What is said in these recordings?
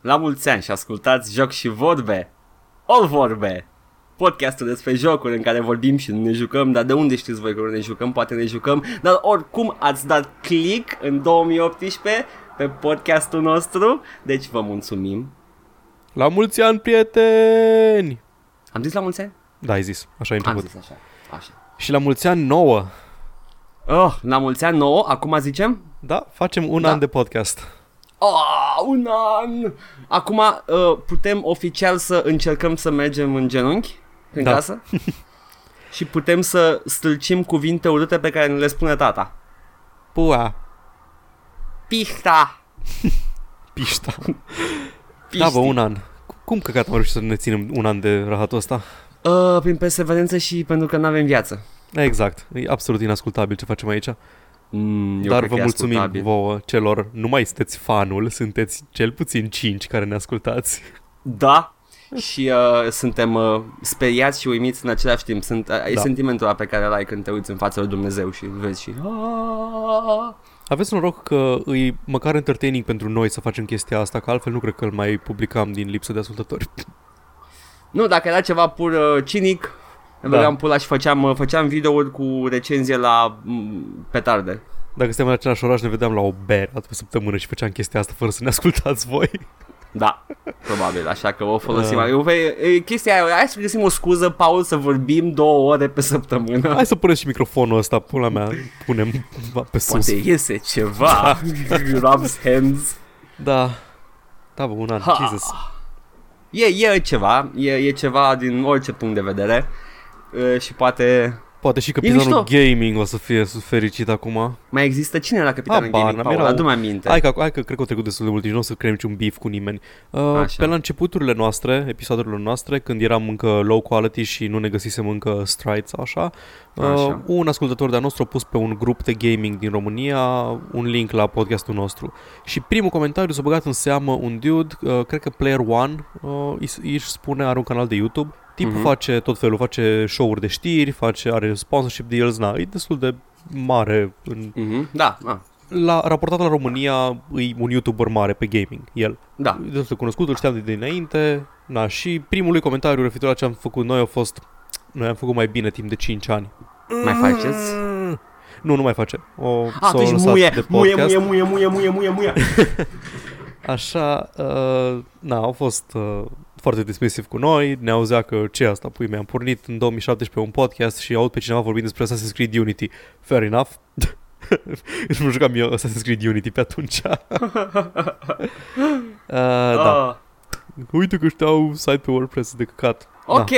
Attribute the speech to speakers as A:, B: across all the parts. A: La mulți ani și ascultați Joc și Vorbe, o vorbe, podcastul despre jocuri în care vorbim și nu ne jucăm, dar de unde știți voi că nu ne jucăm, poate ne jucăm, dar oricum ați dat click în 2018 pe podcastul nostru, deci vă mulțumim.
B: La mulți ani, prieteni!
A: Am zis la mulți ani?
B: Da, ai zis, așa ai
A: Am
B: început.
A: zis așa, așa.
B: Și la mulți ani nouă.
A: Oh, la mulți ani nouă, acum zicem?
B: Da, facem un
A: Da.
B: an de podcast.
A: Oh, un an! Acum uh, putem oficial să încercăm să mergem în genunchi prin
B: Da.
A: casă și putem să stâlcim cuvinte urâte pe care ne le spune tata.
B: Pua,
A: Pihta!
B: pișta.
A: Piști.
B: Da, bă, un an. Cum căcat am reușit să ne ținem un an de rahatul ăsta?
A: Uh, prin perseverență și pentru că nu avem viață.
B: Exact, e absolut inascultabil ce facem aici.
A: Mm,
B: Dar vă mulțumim vouă celor, nu mai sunteți fanul, sunteți cel puțin 5 care ne ascultați.
A: Da. Și uh, suntem uh, speriați și uimiți în același timp. Sunt, uh, E
B: Da.
A: sentimentul ăla pe care îl ai când te uiți în fața lui Dumnezeu și îl vezi și... "Ah,
B: Aveți noroc că îi măcar entertaining pentru noi să facem chestia asta, că altfel nu cred că îl mai publicam din lipsă de ascultători.
A: Nu, dacă era ceva pur uh, cinic, da. băgam pula și făceam, uh, făceam videouri cu recenzie la mm, petarde.
B: Dacă suntem în același oraș, ne vedeam la o bere atât pe săptămână și făceam chestia asta fără să ne ascultați voi.
A: Da, probabil, așa că o folosim.
B: Da.
A: Uh. Chestia aia, hai să găsim o scuză, Paul, să vorbim două ore pe săptămână.
B: Hai să punem și microfonul ăsta, pula mea, punem pe sus.
A: Poate iese ceva. Rubs hands.
B: Da. Da, bă, un an,
A: Ha.
B: Jesus.
A: E, e ceva, e, e ceva din orice punct de vedere. E, și poate
B: Poate și capitanul
A: mișto.
B: gaming o să fie fericit acum.
A: mai există cine era capitanul
B: Habar
A: gaming,
B: n-am,
A: Paul?
B: erau-
A: Adu-mi aminte.
B: Hai că, hai că cred că au trecut destul de mult, deci nu o să creăm niciun beef cu nimeni. Uh,
A: Așa.
B: pe la începuturile noastre, episodele noastre, când eram încă low quality și nu ne găsisem încă stride sau așa, uh,
A: Așa.
B: un ascultător de-a nostru a pus pe un grup de gaming din România un link la podcastul nostru. Și primul comentariu s-a băgat în seamă un dude, uh, cred că Player One, uh, îi- își spune, are un canal de YouTube, tipul
A: Mhm.
B: face tot felul, face show-uri de știri, face, are sponsorship deals, na, e destul de mare în
A: Mhm, Da, da,
B: la, raportat la România, e un YouTuber mare pe gaming, el.
A: da.
B: E destul de cunoscut, îl știam de dinainte. Na, și primul lui comentariu referitor la ce am făcut noi a fost noi am făcut mai bine timp de 5 ani.
A: Mai faceți?
B: Nu, nu mai face. O,
A: A,
B: s-o
A: atunci
B: lăsat
A: muie,
B: de
A: muie,
B: podcast.
A: muie, muie, muie, muie, muie, muie.
B: Așa, uh, na, au fost uh, foarte dismisiv cu noi, ne auzea că ce e asta, pui mea, am pornit în 2017 un podcast și aud pe cineva vorbind despre Assassin's Creed Unity. Fair enough. nu jucam eu Assassin's Creed Unity pe atunci. uh, da.
A: Ah,
B: Uite că știau site pe WordPress de căcat.
A: Uh, Ok.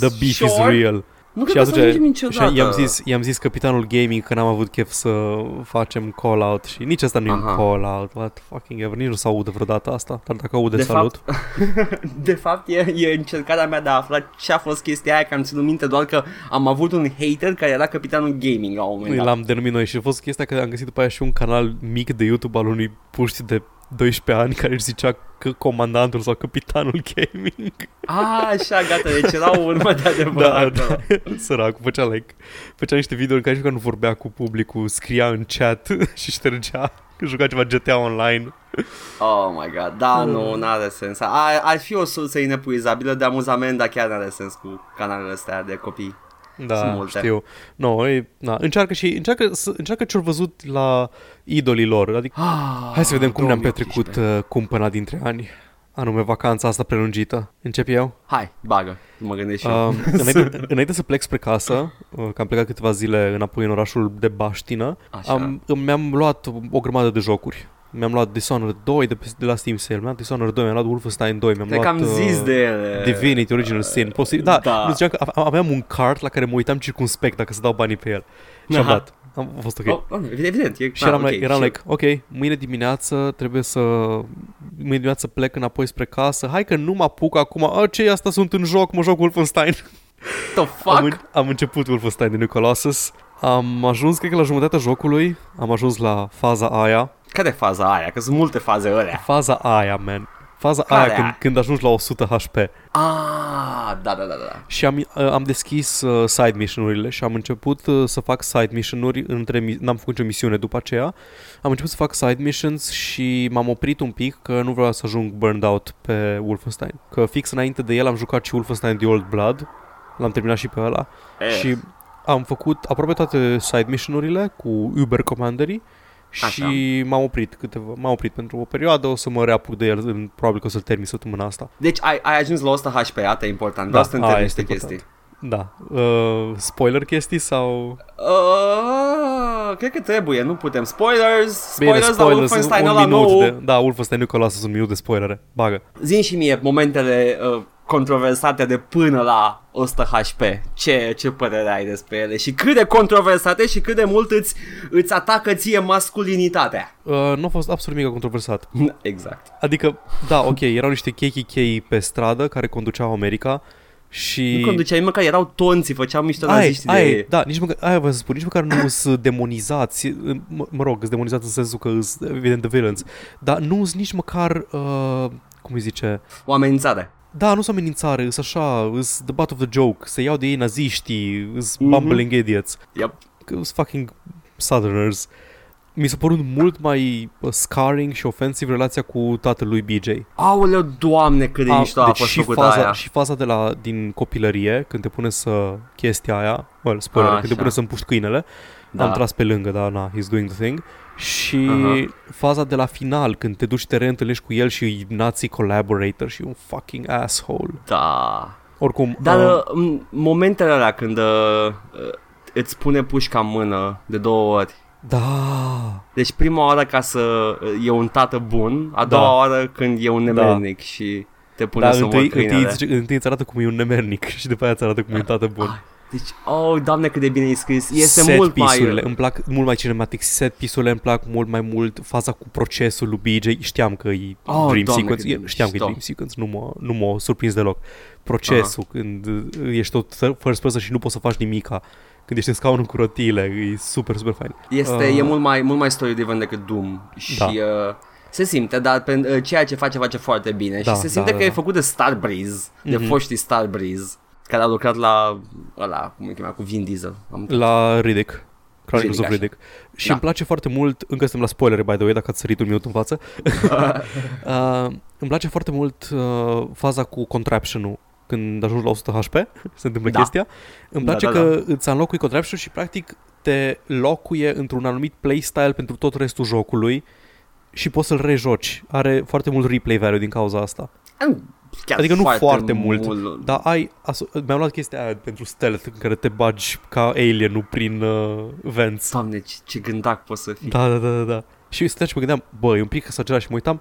B: Da, the beef is
A: Sure. Da,
B: real.
A: Nu cred că o să ajungem
B: și
A: niciodată.
B: i-am zis, i-am zis capitanul gaming că n-am avut chef să facem call-out și nici asta nu e un
A: Aha.
B: call-out, what fucking ever, nici nu s-aude vreodată asta, dar dacă aude,
A: De
B: salut.
A: De fapt, e, e încercarea mea de a afla ce a fost chestia aia, că am ținut minte doar că am avut un hater care era capitanul gaming la un moment dat.
B: L-am denumit noi și a fost chestia că am găsit după aia și un canal mic de YouTube al unui puști de 12 ani care își zicea că comandantul sau capitanul gaming.
A: A, așa, gata, deci era o urmă de adevărat.
B: da. Săracul făcea like, făcea niște videouri în care juca nu vorbea cu publicul, scria în chat și ștergea că juca ceva GTA online.
A: Oh my god, da, nu, n-are sens. Ar, ar fi o sursă inepuizabilă de amuzament, dar chiar n-are sens cu canalele astea de copii. Sunt
B: Da,
A: multe.
B: știu. No, e, na, încearcă și încearcă, să, încearcă ce-au văzut la idolii lor. Adică,
A: Ah,
B: hai să vedem cum ne-am
A: 2018.
B: petrecut uh, cumpăna dintre ani. Anume vacanța asta prelungită. Încep eu?
A: Hai, bagă, mă gândesc și eu.
B: Uh, înainte, înainte să plec spre casă, uh, că am plecat câteva zile înapoi în orașul de Baștină,
A: Așa.
B: am, îmi- mi-am luat o grămadă de jocuri. Mi-am luat Dishonored 2 de, pe, de la Steam Sale, mi-am luat Dishonored 2, mi-am luat Wolfenstein 2, mi-am
A: Cred că
B: luat...
A: am zis
B: uh,
A: de ele.
B: Divinity Original Sin. Posibil, da,
A: da.
B: da. Nu ziceam că a- aveam un cart la care mă uitam circunspect dacă să dau banii pe el. Și am
A: Aha.
B: dat. Am a fost ok.
A: Oh, oh, evident, evident. E,
B: Și eram,
A: ah, ok,
B: like, eram
A: și-
B: like, ok, mâine dimineață trebuie să... Mâine dimineață plec înapoi spre casă. Hai că nu mă apuc acum. A, ce e asta? Sunt în joc, mă joc Wolfenstein.
A: the
B: Am,
A: fuck?
B: în, am început Wolfenstein de New Colossus. Am ajuns, cred că la jumătatea jocului, am ajuns la faza aia.
A: Care e faza aia? Că sunt multe faze alea.
B: Faza aia, man. Faza
A: Care
B: aia când,
A: aia?
B: când ajungi la 100 HP.
A: Ah, Ah, da, da, da, da.
B: Și am, am deschis uh, side mission-urile și am început uh, să fac side mission-uri între... mi- N-am făcut nicio misiune după aceea. Am început să fac side missions și m-am oprit un pic că nu vreau să ajung burned out pe Wolfenstein. Că fix înainte de el am jucat și Wolfenstein The Old Blood. L-am terminat și pe ăla.
A: Eh,
B: Și am făcut aproape toate side mission-urile cu Uber Commanderii și m-am oprit câteva, m-am oprit pentru o perioadă, o să mă reapuc de el, în- probabil că o să-l termin săptămâna asta.
A: Deci ai, ai ajuns la 100 HP, asta e important. Vreau
B: Da,
A: să te întreb
B: aia
A: niște
B: este
A: chestii.
B: Da. Uh, spoiler chestii sau...
A: Uh, cred că trebuie, nu putem. Spoilers! Spoilers,
B: Bine,
A: la
B: spoilers,
A: Wolfenstein
B: un
A: ăla
B: minut
A: nou.
B: de... Da, Wolfenstein Nicola lasă un minut de spoilere. Bagă.
A: Zin și mie momentele uh, controversate de până la 100 HP. Ce, ce părere ai despre ele? Și cât de controversate și cât de mult îți, îți atacă ție masculinitatea.
B: Uh, nu a fost absolut nimic controversat.
A: Exact.
B: Adică, da, ok, erau niște KKK pe stradă care conduceau America și...
A: Nu conduceai măcar, erau tonții, făceam mișto
B: Ai,
A: naziști de
B: ai,
A: ei.
B: da, nici măcar, aia vă spun, nici măcar nu sunt demonizați, mă, mă rog, sunt demonizați în sensul că sunt evident the villains, dar nu sunt nici măcar, uh, cum îi zice,
A: O amenințare.
B: da, nu sunt amenințare, sunt așa, sunt the butt of the joke, se iau de ei naziștii,
A: Mhm.
B: sunt bumbling idiots,
A: Yep.
B: că sunt fucking southerners. Mi s-a părut mult mai uh, scarring și offensive relația cu tatălui BJ.
A: Aoleu, doamne, cât de mișto a
B: deci
A: fost
B: și
A: făcută
B: faza,
A: aia.
B: și faza de la, din copilărie, când te pune să chestia aia, mă, spoiler,
A: Așa.
B: când te pune să împuști câinele,
A: Da.
B: da. am tras pe lângă, dar na, he's doing the thing. Și
A: Aha.
B: uh-huh. faza de la final, când te duci și te reîntâlnești cu el și e nazi collaborator și e un fucking asshole.
A: Da.
B: Oricum,
A: Dar
B: uh,
A: uh, m- momentele alea când uh, uh, îți pune pușca în mână de două ori.
B: da,
A: Deci prima oară ca să uh, e un tată bun, a doua
B: Da.
A: oară când e un nemernic și te pune
B: dar
A: să mori
B: întâi, întâi,
A: câinele.
B: îți, întâi îți arată cum e un nemernic și după aia îți arată cum e un tată bun.
A: Deci, oh, doamne cât de bine e scris. Este
B: set
A: mult
B: pisurile,
A: mai... uh,
B: îmi plac mult mai cinematic, set pisurile îmi plac mult mai mult, faza cu procesul lui BJ, știam că e
A: Oh,
B: dream
A: doamne,
B: sequence,
A: cât de
B: e- știam că e
A: mișto.
B: dream sequence, nu mă, nu mă surprins deloc. Procesul, când uh, ești tot thir- first person și nu poți să faci nimica, când ești în scaunul cu rotile, e super, super fain.
A: Este,
B: Uh.
A: e mult mai, mult mai story driven decât Doom și
B: Da.
A: uh, se simte, dar pe, uh, ceea ce face, face foarte bine
B: Da,
A: și se simte
B: da,
A: că
B: da, Mhm.
A: e
B: da.
A: făcut de Starbreeze, de foștii Starbreeze, care au lucrat la ăla, cum îl chema, cu Vin Diesel. Am
B: La Riddick. Chronicles
A: Riddick,
B: of
A: așa.
B: Riddick. Și
A: Da.
B: îmi place foarte mult, încă suntem la spoilere, by the way, dacă ați sărit un minut în față. uh, îmi place foarte mult uh, faza cu contraption-ul când ajungi la 100 HP, se întâmplă
A: Da.
B: chestia. Îmi
A: Da,
B: place
A: da,
B: că îți înlocui contraption și practic te locuie într-un anumit playstyle pentru tot restul jocului și poți să-l rejoci. Are foarte mult replay value din cauza asta.
A: Chiar
B: Adică nu foarte mult, Da. Dar ai, aso- mi-am luat chestia aia pentru stealth în care te bagi ca alien-ul prin uh, vents.
A: Doamne, ce, ce gândac poți să fii.
B: Da, da, da, da, da. Și eu stăteam și mă gândeam, bă, e un pic exagerat și mă uitam,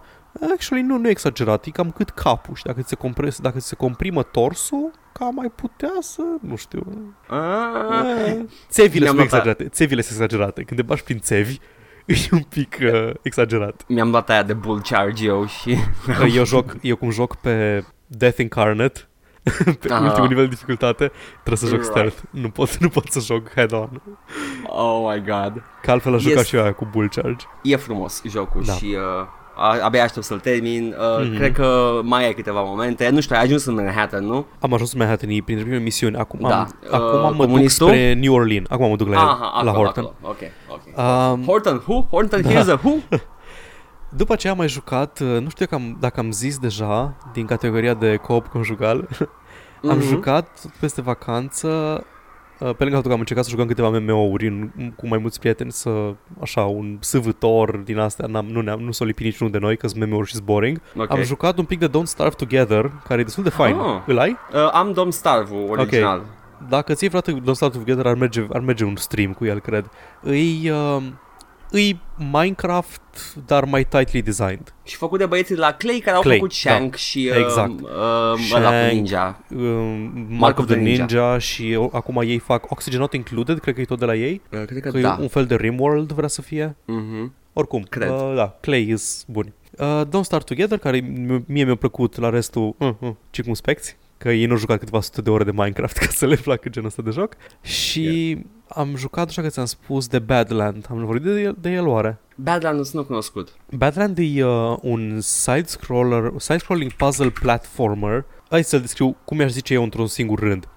B: actually nu, nu e exagerat, e cam cât capul și dacă ți se, compres, dacă ți se comprimă torsul, cam mai putea să, nu știu,
A: Ah,
B: eh, țevile
A: Mi-am
B: sunt
A: notat.
B: exagerate, țevile sunt exagerate, când te bași prin țevi, e un pic uh, exagerat.
A: Mi-am luat aia de bull charge eu și...
B: Eu joc, eu cum joc pe Death Incarnate, pe
A: Aha.
B: ultimul nivel de dificultate, trebuie să joc
A: Right.
B: stealth, nu pot, nu pot să joc head-on,
A: Oh my god.
B: că altfel aș juca
A: Yes.
B: și eu aia cu bull charge.
A: E frumos jocul da.
B: Da.
A: și... Uh, a- abia aștept să-l termin. Uh, mm-hmm.
B: Mhm.
A: Cred că mai ai câteva momente. Nu știu, ai ajuns în Manhattan, nu?
B: Am ajuns în Manhattan, e printre primele misiuni. Acum,
A: Da.
B: da. acum
A: Uh,
B: mă duc
A: comunistul?
B: spre New Orleans. Acum mă duc la, el,
A: acolo,
B: la Horton.
A: Acolo. Ok, ok.
B: Um,
A: Horton who? Horton here's a who?
B: după aceea am mai jucat, uh, nu știu dacă am, dacă am zis deja, din categoria de co-op conjugal, am
A: Mhm.
B: jucat peste vacanță, uh, pe lângă faptul că am încercat să jucăm câteva MMO-uri în, cu mai mulți prieteni, să, așa, un sâvător din astea, n-am, nu, ne-am, nu s-o lipi niciunul de noi, că sunt MMO-uri și zboring.
A: Mm, Ok.
B: Okay. Am jucat un pic de Don't Starve Together, care e destul de fain.
A: Ah.
B: Oh. Îl ai?
A: Uh, am Dom Starve-ul original. Okay.
B: Dacă ți-ai vreodată Don't Starve Together ar merge, ar merge un stream cu el, cred. Îi, uh, îi Minecraft, dar mai tightly designed.
A: Și făcut de băieții de la Clay care au
B: Clay,
A: făcut
B: da.
A: Shank și uh,
B: Exact.
A: uh, ăla cu
B: Shank.
A: Ninja.
B: Uh, Mark, Mark of the Ninja, Ninja și o- acum ei fac Oxygen Not Included, cred că e tot de la ei.
A: Uh, cred că,
B: Că
A: da.
B: e un fel de Rimworld vrea să fie.
A: Mhm.
B: Oricum,
A: Cred.
B: Uh, da, Clay is bun. Uh, Don't Start Together, care mi- mie mi-a plăcut la restul uh, uh, circumspecți, că ei nu au jucat câteva sute de ore de Minecraft ca să le placă genul ăsta de joc. Și am jucat, așa că ți-am spus, de Badland. Am vorbit de el, de el oare?
A: Badlands nu cunoscut.
B: Badland e uh, un side-scroller, side-scrolling puzzle platformer hai să-l descriu cum mi-aș zice eu într-un singur rând.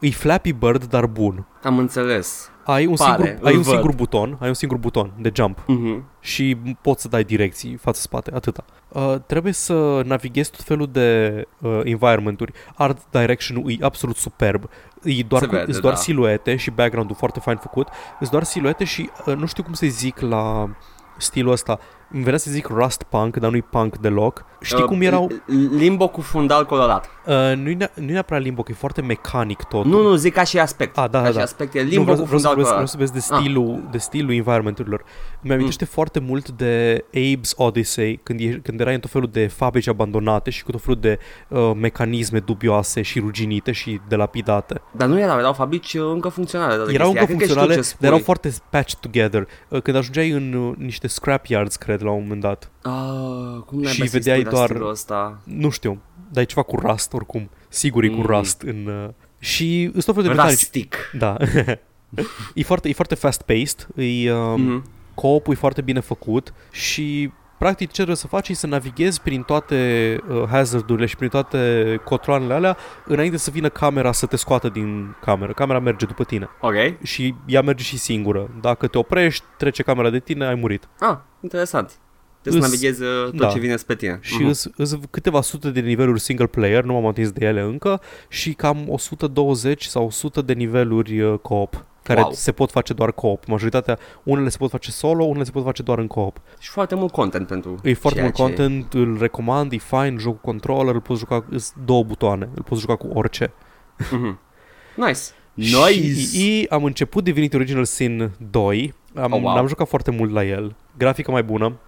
B: Îi Flappy Bird, dar bun.
A: Am înțeles.
B: Ai un,
A: Pare,
B: singur, ai
A: îl
B: un
A: văd.
B: singur buton, ai un singur buton de jump
A: Mhm.
B: și poți să dai direcții față-spate, atâta. Uh, trebuie să navighezi tot felul de uh, environment-uri. Art direction-ul e absolut superb. E doar,
A: Se
B: cu,
A: vede,
B: îs doar
A: da.
B: siluete și background-ul foarte fain făcut. Îți doar siluete și uh, nu știu cum să zic la stilul ăsta. Îmi venea să zic rust punk, dar nu-i punk deloc. Știi
A: Uh,
B: cum erau...
A: l- Limbo cu fundal colorat.
B: Uh, nu-i, ne- nu-i neapărat limbo, că e foarte mecanic tot.
A: Nu, nu, zic ca și aspect.
B: A, da,
A: ca
B: da,
A: și
B: da.
A: aspect. E limbo
B: vreau,
A: cu
B: să- vreau, să
A: fundal
B: vorbesc, vreau
A: colorat.
B: să vorbesc de stilul, de stilul environmenturilor. Mi amintește
A: Mm.
B: foarte mult de Abe's Odyssey, când, e, când erai în tot felul de fabrici abandonate și cu tot felul de uh, mecanisme dubioase și ruginite și delapidate.
A: Dar nu erau, erau fabrici uh, încă funcționale. toată
B: erau
A: chestia.
B: încă
A: Cred că știu
B: funcționale,
A: ce
B: dar
A: spui.
B: erau foarte patched together. Uh, Când ajungeai în uh, niște scrapyards, cred, la un moment dat.
A: Ah, cum
B: Și
A: n-ai
B: vedeai
A: vedeai
B: doar-
A: doar... Ăsta?
B: Nu știu, dar e ceva cu rust oricum. Sigur e cu
A: Mm.
B: rust în... uh, Și sunt tot felul de mecanici.
A: Rastic.
B: Da. e, foarte, e foarte fast-paced, e, um,
A: Mhm.
B: co-op-ul e foarte bine făcut și practic ce trebuie să faci e să navighezi prin toate uh, hazardurile și prin toate cotroanele alea înainte să vină camera să te scoată din cameră. Camera merge după tine
A: Ok.
B: și ea merge și singură. Dacă te oprești, trece camera de tine, ai murit.
A: Ah, interesant. Trebuie să
B: Îs-
A: navighezi uh, tot
B: da.
A: ce vine spre tine.
B: Și
A: Mhm.
B: mm-hmm. sunt câteva sute de niveluri single player, nu m-am atins de ele încă, și cam 120 sau 100 de niveluri uh, co-op care
A: Wow.
B: se pot face doar co-op. Majoritatea, unele se pot face solo, unele se pot face doar în co-op.
A: și foarte mult content pentru
B: E foarte
A: ceea
B: mult
A: ce-
B: content, îl recomand, e fain, joc cu controller, îl poți juca cu două butoane, îl poți juca cu orice.
A: Mhm. Nice. Și-
B: Și am început Divinity Original Sin 2, am,
A: Oh,
B: oh,
A: wow.
B: wow. am jucat foarte mult la el, grafica mai bună,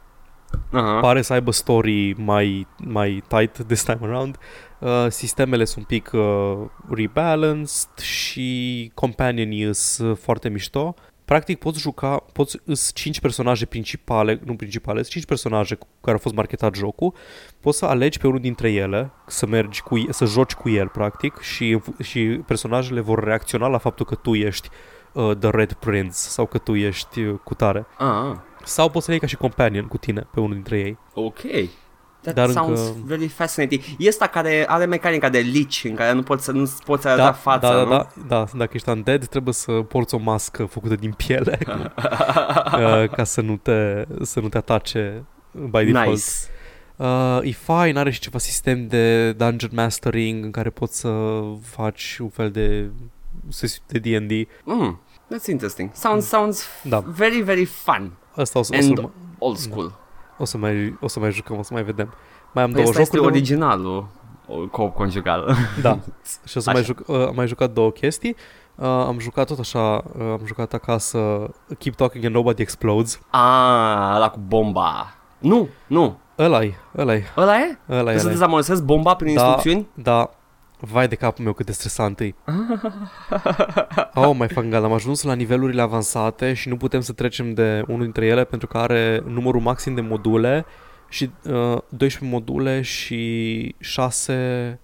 A: Aha.
B: pare să aibă story mai, mai tight this time around, uh, sistemele sunt un pic uh, rebalanced și companion sunt foarte mișto. Practic poți juca, poți, îs 5 personaje principale, nu principale, sunt 5 personaje cu care au fost marketat jocul, poți să alegi pe unul dintre ele, să mergi cu, să joci cu el practic și, și personajele vor reacționa la faptul că tu ești uh, The Red Prince sau că tu ești uh, cu tare.
A: Ah, ah.
B: Sau poți să le iei ca și companion cu tine pe unul dintre ei.
A: ok. That
B: Dar
A: sounds
B: încă-
A: very fascinating. E ăsta care are mecanica de lici în care nu poți să nu poți arăta fața,
B: da,
A: nu?
B: da, da, da, dacă ești undead trebuie să porți o mască făcută din piele uh, ca să nu te, să nu te atace by default.
A: Nice.
B: Uh, e fain, are și ceva sistem de dungeon mastering în care poți să faci un fel de sesiune de D&D.
A: Mm, that's interesting. Sounds sounds
B: Da.
A: da. very very fun
B: Asta o să, o
A: and
B: să,
A: old school.
B: o să, mai, o să mai jucăm, o să mai vedem. Mai am
A: Păi
B: Da. două
A: asta este
B: jocuri. de-
A: originalul o- co-op conjugal.
B: Da. Și o să
A: Așa.
B: mai juc, uh, am mai jucat două chestii. Uh, am jucat tot așa, uh, am jucat acasă Keep Talking and Nobody Explodes.
A: Ah, ăla cu bomba. Nu, nu.
B: Ăla-i, ăla-i,
A: Ăla e?
B: ăla-i,
A: Trebuie să
B: ăla-i.
A: dezamorsez bomba prin
B: Da.
A: instrucțiuni?
B: Da, vai de capul meu cât de stresant e. oh, mai fac gal, am ajuns la nivelurile avansate și nu putem să trecem de unul dintre ele pentru că are numărul maxim de module și uh, 12 module și 6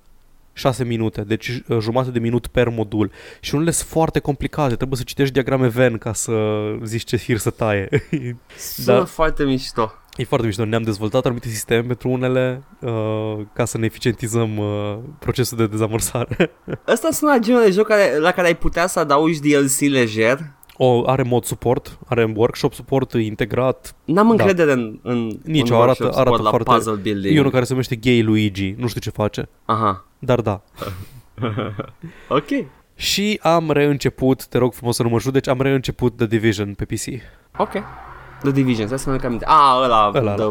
B: 6 minute, deci uh, jumate de minut per modul. Și unele sunt foarte complicate, trebuie să citești diagrame Venn ca să zici ce fir să taie.
A: Sună
B: Da.
A: foarte mișto.
B: E foarte mișto, ne-am dezvoltat anumite sisteme pentru unele uh, ca să ne eficientizăm uh, procesul de dezamorsare.
A: Ăsta sună la genul de joc care, la care ai putea să adaugi DLC lejer.
B: o, are mod suport, are workshop suport e integrat.
A: N-am
B: Da.
A: încredere în, în,
B: Nici,
A: în
B: arată-
A: workshop
B: arată
A: sport la
B: foarte-
A: puzzle building.
B: E unul care se numește Gay Luigi, nu știu ce face,
A: Aha.
B: dar da.
A: Ok.
B: Și am reînceput, te rog frumos să nu mă judeci, am reînceput The Division pe PC.
A: Ok. The Division, stai să mă aminte. A, ăla,
B: Ăla,
A: ăla, the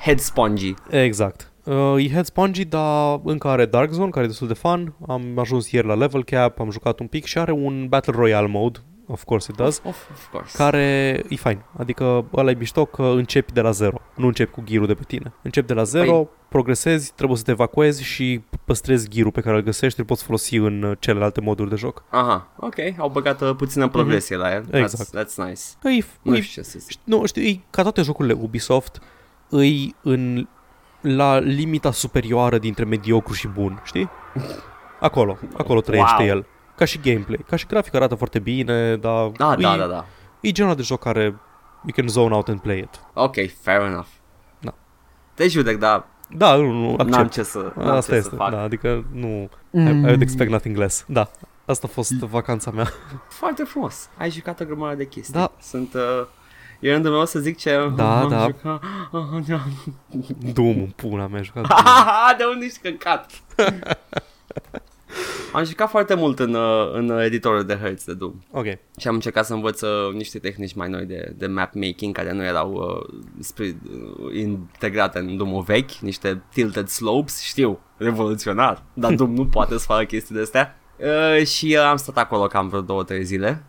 A: Head Spongy.
B: Exact. Uh, e head spongy, dar încă are Dark Zone, care e destul de fun. Am ajuns ieri la level cap, am jucat un pic și are un Battle Royale mode. Of course it does.
A: Of, of course.
B: care e fain. Adică ăla e mișto că începi de la zero. Nu începi cu ghirul de pe tine. Începi de la zero,
A: Păi-
B: progresezi, trebuie să te evacuezi și păstrezi ghirul pe care îl găsești, îl poți folosi în uh, celelalte moduri de joc.
A: Aha, ok, au băgat uh, puțină progresie la el.
B: Exact.
A: That's, that's nice.
B: Că E,
A: Nu
B: e,
A: știu ce să zic.
B: nu, știu, e ca toate jocurile Ubisoft, îi în, la limita superioară dintre mediocru și bun, știi? Acolo, acolo trăiește
A: Wow.
B: el. Ca și gameplay, ca și grafic arată foarte bine, dar
A: Da,
B: e,
A: da, da, da.
B: e genul de joc care you can zone out and play it.
A: Ok, fair enough.
B: Da.
A: Te judec, dar
B: Da, nu, nu accept.
A: N-am ce să, n-am
B: Asta
A: ce
B: este,
A: să fac.
B: da, adică nu... I, I
A: Mm.
B: would expect nothing less. Da, asta a fost vacanța mea.
A: Foarte frumos. Ai jucat o grămadă de chestii.
B: Da.
A: Sunt... Uh, e rândul meu să zic ce
B: Da,
A: am
B: da.
A: jucat.
B: Doom, în pula mea, jucat.
A: Ah, de unde ești căcat? am jucat foarte mult în, uh, în editorul de hărți de Doom
B: Ok,
A: și am încercat să învăț uh, niște tehnici mai noi de, de map making care nu erau uh, spre, uh, integrate în Doom vechi, niște tilted slopes, știu, revoluționar, dar Doom nu poate să facă chestii de astea. Uh, și uh, am stat acolo cam vreo două, trei zile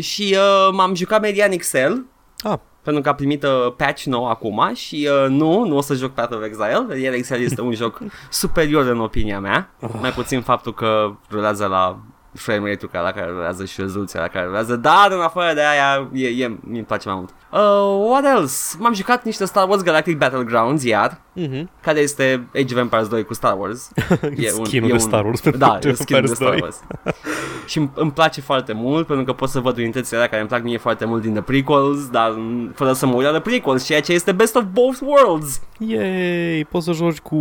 A: și uh, m-am jucat median Excel
B: Ah.
A: pentru că a primit uh, patch nou acum și uh, nu, nu o să joc Path of Exile. Median Excel este un joc superior în opinia mea, mai puțin faptul că rulează la frame rate-ul care- la care rulează și rezoluția la care rulează, Da, dar în afară de aia e, e, mi-mi place mai mult. Uh, what else? M-am jucat niște Star Wars Galactic Battlegrounds iar,
B: Mhm.
A: care este Age of Empires 2 cu Star Wars.
B: Skin-ul de Star Wars pentru
A: Da,
B: Age
A: e
B: of
A: skin de
B: Empires
A: Star
B: 2.
A: Wars. și îmi, îmi place foarte mult pentru că pot să văd unitățile alea care îmi plac mie foarte mult din The Prequels, dar mm, fără să mă uit la The Prequels, ceea ce este Best of Both Worlds.
B: Yay, poți să joci cu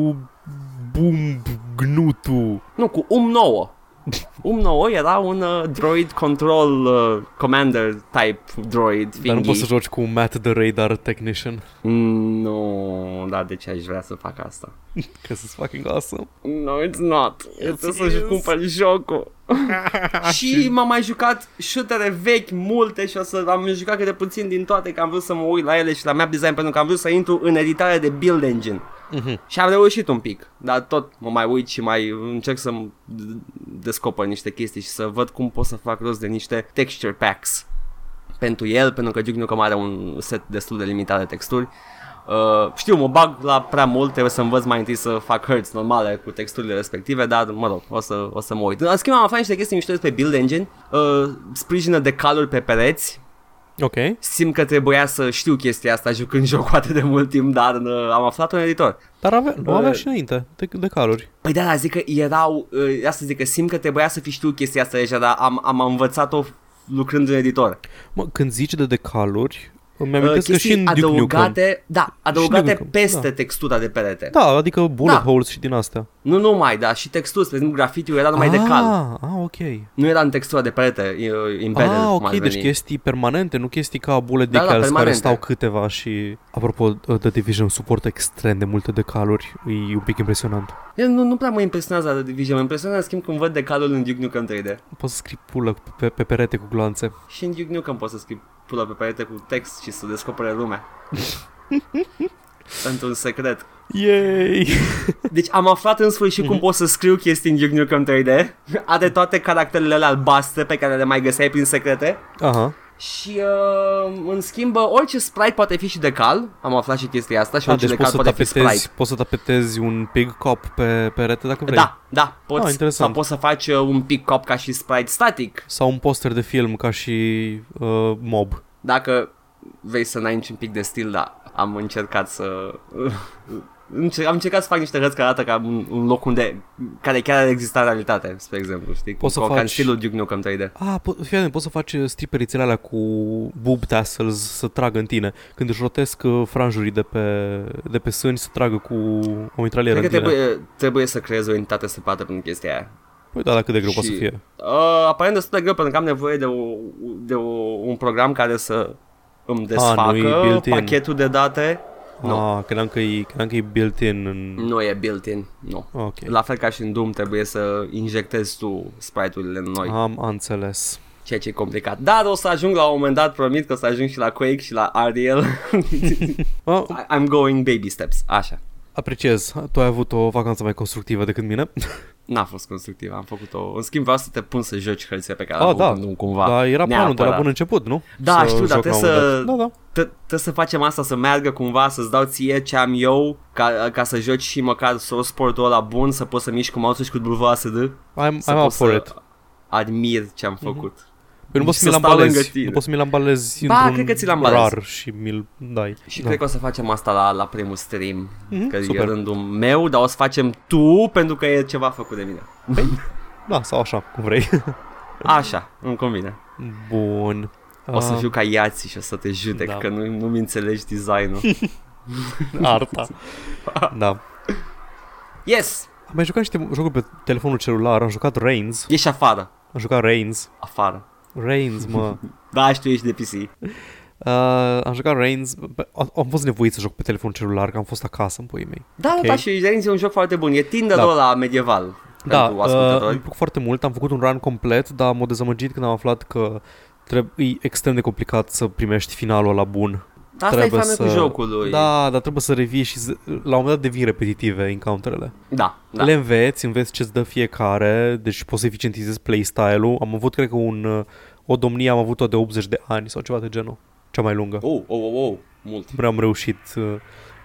B: Boom Gnutu.
A: Nu, cu um UM9. UM9 era un uh, droid control uh, commander type droid
B: Dar nu
A: thingy.
B: poți să joci cu Matt the Radar Technician.
A: Mm, Nu, dar de ce aș vrea să fac asta?
B: Că să-ți fucking awesome.
A: No, it's not. Eu trebuie
B: is.
A: să-și cumpăr jocul. și m-am mai jucat șutere vechi multe și o să am jucat cât de puțin din toate că am vrut să mă uit la ele și la map design pentru că am vrut să intru în editarea de build engine.
B: Mhm.
A: Și am reușit un pic, dar tot mă mai uit și mai încerc să descoper niște chestii și să văd cum pot să fac rost de niște texture packs pentru el, pentru că Duke Nukem are un set destul de limitat de texturi. Uh, știu, mă bag la prea mult, trebuie să învăț mai întâi să fac hărți normale cu texturile respective, dar mă rog, o să, o să mă uit. În schimb, am aflat niște chestii mișto despre Build Engine, uh, sprijină de caluri pe pereți,
B: Ok,
A: simt că trebuia să știu chestia asta jucând jocul atât de mult timp, dar uh, am aflat un editor.
B: dar avea, nu
A: Bă.
B: avea și înainte de, de caluri.
A: Păi da, dar zic că erau, uh, asta zic că simt că trebuia să fi știut chestia asta deja, dar am, am învățat-o lucrând în editor.
B: Mă, când zici de decaluri, îmi
A: Uh,
B: amintesc că și în Duke Nukem.
A: adăugate, da, adăugate
B: Nukem,
A: peste
B: da.
A: textura de perete.
B: Da, adică bullet
A: Da.
B: holes și din astea.
A: Nu numai, dar și texturi, spre exemplu, grafitiul era numai
B: ah,
A: de cal.
B: Ah, ok.
A: Nu era în textura de perete, e- embedded,
B: Ah,
A: cum
B: ok,
A: ar
B: deci
A: veni.
B: chestii permanente, nu chestii ca
A: Da,
B: bullet
A: da,
B: decals care
A: permanente.
B: stau câteva și... Apropo, uh, The Division suportă extrem de multe decaluri, e un pic impresionant.
A: El nu, nu prea mă impresionează de Division, mă impresionează, în schimb, când văd decalul în Duke Nukem 3D.
B: Poți să scrii pulă pe, pe perete cu gloanțe.
A: Și în Duke Nukem poți să scrii pula pe perete cu text și să descopere lumea. Pentru un secret.
B: Yay!
A: Deci am aflat în sfârșit cum pot să scriu chestii în Duke Nukem 3D. Are toate caracterele alea albastre pe care le mai găseai prin secrete.
B: Aha.
A: Și uh, în schimb, uh, orice sprite poate fi și decal. Am aflat și chestia asta și
B: A,
A: orice
B: deci
A: decal
B: poți să,
A: poate fi sprite.
B: tapetezi, poți să tapetezi un pig cop pe perete dacă vrei.
A: Da, da, poți,
B: Ah, interesant.
A: sau poți să faci uh, un pic cop ca și sprite static,
B: Sau un poster de film ca și uh, mob.
A: dacă vei să înainci un pic de stil, da, am încercat să... Înce- am încercat să fac niște hărți care arată ca un, un loc unde, care chiar ar exista în realitate, spre exemplu, știi?
B: Poți să
A: Ca- ca în
B: faci-
A: stilul Duke Nukem 3D.
B: Ah, po- fii atent, poți să faci uh, striperițele alea cu boob tassels să tragă în tine. Când își rotesc uh, franjurii de pe, de pe sâni să tragă cu o mitralieră
A: Cred că
B: în tine.
A: trebuie, trebuie să creezi o entitate separată pentru chestia aia.
B: Păi da, dacă de greu poate
A: Și-
B: să fie.
A: Uh, aparent destul de greu pentru că am nevoie de, o, de o, un program care să îmi desfacă
B: nu-i Ah, built-in.
A: pachetul de date. nu.
B: Ah, credeam că e, credeam că e built-in în...
A: Nu e built-in, nu.
B: Ok.
A: La fel ca și în Doom trebuie să injectezi tu sprite-urile în noi,
B: Am înțeles.
A: ceea ce e complicat. Dar o să ajung la un moment dat, promit că o să ajung și la Quake și la RDL.
B: Ah,
A: I'm going baby steps, așa.
B: apreciez, tu ai avut o vacanță mai constructivă decât mine.
A: N-a fost constructiv, am făcut-o. În schimb, vreau să te pun să joci hărțile pe care le-am
B: Ah,
A: avut
B: da.
A: în Doom cumva.
B: Dar era planul de la
A: Neapărat.
B: bun început, nu?
A: Da, știu, dar
B: joc la un
A: trebuie
B: moment
A: să-
B: dat. Da, da.
A: Tre- Trebuie să facem asta să meargă cumva, să-ți dau ție ce am eu, ca, ca să joci și măcar Source Sportul ăla bun, să poți să miști cu mouse și cu WASD.
B: I'm,
A: Să
B: I'm up
A: poți
B: for
A: să
B: it.
A: admir ce am
B: Mhm.
A: făcut.
B: Păi nu poți să
A: să
B: mi-l
A: stau lângă
B: ambalezi.
A: tine.
B: Nu poți să mi-l ambalezi
A: Ba,
B: într-un
A: cred că ți-l ambalez.
B: rar și mi-l dai.
A: Și
B: da.
A: cred că o să facem asta la, la primul stream,
B: Mhm,
A: că e
B: super.
A: rândul meu, dar o să facem tu pentru că e ceva făcut de mine.
B: da, sau așa, cum vrei.
A: Așa, îmi convine.
B: Bun.
A: O să
B: Ah,
A: fiu ca iații și o să te judec
B: da.
A: că nu, nu-mi înțelegi designul.
B: arta. da.
A: Yes!
B: Am mai jucat niște jocuri pe telefonul celular, am jucat Reigns,
A: Ești afară.
B: am jucat Reigns,
A: Afară.
B: Reigns, mă.
A: Da, știu, ești de PC.
B: Uh, am jucat Reigns, bă, am fost nevoit să joc pe telefonul celular, că am fost acasă în puii mei.
A: Da,
B: Ok.
A: okay. da, și Reigns e un joc foarte bun. E Tinder
B: Da.
A: da. la medieval.
B: Da,
A: pentru
B: uh, îmi
A: ascultători.
B: plăcut foarte mult, am făcut un run complet, dar m-a dezamăgit când am aflat că trebuie, e extrem de complicat să primești finalul la bun.
A: Asta e
B: trebuie
A: faimea
B: să-
A: cu jocul lui.
B: Da, dar trebuie să revii și să- la un moment dat devin repetitive encounterele.
A: Da,
B: Da.
A: da.
B: Le înveți, înveți ce-ți dă fiecare, deci poți să eficientizezi playstyle-ul. Am avut, cred că, un, uh, o domnie, am avut-o de 80 de ani sau ceva de genul, cea mai lungă.
A: Oh, oh, oh, oh, mult.
B: Prea am reușit. uh,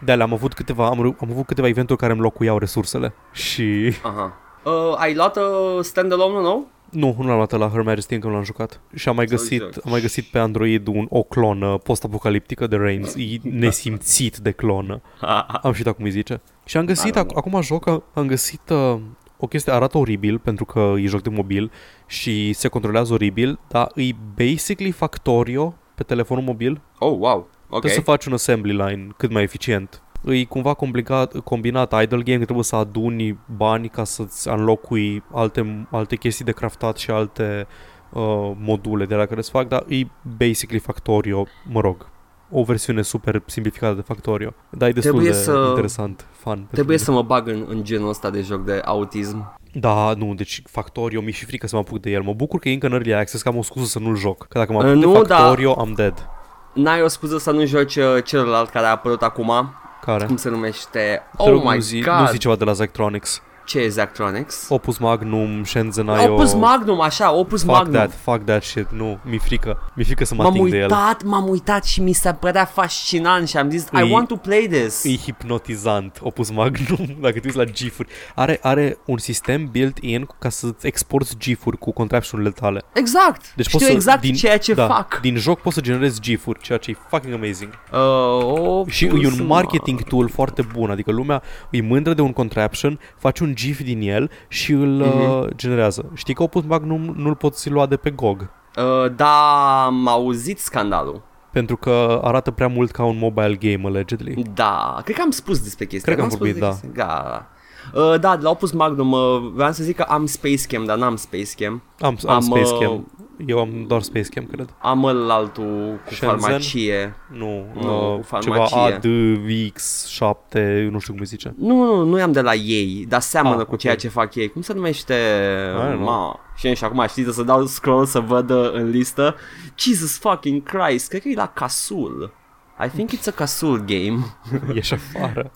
B: De alea am avut câteva, am, reu- am avut câteva eventuri care îmi locuiau resursele și...
A: Aha. Uh, ai luat uh, standalone-ul nou?
B: Nu, nu l-am luat la Her Majesty, încă nu l-am jucat. Și am mai
A: Sau
B: găsit,
A: joci.
B: am mai găsit pe Android un, o clonă post-apocaliptică de Reigns, e nesimțit de clonă. Am și dat cum îi zice. Și am găsit,
A: Da, da,
B: ac-
A: da.
B: acum joc, a- am găsit uh, o chestie, arată oribil pentru că e joc de mobil și se controlează oribil, dar e basically Factorio pe telefonul mobil. Okay.
A: oh, wow. Ok.
B: Trebuie să faci un assembly line cât mai eficient. E cumva complicat, combinat idle game, că trebuie să aduni bani ca să-ți înlocui alte, alte chestii de craftat și alte uh, module de la care se fac, dar e basically Factorio, mă rog, o versiune super simplificată de Factorio. Dar e destul
A: Trebuie
B: de
A: să-
B: interesant, fun. pentru
A: Trebuie
B: mine.
A: să mă bag în, în genul ăsta de joc de autism.
B: Da, nu, deci Factorio, mi-e și frică să mă apuc de el. Mă bucur că e încă în Early Access, că am o scuză să nu-l joc. Că dacă mă apuc
A: Nu,
B: de
A: da.
B: Factorio, am dead.
A: N-ai o scuză să nu joci uh, celălalt care a apărut acum?
B: Care?
A: Cum se numește?
B: Da. Te
A: Oh
B: nu
A: my
B: zi,
A: god!
B: nu zi ceva de la Zactronics.
A: Ce e Zactronics?
B: Opus Magnum, Shenzhen IO.
A: Opus Magnum, așa, Opus
B: Fuck
A: Magnum.
B: that, fuck that shit, nu, mi-e frică. Mi-e frică să mă
A: M-am
B: ating de el.
A: uitat, m-am uitat și mi s-a părea fascinant și am zis I
B: Îi-
A: want to play this.
B: E hipnotizant Opus Magnum, dacă te uiți la GIF-uri. Are, are un sistem built-in ca să-ți exporti GIF-uri cu contraption-urile tale.
A: Exact.
B: Deci
A: Știu
B: poți să,
A: exact
B: din,
A: ceea ce
B: da,
A: fac.
B: Din joc poți să generezi GIF-uri, ceea ce e fucking amazing.
A: Uh, Opus
B: Și e un
A: Ma-
B: marketing tool foarte bun, adică lumea îi mândră de un contraption, faci un GIF din el și îl
A: Mhm.
B: uh-huh. generează. Știi că Opus Magnum nu-l poți lua de pe GOG,
A: Uh, da, am auzit scandalul.
B: pentru că arată prea mult ca un mobile game, allegedly.
A: Da, cred că am spus despre chestia.
B: Cred că am
A: n-am
B: vorbit,
A: spus de chestia. Da. Uh, da, de la Opus Magnum, uh, vreau să zic că am Space Cam, dar n-am Space Cam.
B: Am, am, am
A: Am,
B: Space
A: uh,
B: Cam. Eu am doar Space Cam, cred.
A: Am altul cu
B: Shenzhen?
A: farmacie.
B: Nu,
A: nu,
B: uh, ceva
A: farmacie.
B: ADVX7, nu știu cum îi zice.
A: Nu, nu, nu am de la ei, dar seamănă
B: Ah,
A: cu
B: ok.
A: ceea ce fac ei. Cum se numește?
B: don't know.
A: Ma. Și și acum știți să dau scroll să văd uh, în listă. Jesus fucking Christ, cred că e la Casul. I think it's a Casul game.
B: Ieși afară.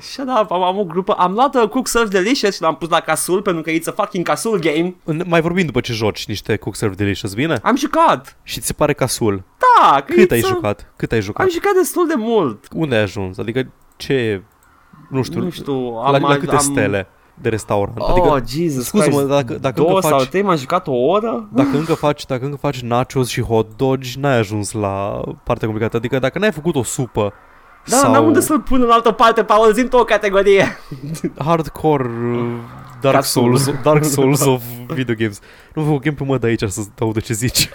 A: Shut up, am, am o grupă, am luat uh, Cook Surf Delicious și l-am pus la Casul pentru că it's a fucking Casul game.
B: Mai vorbim după ce joci niște Cook Serve Delicious, bine?
A: Am jucat.
B: Și ți se pare casul.
A: Da, că
B: Cât
A: it's
B: ai
A: a-
B: jucat? Cât ai jucat?
A: Am jucat destul de mult.
B: Unde ai ajuns? Adică ce... Nu știu,
A: Nu știu,
B: la,
A: am
B: la câte
A: am...
B: stele de restaurant?
A: Oh,
B: adică,
A: Jesus
B: scuze-mă,
A: Christ.
B: dacă, dacă,
A: Două
B: încă
A: sau
B: faci,
A: trei, m-am jucat o oră?
B: dacă încă faci, dacă încă faci nachos și hot dogi, n-ai ajuns la partea complicată. Adică dacă n-ai făcut o supă
A: Da,
B: sau
A: n-am unde să-l pun în altă parte, Paul, zi o categorie.
B: hardcore uh, Dark
A: Casul.
B: Souls, Dark
A: Da.
B: Souls of video games. Nu vă chem pe mă de aici să dau de ce zici.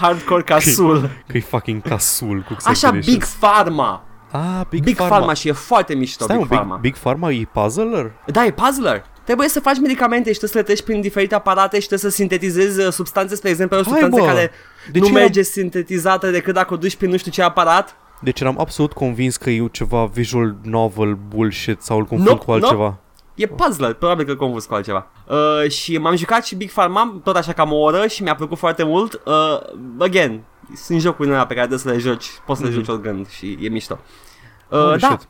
A: Hardcore Casul.
B: Că e fucking casul cu Xen
A: Așa,
B: Delicious.
A: Big Pharma.
B: Ah, Big,
A: Big, Pharma. și e foarte mișto
B: Stai
A: Big
B: un
A: Pharma.
B: Big, Big Pharma e puzzler?
A: Da, e puzzler. Trebuie să faci medicamente și trebuie să le treci prin diferite aparate și trebuie să sintetizezi uh, substanțe, spre exemplu, o substanță
B: bă!
A: care
B: De
A: nu
B: ce
A: merge sintetizată decât dacă o duci prin nu știu ce aparat.
B: Deci eram absolut convins că e ceva visual novel bullshit sau îl confund
A: Nope,
B: cu altceva.
A: E puzzler, probabil că confuz cu altceva. Uh, și m-am jucat și Big Pharma, tot așa cam o oră și mi-a plăcut foarte mult. Uh, again, sunt jocuri noi pe care trebuie să le joci, poți să le
B: Mhm.
A: joci oricând și e mișto.
B: Holy
A: Uh, da,
B: shit.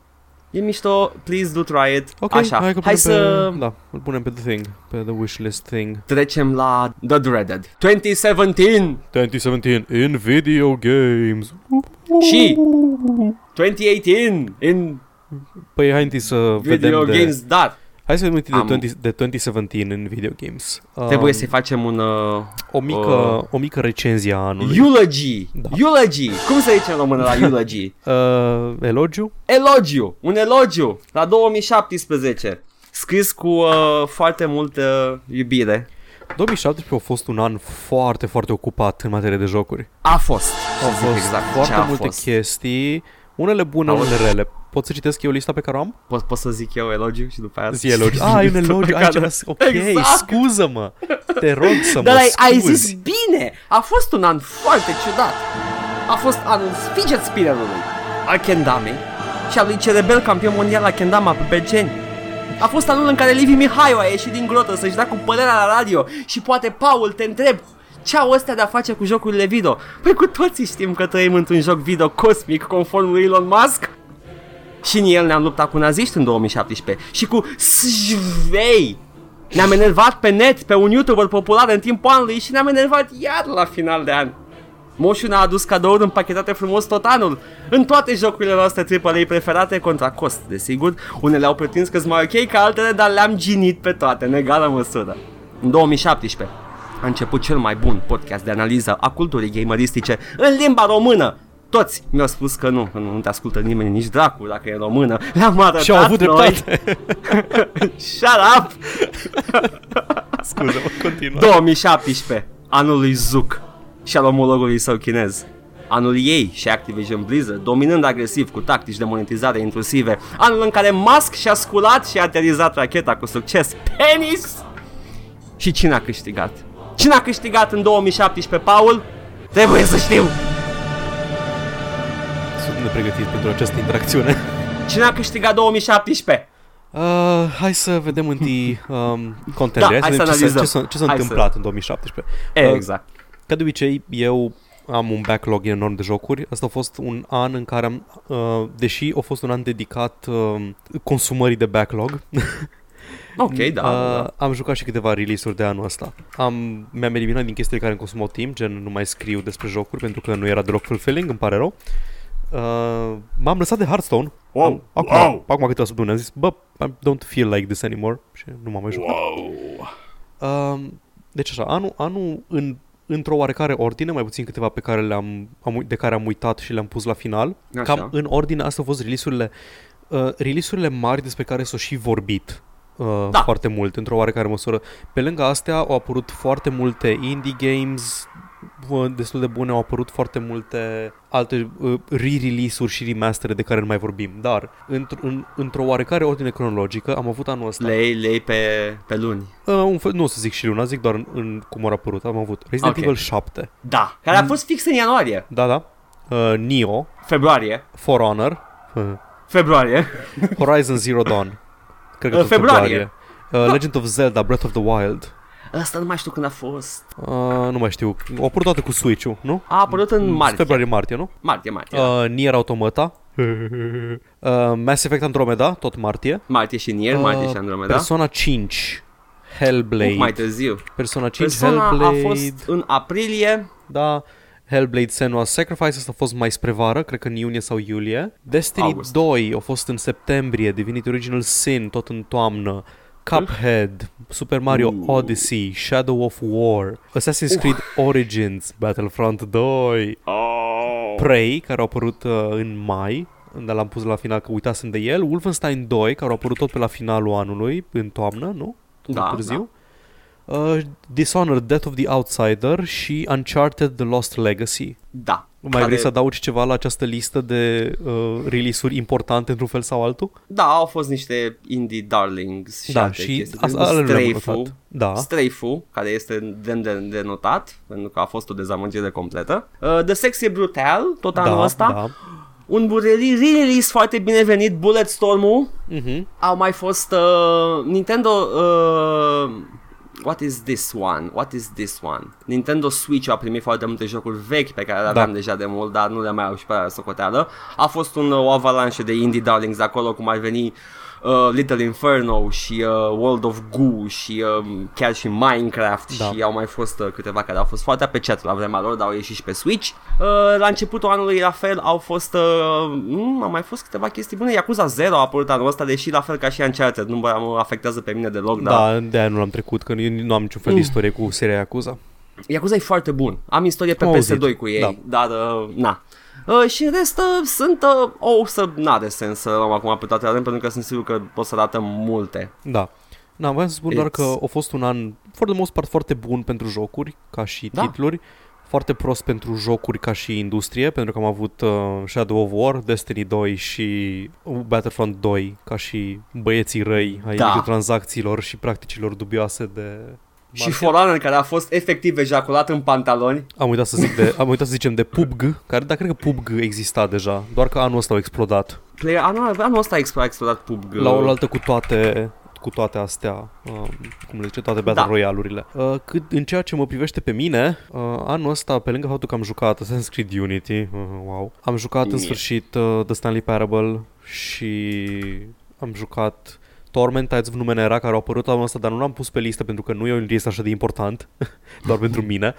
A: e mișto, please do try it.
B: Ok,
A: așa,
B: hai,
A: hai,
B: că
A: hai
B: punem
A: să...
B: Pe, da, îl punem pe the thing, pe the wishlist thing.
A: Trecem la The Dreaded 2017
B: 2017 in video games.
A: și 2018 in
B: Păi hai întâi să
A: video
B: vedem de...
A: games, dar
B: Hai să vedem întâi de,
A: Am-
B: 20, de 2017 în video games. Um,
A: trebuie să facem un uh,
B: o mică,
A: uh,
B: o mică recenzie a anului.
A: eulogy.
B: Da.
A: Eulogy. Cum se zice în română la eulogy?
B: Uh, elogiu?
A: elogiu, un elogiu la 2017. Scris cu uh, foarte multă uh, iubire.
B: 2017 a fost un an foarte, foarte ocupat în materie de jocuri.
A: A fost.
B: Au
A: să zic
B: fost
A: exact
B: foarte
A: ce a
B: multe
A: fost.
B: chestii, Unele bune,
A: Auzi.
B: unele rele. Pot să citesc eu lista pe care o am?
A: Pot, pot să zic eu elogiu și după aia...
B: Zi elogiu. Ah, e un elogiu. Ai ceva... Ok,
A: Exact.
B: scuză-mă. Te rog să
A: Dar
B: mă
A: ai, ai
B: scuzi.
A: zis bine! A fost un an foarte ciudat! A fost anul fidget spinnerului, al Kendamei și al lui cerebel campion mondial la Kendama pe Bergeni. A fost anul în care Liviu Mihaiu a ieșit din grotă să-și dea cu părerea la radio și poate, Paul, te întreb, ce au ăstea de-a face cu jocurile video? Păi cu toții știm că trăim într-un joc video cosmic conform lui Elon Musk. Și în el ne-am luptat cu naziști în 2017 și cu svei. Ne-am enervat pe net, pe un YouTuber popular în timpul anului și ne-am enervat iar la final de an. Moșu ne-a adus cadouri împachetate frumos tot anul, în toate jocurile noastre AAA preferate contra cost, desigur. Unele au pretins că sunt mai ok ca altele, dar le-am ginit pe toate, în egală măsură. În 2017 a început cel mai bun podcast de analiză a culturii gameristice în limba română. Toți mi-au spus că nu, că nu, nu te ascultă nimeni, nici dracu dacă e română. Le-am arătat
B: Și au avut
A: noi.
B: dreptate.
A: Shut up!
B: Scuză-mă, continuă.
A: 2017, anul lui Zuc și al omologului său chinez. Anul ei și Activision Blizzard, dominând agresiv cu tactici de monetizare intrusive. Anul în care Musk și-a sculat și a aterizat racheta cu succes. Penis! Și cine a câștigat? Cine a câștigat în 2017, Paul? Trebuie să știu!
B: Sunt nepregătit pentru această interacțiune.
A: Cine a câștigat 2017?
B: Uh, hai să vedem întâi um, contendere,
A: Da, hai
B: să
A: să
B: vedem ce s-a,
A: analizăm.
B: ce s-a, ce s-a
A: Hai să-
B: întâmplat în 2017. Uh,
A: Exact.
B: Ca de obicei, eu am un backlog enorm de jocuri. Asta a fost un an în care am, uh, deși a fost un an dedicat uh, consumării de backlog,
A: Ok, da.
B: uh, am jucat și câteva release-uri de anul ăsta. Am, mi-am eliminat din chestiile care îmi consumau timp, gen nu mai scriu despre jocuri pentru că nu era deloc fulfilling, îmi pare rău. Uh, m-am lăsat de Hearthstone.
A: Wow,
B: Am- acum,
A: wow.
B: acum câteva săptămâni am zis, bă, I don't feel like this anymore și nu m-am mai jucat.
A: Wow.
B: Um, deci așa, anul, anul în, într-o oarecare ordine, mai puțin câteva pe care le-am, am, ui- de care am uitat și le-am pus la final.
A: Așa.
B: Cam în ordine, astea au fost release-urile, uh, release-urile mari despre care s-au și vorbit. Uh,
A: Da.
B: foarte mult, într-o oarecare măsură. Pe lângă astea au apărut foarte multe indie games uh, destul de bune, au apărut foarte multe alte uh, re-release-uri și remastere de care nu mai vorbim, dar într- în, într-o oarecare ordine cronologică am avut anul ăsta
A: Lei, lei pe, pe luni.
B: Uh, un fel, nu o să zic și luna, zic doar în, în cum au apărut. Am avut Resident
A: Ok.
B: okay. Evil 7,
A: Da.
B: Mm.
A: Care a fost fix în ianuarie.
B: da, da, uh, Neo,
A: Februarie.
B: For Honor, uh,
A: Februarie.
B: Horizon Zero Dawn, cred că
A: În
B: tot
A: februarie. Ah.
B: februarie. Uh, Legend of Zelda, Breath of the Wild,
A: Asta nu mai știu când a fost.
B: uh, nu mai știu, au apărut toate cu Switch-ul, nu?
A: A apărut în martie.
B: Februarie-martie, nu?
A: Martie, martie.
B: Mm, Uh, Nier Automata, uh, Mass Effect Andromeda, tot martie,
A: Martie și Nier, martie
B: Uh,
A: și Andromeda.
B: Persona 5,
A: Un pic mai
B: Hellblade,
A: târziu.
B: Persona 5,
A: Persona
B: Hellblade,
A: a fost în aprilie.
B: Da, Hellblade Senua's Sacrifice asta a fost mai spre vară, cred că în iunie sau iulie. Destiny
A: August.
B: August. 2 a fost în septembrie, Divinity Original Sin tot în toamnă. Cuphead, Super Mario
A: Uh.
B: Odyssey, Shadow of War, Assassin's Creed Origins, Battlefront 2,
A: Oh.
B: Prey, care au apărut uh, în mai, dar l-am pus la final că uitasem de el, Wolfenstein 2, care au apărut tot pe la finalul anului, în toamnă, nu? Tot
A: Da,
B: mai târziu. Uh, Dishonored, Death of the Outsider și Uncharted The Lost Legacy.
A: Da.
B: Mai
A: Care-
B: vrei să adaugi ceva la această listă de uh, release-uri importante într-un fel sau altul?
A: Da, au fost niște indie darlings și
B: da,
A: alte
B: și
A: chestii.
B: asta alea nu le-am
A: Strafe-ul.
B: notat. Da,
A: Strafe-ul, care este demn de, de notat, pentru că a fost o dezamăgire completă. Uh, The Sex e brutal, tot anul
B: da,
A: ăsta.
B: da.
A: Un bu- re-release foarte binevenit, Bulletstorm-ul.
B: Uh-huh.
A: Au mai fost uh, Nintendo uh, What is this one? What is this one? Nintendo Switch a primit foarte multe jocuri vechi pe care le aveam
B: Da.
A: deja de mult, dar nu le mai au și pe aia socoteală. A fost un, uh, o avalanșă de indie darlings acolo, cum ar veni uh, Little Inferno și uh, World of Goo și uh, chiar și Minecraft
B: Da.
A: și au mai fost uh, câteva care au fost foarte apreciate la vremea lor, dar au ieșit și pe Switch. Uh, la începutul anului, la fel, au fost, uh, mm, au mai fost câteva chestii bune. Yakuza 0 a apărut anul ăsta, deși la fel ca și Uncharted, nu mă mă afectează pe mine deloc, dar
B: da, de-aia nu l-am trecut, că eu nu am niciun
A: Mm.
B: fel de istorie cu seria Yakuza.
A: Yakuza e foarte bun. Am istorie pe
B: Am
A: PS2
B: auzit, Da.
A: cu ei, dar uh, na. Uh, și în rest uh, sunt, uh, o oh, să n-are sens să luăm acum pe toate alea, pentru că sunt sigur că o să ratăm multe.
B: Da. Na, voiam să spun doar
A: It's-
B: că a fost un an, for the most part, foarte bun pentru jocuri, ca și
A: Da.
B: titluri. foarte prost pentru jocuri ca și industrie, pentru că am avut uh, Shadow of War, Destiny 2 și uh, Battlefront 2 ca și băieții răi ai
A: Da.
B: da. tranzacțiilor și practicilor dubioase de da.
A: Și Forerunner care a fost efectiv ejaculat în pantaloni.
B: Am uitat să zic de, am uitat să zicem de PUBG, care dar cred că PUBG exista deja, doar că anul ăsta au explodat.
A: Play- Anul, anul ăsta a expl- a explodat PUBG.
B: La oaltă cu toate cu toate astea, um, cum le zice, toate Battle
A: Da.
B: da. Royale-urile. Uh, cât în ceea ce mă privește pe mine, uh, anul ăsta, pe lângă faptul că am jucat Assassin's Creed Unity, uh, wow, am jucat în
A: Mie.
B: sfârșit uh, The Stanley Parable și am jucat Torment, Tides of Numenera, care au apărut anul ăsta, dar nu l-am pus pe listă pentru că nu e un list așa de important, doar pentru mine.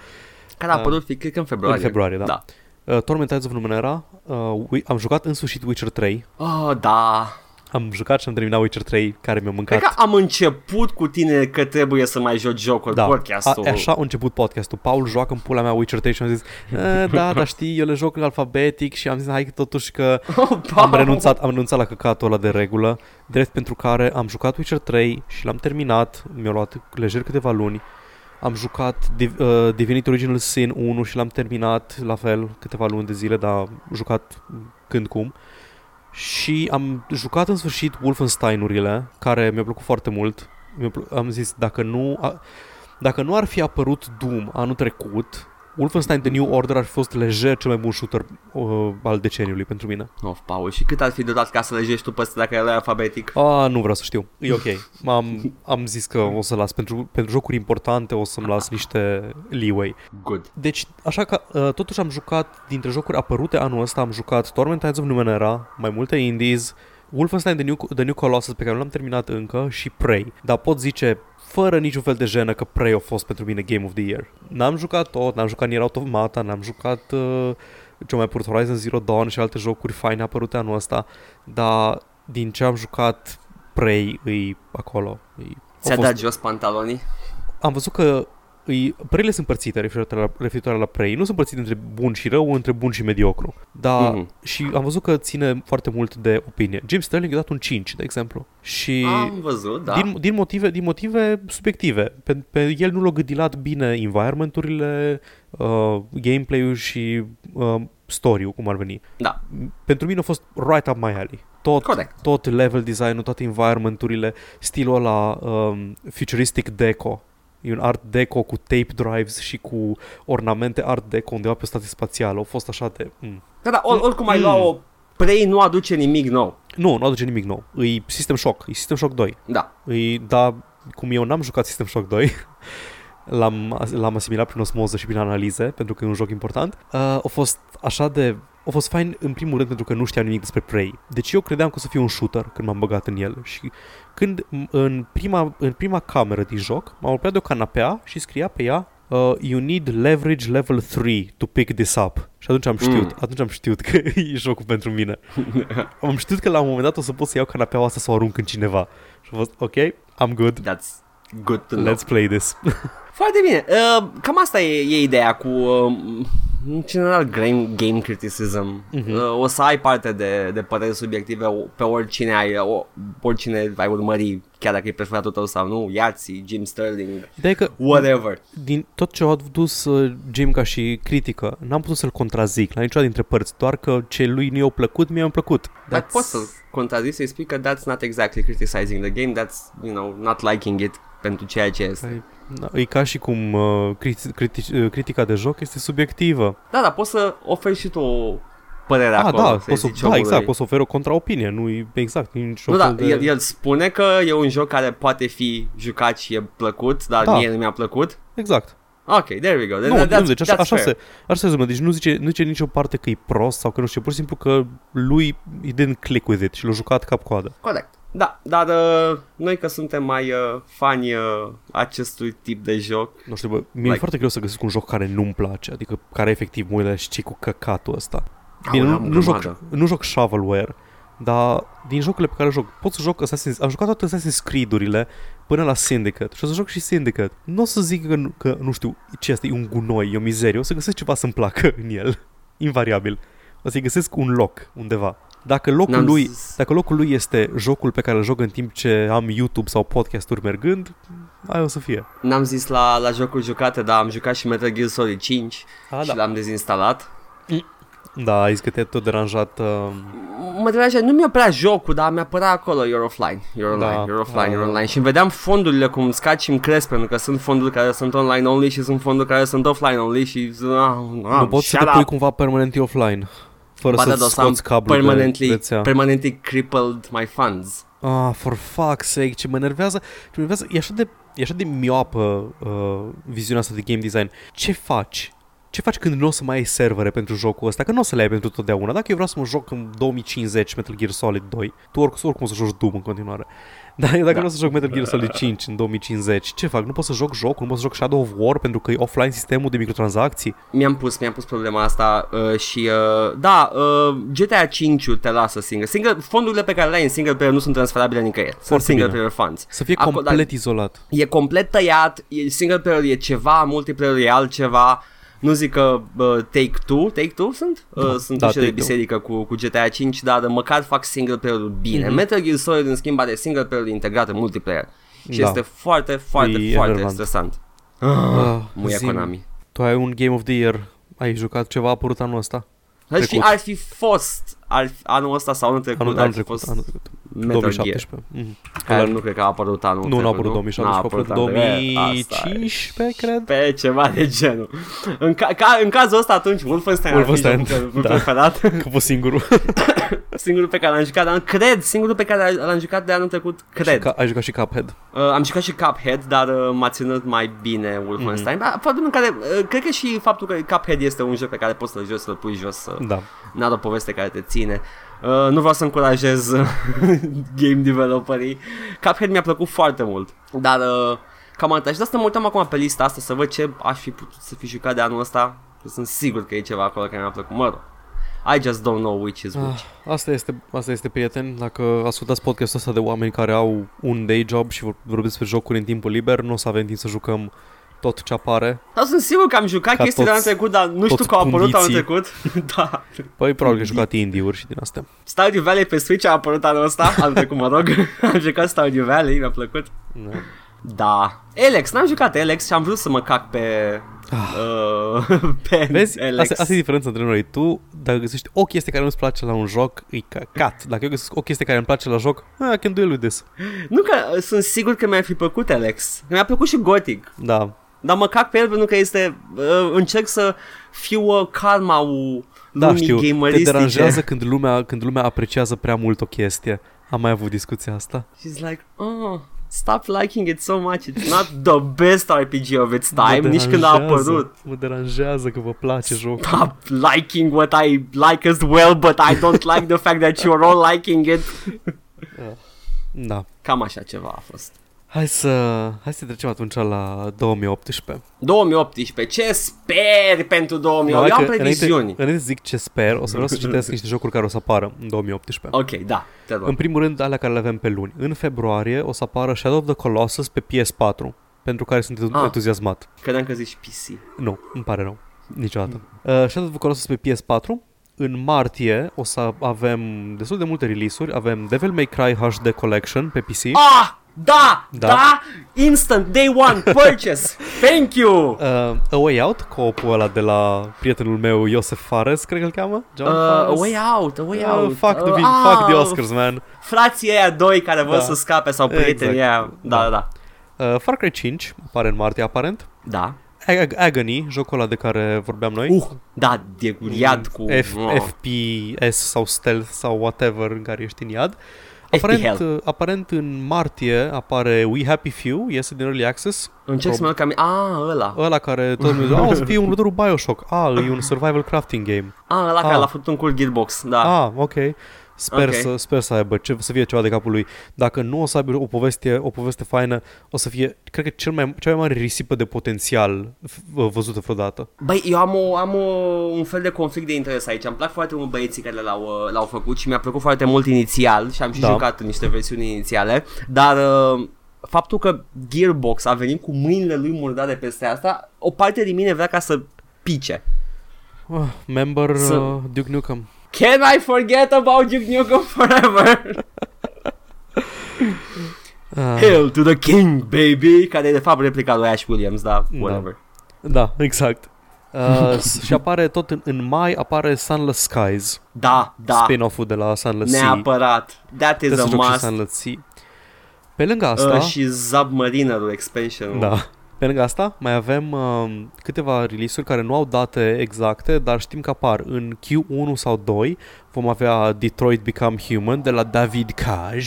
A: Care a apărut, fi, cred că în februarie.
B: Da. În februarie, da.
A: da.
B: Uh, Torment Tides of Numenera, uh, wi- am jucat în sfârșit Witcher 3,
A: Oh, da.
B: am jucat și am terminat Witcher 3, care mi-a mâncat...
A: Cred că am început cu tine că trebuie să mai joci jocuri,
B: da,
A: podcastul.
B: A, așa a început podcastul. Paul joacă în pula mea Witcher 3 și am zis, "E, da, dar știi, eu le joc alfabetic și am zis, hai că totuși că
A: Oh,
B: am
A: Paul.
B: renunțat, am renunțat la căcatul ăla de regulă, drept pentru care am jucat Witcher 3 și l-am terminat, mi-a luat lejer câteva luni, am jucat Div- uh, Divinity Original Sin 1 și l-am terminat la fel câteva luni de zile, dar jucat când cum. Și am jucat în sfârșit Wolfenstein-urile, care mi-a plăcut foarte mult. Mi-a plă- am zis, dacă nu, a- dacă nu ar fi apărut Doom anul trecut, Wolfenstein The New Order ar fi fost lejer cel mai bun shooter uh, al deceniului pentru mine.
A: Of, Oh, Paul, și cât ar fi durat ca să legești tu peste dacă era alfabetic?
B: A, nu vreau să știu. E ok. am am zis că o să las pentru, pentru jocuri importante, o să-mi las niște leeway.
A: Good.
B: Deci, așa că, uh, totuși am jucat, dintre jocuri apărute anul ăsta, am jucat Torment Tides of Numenera, mai multe indies, Wolfenstein The New, The New Colossus, pe care nu l-am terminat încă, și Prey. Dar pot zice, fără niciun fel de jenă, că Prey a fost pentru mine Game of the Year. N-am jucat tot, n-am jucat Nier Automata, n-am jucat... Uh, ce mai purtat Horizon Zero Dawn și alte jocuri faine apărute anul ăsta, dar din ce am jucat Prey îi acolo. Îi, a
A: Ți-a
B: fost-
A: dat jos pantalonii?
B: am văzut că îi, preile sunt părțite referitoare la, referitoare la prei. Nu sunt părțite între bun și rău, între bun și mediocru. Dar
A: Mhm.
B: și am văzut că ține foarte mult de opinie. Jim Sterling a dat un 5, de exemplu. Și
A: Am văzut, da.
B: din, din, motive, din motive subiective. Pe, pe el nu l-a gândilat bine environmenturile, uh, gameplay-ul și uh, story-ul, cum ar veni.
A: Da.
B: Pentru mine a fost right up my alley. Tot,
A: Corect.
B: tot level design-ul, toate environmenturile, stilul ăla um, futuristic deco. E un art deco cu tape drives și cu ornamente art deco undeva pe o stație spațială. Au fost așa de... Mm.
A: Da, da, or- oricum ai
B: Mm.
A: lua-o, Prey nu aduce nimic nou.
B: Nu, nu aduce nimic nou. E System Shock. E System Shock 2.
A: Da.
B: E, da, cum eu n-am jucat System Shock 2, l-am, l-am asimilat prin osmoză și prin analize, pentru că e un joc important, uh, a fost așa de... A fost fain în primul rând pentru că nu știam nimic despre Prey. Deci eu credeam că o să fie un shooter când m-am băgat în el și când m- în prima, în prima cameră din joc m-am apucat de o canapea și scria pe ea uh, You need leverage level 3 to pick this up. Și atunci am știut,
A: Mm.
B: atunci am știut că e jocul pentru mine. am știut că la un moment dat o să pot să iau canapeaua asta să o arunc în cineva. Și a fost, ok, I'm good,
A: That's good to know.
B: let's play this.
A: Foarte bine. Uh, cam asta e, e ideea cu... Uh, în general, game, game criticism. Uh-huh.
B: Mhm.
A: Uh, o să ai parte de, de păreri subiective o- pe oricine ai, o, oricine ai urmări, chiar dacă e preferatul tău sau nu, Yahtzee, Jim Sterling,
B: Ideea e că
A: whatever.
B: din tot ce a adus uh, Jim ca și critică, n-am putut să-l contrazic la niciuna dintre părți, doar că ce lui nu i-a plăcut, mie mi-a plăcut.
A: Dar
B: That's-
A: poți să contrazici să-i spui că that's not exactly criticizing the game, that's, you know, not liking it pentru ceea ce este.
B: Ai- da, E ca și cum uh, criti- criti- uh, critica de joc este subiectivă.
A: Da, da, poți să oferi și tu o părere
B: ah,
A: acolo.
B: da,
A: să-i
B: poți să,
A: zici
B: da,
A: omului.
B: exact, poți să oferi o contraopinie, nu e exact, nu e niciun
A: Nu, da,
B: fel de...
A: el, el spune că e un joc care poate fi jucat și e plăcut, dar da.
B: Da.
A: mie nu mi-a plăcut.
B: Exact.
A: Ok, there we go.
B: Nu,
A: That-
B: nu, deci așa,
A: that's
B: așa,
A: fair.
B: se, așa se rezumă. Deci nu zice, nu zice nicio parte că e prost sau că nu știu, pur și simplu că lui he didn't click with it și l-a jucat cap-coadă.
A: Corect. Da, dar uh, noi că suntem mai uh, fani uh, acestui tip de joc,
B: Nu știu, bă, mie
A: Like-
B: e foarte greu să găsesc un joc care nu-mi place, adică care efectiv mă uit și ce cu căcatul ăsta. Bine,
A: Aoleu,
B: nu,
A: am
B: nu, joc,
A: grămadă.
B: nu joc shovelware, dar din jocurile pe care le joc, pot să joc Assassin's, am jucat toate Assassin's Creed-urile până la Syndicate și o să joc și Syndicate. Nu o să zic că, nu- că nu știu ce este, e un gunoi, e o mizerie, o să găsesc ceva să-mi placă în el, invariabil. O să-i găsesc un loc undeva. Dacă locul,
A: N-am
B: lui,
A: zis.
B: dacă locul lui este jocul pe care îl joc în timp ce am YouTube sau podcasturi mergând, aia o să fie.
A: N-am zis la, la jocuri jucate, dar am jucat și Metal Gear Solid 5
B: A,
A: și
B: da.
A: l-am dezinstalat.
B: Da, ai zis că te-a tot deranjat. Uh,
A: mă deranja, nu mi-a prea jocul, dar mi-a părea acolo You're offline, you're online,
B: Da.
A: you're offline,
B: Ah.
A: you're online Și îmi vedeam fondurile cum scad și îmi cresc Pentru că sunt fonduri care sunt online only și sunt fonduri care sunt offline only Și ah, ah,
B: nu poți să te pui cumva permanent offline. Fără
A: Ba da,
B: să
A: dar o să am
B: scoți cablul
A: permanently,
B: de rețea.
A: permanently crippled my funds
B: Ah, for fuck's sake, ce mă enervează, ce mă enervează, e așa de, e așa de mioapă uh, viziunea asta de game design. Ce faci? Ce faci când nu o să mai ai servere pentru jocul ăsta? Că nu o să le ai pentru totdeauna. Dacă eu vreau să mă joc în 2050 Metal Gear Solid 2, tu oricum, oricum o să joci Doom în continuare. Dar eu dacă
A: Da.
B: da. nu o să joc Metal Gear Solid 5 în 2050, ce fac? Nu pot să joc jocul, nu pot să joc Shadow of War pentru că e offline sistemul de microtransacții?
A: mi-am pus, mi-am pus problema asta uh, și uh, da, uh, GTA 5 te lasă single. single. Fondurile pe care le ai în single player nu sunt transferabile nicăieri. Sunt
B: Foarte
A: single
B: bine.
A: player funds.
B: Să fie
A: Acolo-
B: complet izolat.
A: e complet tăiat, e single player e ceva, multiplayer e altceva. Nu zic că uh, Take Two, Take Two sunt? Uh, sunt
B: da,
A: da, de
B: Take Two.
A: biserică cu, cu GTA 5, dar măcar fac single player bine.
B: Mhm.
A: Metal Gear Solid în schimb are single player integrat în multiplayer. Și
B: Da.
A: este foarte, foarte,
B: E
A: foarte
B: enervant.
A: stresant.
B: Ah,
A: Muia
B: zi-mi,
A: Konami.
B: Tu ai un Game of the Year, ai jucat ceva a apărut anul ăsta?
A: Ar fi,
B: trecut.
A: ar fi fost ar fi, anul ăsta sau anul trecut,
B: Anul,
A: ar
B: anul
A: fi
B: trecut,
A: fost
B: anul trecut.
A: Metal Gear.
B: 2017. Mhm.
A: Care nu cred că a apărut anul
B: Nu,
A: trecut,
B: n-a apărut
A: N-a
B: 2017, a apărut
A: anul trecut. Asta e.
B: 2015, cred.
A: pe ceva de genul. În, ca, ca, în cazul ăsta atunci Wolfenstein,
B: Wolfenstein,
A: ar fi jocul
B: da.
A: preferat,
B: Că fost singurul.
A: singurul pe care l-am jucat, dar cred, singurul pe care l-am jucat de anul trecut,
B: Și
A: cred.
B: ca, ai jucat și Cuphead.
A: Uh, am jucat și Cuphead, dar uh, m-a ținut mai bine Wolfenstein.
B: Mhm.
A: Mm-hmm. Faptul în care, uh, cred că și faptul că Cuphead este un joc pe care poți să-l joci, să-l pui jos, să
B: Da.
A: n-are o poveste care te ține. Uh, nu vreau să încurajez uh, game developerii. Cuphead mi-a plăcut foarte mult, dar uh, cam atât. Și de asta mă uitam acum pe lista asta să văd ce aș fi putut să fi jucat de anul ăsta. Că sunt sigur că e ceva acolo care mi-a plăcut. Mă rog. I just don't know which is which.
B: Ah, asta este, asta este prieten. Dacă ascultați podcastul ăsta de oameni care au un day job și vor- vorbim despre jocuri în timpul liber, nu o să avem timp să jucăm tot ce apare.
A: Dar sunt sigur că am jucat
B: Ca
A: chestii de anul
B: toți-
A: trecut, dar nu știu
B: toți
A: că au apărut anul
B: pundiții.
A: trecut. da.
B: Păi probabil că ai jucat indie-uri și din astea.
A: Stardew Valley pe Switch a apărut anul ăsta, anul trecut mă rog. am jucat Stardew Valley, mi-a plăcut.
B: Da.
A: Da. Alex, n-am jucat Alex și am vrut să mă cac pe... Uh, pe
B: Ah. Vezi?
A: Alex.
B: Asta, asta e diferența între noi. Tu, dacă găsești o chestie care nu-ți place la un joc, e căcat. Dacă eu găsesc o chestie care îmi place la joc, ah, I can do it with this.
A: Nu că uh, sunt sigur că mi-ar fi plăcut Alex. Mi-a plăcut și Gothic.
B: Da.
A: Dar mă cac pe el pentru că este... Uh, încerc să fiu uh, calma u
B: Da,
A: lumii
B: știu, te
A: gameristice.
B: deranjează când lumea, când lumea apreciază prea mult o chestie. Am mai avut discuția asta.
A: She's like, oh, stop liking it so much. It's not the best RPG of its time,
B: Mă
A: nici când a
B: deranjează,
A: apărut.
B: Mă deranjează că vă place jocul.
A: stop liking what I like as well, but I don't like the fact that you're all liking it.
B: Da.
A: Cam așa ceva a fost.
B: Hai să, hai să trecem atunci la 2018.
A: 2018, ce sper pentru 2000? Eu am
B: Dacă-
A: previziuni.
B: Înainte, înainte să zic ce sper, o să vreau să citesc niște jocuri care o să apară în 2018.
A: Ok, da, te rog.
B: În primul rând, alea care le avem pe luni. În februarie o să apară Shadow of the Colossus pe PS4, pentru care sunt
A: Ah.
B: entuziasmat.
A: Credeam că zici PC.
B: Nu, îmi pare rău. Niciodată.
A: Mm.
B: Uh, Shadow of the Colossus pe PS4. În martie o să avem destul de multe release-uri. Avem Devil May Cry HD Collection pe PC.
A: Ah! Da, da,
B: Da.
A: da, instant, day one, purchase, thank you!
B: Uh, A Way Out, co-opul ăla de la prietenul meu Iosef Fares, cred că îl cheamă?
A: Uh, a way out, a way out.
B: Uh, fuck, the,
A: uh,
B: uh,
A: ah,
B: fuck the Oscars, man.
A: Frații ăia doi care vor
B: Da.
A: să scape sau prietenii
B: Exact.
A: ăia, da, da, da.
B: Uh, Far Cry 5 apare în martie, aparent.
A: Da,
B: Ag- Agony, jocul ăla de care vorbeam noi.
A: uh, da, de cu iad cu...
B: Mm. F-
A: oh.
B: FPS sau stealth sau whatever în care ești în iad.
A: FPL.
B: Aparent, uh, aparent în martie apare We Happy Few, iese din Early Access,
A: Încerc să mă duc cam... A, ăla.
B: ăla care tot lumea zice, "A, o să fie următorul Bioshock, a, e un survival crafting game,
A: A, Ah, ăla care
B: A.
A: l-a făcut un cool Gearbox, da.
B: a, ok, sper,
A: Ok.
B: Să, sper să aibă, ce, să fie ceva de capul lui, dacă nu o să aibă o poveste, o poveste faină, o să fie, cred că cel mai, cea mai mare risipă de potențial f- văzută vreodată.
A: Băi, eu am, o, am o, un fel de conflict de interes aici. Îmi plac foarte mult băieții care l-au, uh, l-au făcut și mi-a plăcut foarte mult inițial și am și
B: Da.
A: jucat în niște versiuni inițiale, dar uh, faptul că Gearbox a venit cu mâinile lui murdare peste asta, o parte din mine vrea ca să pice.
B: Uh, member
A: Să-
B: uh, Duke Nukem.
A: Can I forget about Duke Nukem Forever?
B: Ah,
A: Hail to the king, baby! Care e de fapt replica lui Ash Williams, da, whatever.
B: Da, exact. Uh, s- și apare tot în, în mai, apare Sunless Skies,
A: Da, da,
B: da. spin-off-ul de la Sunless Sea.
A: neapărat. That is
B: Trebuie
A: a
B: să joc și
A: must.
B: Sunless Sea. Pe lângă asta,
A: Uh, și Submariner-ul, expansion
B: Da. Pe lângă asta, mai avem uh, câteva release-uri care nu au date exacte, dar știm că apar în Q1 sau 2. Vom avea Detroit Become Human de la David Cage,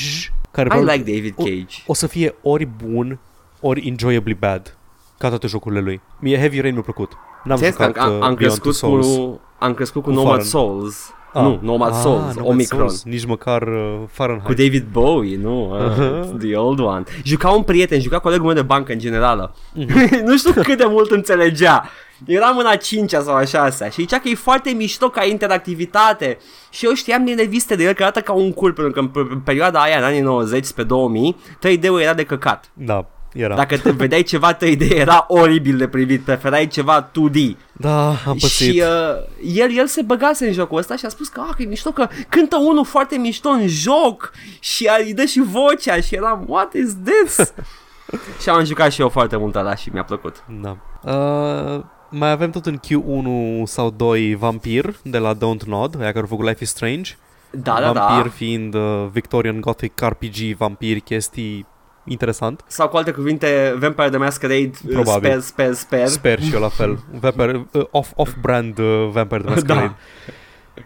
B: care
A: I
B: probabil
A: like David Cage.
B: o să fie ori bun, ori enjoyably bad, ca toate jocurile lui. Mie Heavy Rain mi-a plăcut. N-am
A: Ți-am zis că
B: jucat
A: am,
B: uh,
A: am, am,
B: Beyond Two
A: crescut
B: Souls.
A: cu, am crescut cu
B: Cu
A: Nomad
B: Farren.
A: Souls.
B: Ah.
A: Nu, Nomad
B: Ah,
A: Souls,
B: Nomad
A: Omicron.
B: Souls, nici măcar uh, Fahrenheit.
A: Cu David Bowie, nu, uh,
B: Aha.
A: the old one. Juca un prieten, juca colegul meu de bancă în generală. nu știu cât de mult înțelegea. Eram în a cincea sau a șasea și zicea că e foarte mișto ca interactivitate. Și eu știam din reviste de el că arată ca un cul, pentru că în pe- în perioada aia, în anii 90 spre 2000, 3D-ul era de căcat.
B: Da, era.
A: Dacă te vedeai ceva 3D era oribil de privit, preferai ceva 2D.
B: Da, am pățit.
A: Și uh, el, el se băgase în jocul ăsta și a spus că, ah, că e mișto, că cântă unul foarte mișto în joc și a- îi dă și vocea și eram, what is this? și am jucat și eu foarte mult ăla și mi-a plăcut.
B: Da. Uh, mai avem tot în Q1 sau 2 Vampir de la Don't Nod, aia care au făcut Life is Strange.
A: Da, da,
B: Vampir
A: da.
B: fiind uh, Victorian Gothic RPG, vampiri, chestii interesant.
A: Sau cu alte cuvinte, Vampire the Masquerade, uh,
B: Probabil.
A: sper, sper, sper.
B: Sper și eu la fel. Vampire, uh, off, off-brand uh, Vampire the Masquerade.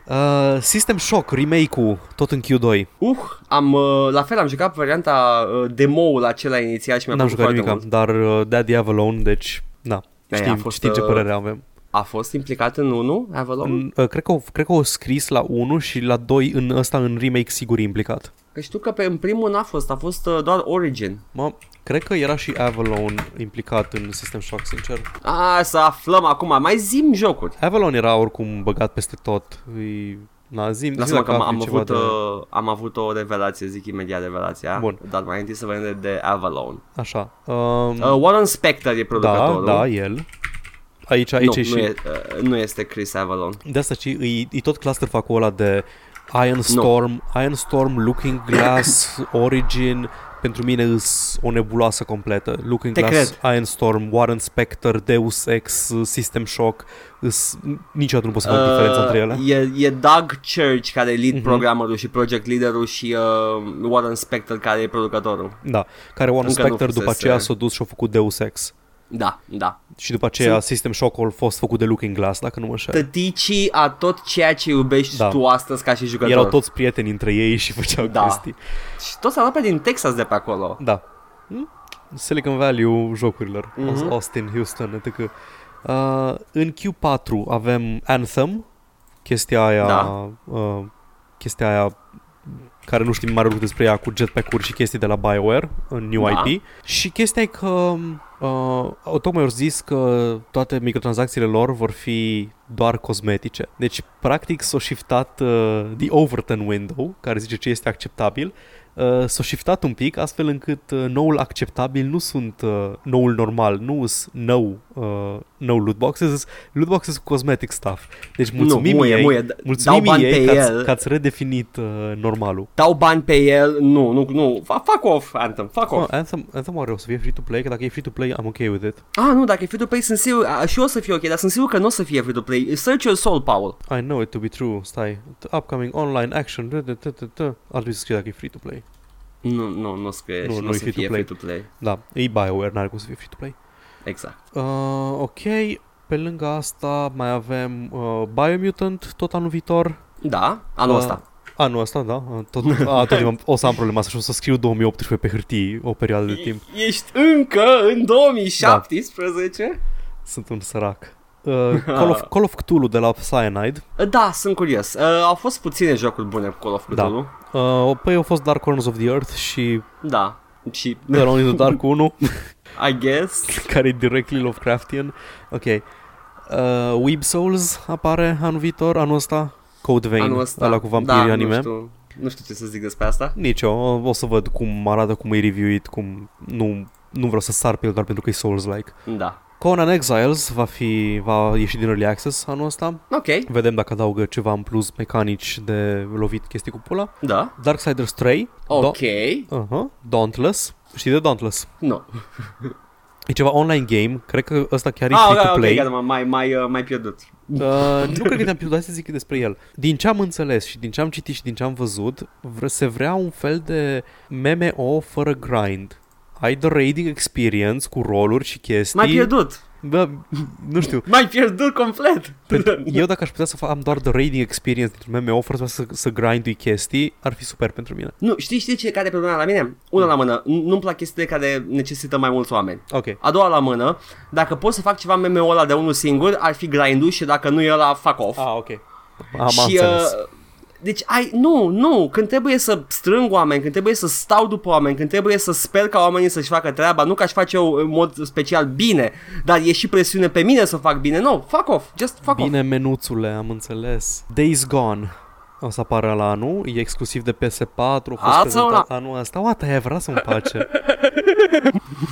B: Da. Uh, System Shock remake-ul, tot în Q2.
A: Uh, am, uh, la fel am jucat varianta uh, demo-ul acela inițial și mi-a
B: N-am
A: plăcut
B: jucat
A: foarte
B: nimic,
A: mult.
B: dar uh, Daddy Avalon, deci, na,
A: Aia a
B: știm,
A: fost,
B: știm ce
A: uh,
B: părere avem.
A: A fost implicat în unul, Avalon?
B: În, uh, cred, că, o- cred că o scris la 1 și la 2 în ăsta în remake sigur e implicat.
A: Că știu că pe, în primul n-a fost, a fost uh, doar Origin.
B: Mă, cred că era și Avalon implicat în System Shock, sincer.
A: A, să aflăm acum, mai zim jocuri.
B: Avalon era oricum băgat peste tot. Îi... Na, zi, zi
A: Lasă-mă
B: dacă
A: că am,
B: afli
A: am,
B: ceva
A: avut, uh,
B: de...
A: de... am avut o revelație, zic imediat revelația,
B: Bun.
A: dar mai întâi să vedem de, de Avalon.
B: Așa. Um,
A: Uh, Warren Spector e
B: da,
A: producătorul.
B: da, el. Aici, aici
A: nu,
B: e
A: nu,
B: și...
A: e, uh, nu este Chris Avalon.
B: De asta și îi, îi tot clusterfuck-ul ăla de Iron Storm, Iron Storm, Looking Glass, Origin, pentru mine îs o nebuloasă completă. Looking
A: Te
B: Glass, Iron Storm, Warren Spector, Deus Ex, System Shock, îs, niciodată nu pot să fac uh, diferența între ele. Mhm.
A: e, e Doug Church care e lead programmerul și project leaderul și uh, Warren Spector care e producătorul.
B: Da, care Warren
A: Încă nu
B: Spector după
A: fusese-
B: aceea s-a dus și a făcut Deus Ex.
A: Da, da.
B: Și după aceea Sunt... System Shock a fost făcut de Looking Glass, dacă nu mă înșel.
A: Tăticii a tot ceea ce iubești
B: Da.
A: da. tu astăzi ca și jucător.
B: Erau toți prieteni între ei și făceau
A: Da.
B: chestii.
A: Și toți aproape din Texas de pe acolo.
B: Da. Hm? Silicon Valley jocurilor.
A: Mhm.
B: Mm-hmm. Austin, Houston, etc. Uh, în Q4 avem Anthem, chestia aia,
A: Da.
B: uh, chestia aia care nu știm mare lucru despre ea cu jetpack-uri și chestii de la BioWare în new
A: Da.
B: IP. Și chestia e că uh, tocmai au zis că toate microtransacțiile lor vor fi doar cosmetice. Deci, practic, s-a shiftat uh, The Overton Window, care zice ce este acceptabil, uh, s-a shiftat un pic, astfel încât uh, noul acceptabil nu sunt uh, noul normal, nu sunt nou, uh, nou loot boxes, sunt loot boxes cu cosmetic stuff. Deci mulțumim
A: muie,
B: ei,
A: muie, d-
B: mulțumim
A: dau bani
B: ei
A: pe
B: că ați,
A: el.
B: că ați redefinit uh, normalul.
A: Dau bani pe el, nu, nu, nu, Fa- fuck off, Anthem, fuck off.
B: Oh, Anthem, Anthem oare o să fie free-to-play? Că dacă e free-to-play, am ok with it.
A: Ah, nu, dacă e free-to-play sunt sigur, a, și eu o să fie ok, dar sunt sigur că nu o să fie free-to-play. Search your soul, Paul.
B: I know it to be true, stai. The upcoming online action, da, da, da, da, da. ar trebui să scrie dacă e free-to-play.
A: Nu, nu, nu scrie
B: Nu,
A: nu, și
B: nu
A: nu, o
B: e
A: să fie
B: free-to-play.
A: free-to-play.
B: Da, e BioWare, n-are cum să fie free-to-play.
A: Exact.
B: Uh, ok, pe lângă asta mai avem uh, Biomutant tot anul viitor.
A: Da, anul
B: Uh,
A: ăsta.
B: Anul ăsta, da. uh, Tot, a, tot eu am- o să am problema asta și o să scriu 2018 pe hârtii o perioadă de timp.
A: E- Ești încă în 2017?
B: Sunt un sărac. Uh, Call, of, Call of Cthulhu de la Cyanide.
A: Da, da sunt curios. Uh, au fost puține jocuri bune cu Call of
B: Da.
A: Cthulhu.
B: Uh, păi au fost Dark Corners of the Earth și
A: Da. da. Și,
B: The Alone in the Dark 1,
A: I guess,
B: care e directly Lovecraftian. Ok. Uh, Weeb Souls apare anul viitor, anul ăsta. Code Vein,
A: anul ăsta.
B: ăla cu vampiri
A: da,
B: anime.
A: Nu știu, nu știu ce să zic despre asta.
B: Nici eu, o- o să văd cum arată, cum e reviewit, cum nu, nu vreau să sar pe el doar pentru că e Souls-like.
A: Da.
B: Conan Exiles va, fi, va ieși din Early Access anul ăsta.
A: Ok,
B: Vedem dacă adaugă ceva în plus mecanici de lovit chestii cu pula.
A: da.
B: Darksiders 3.
A: Ok.
B: Do- uh-huh. Dauntless. Știi de Dauntless?
A: Nu.
B: E ceva online game, cred că ăsta chiar e
A: Ah,
B: free to
A: ok, ok,
B: play.
A: gata, m-am mai, mai, uh, mai pierdut.
B: Uh, nu cred că te-am pierdut, să zic despre el. Din ce am înțeles și din ce am citit și din ce am văzut, vre- se vrea un fel de MMO fără grind. Ai the raiding experience cu roluri și chestii.
A: M-ai pierdut.
B: Bă, nu știu.
A: M-ai pierdut complet.
B: Pentru- Eu dacă aș putea să fac am doar the raiding experience dintr-un MMO fără să, să grindui chestii, ar fi super pentru mine.
A: Nu, știi, știi ce care e problema la mine? Una la mână, n- nu-mi plac chestiile care necesită mai mulți oameni.
B: Ok.
A: A doua la mână, dacă pot să fac ceva MMO ăla de unul singur, ar fi grind și dacă nu e ăla, fuck off.
B: Ah, ok. Am
A: și,
B: înțeles.
A: uh, deci ai, nu, nu, când trebuie să strâng oameni, când trebuie să stau după oameni, când trebuie să sper ca oamenii să-și facă treaba, nu că aș face eu în mod special bine, dar e și presiune pe mine să fac bine, no, fuck off, just fuck off.
B: Bine menuțule, am înțeles. Days Gone o să apară la anul, e exclusiv de PS4, a fost
A: Ața
B: prezentat anul ăsta. Whatever, lasă-mi pace.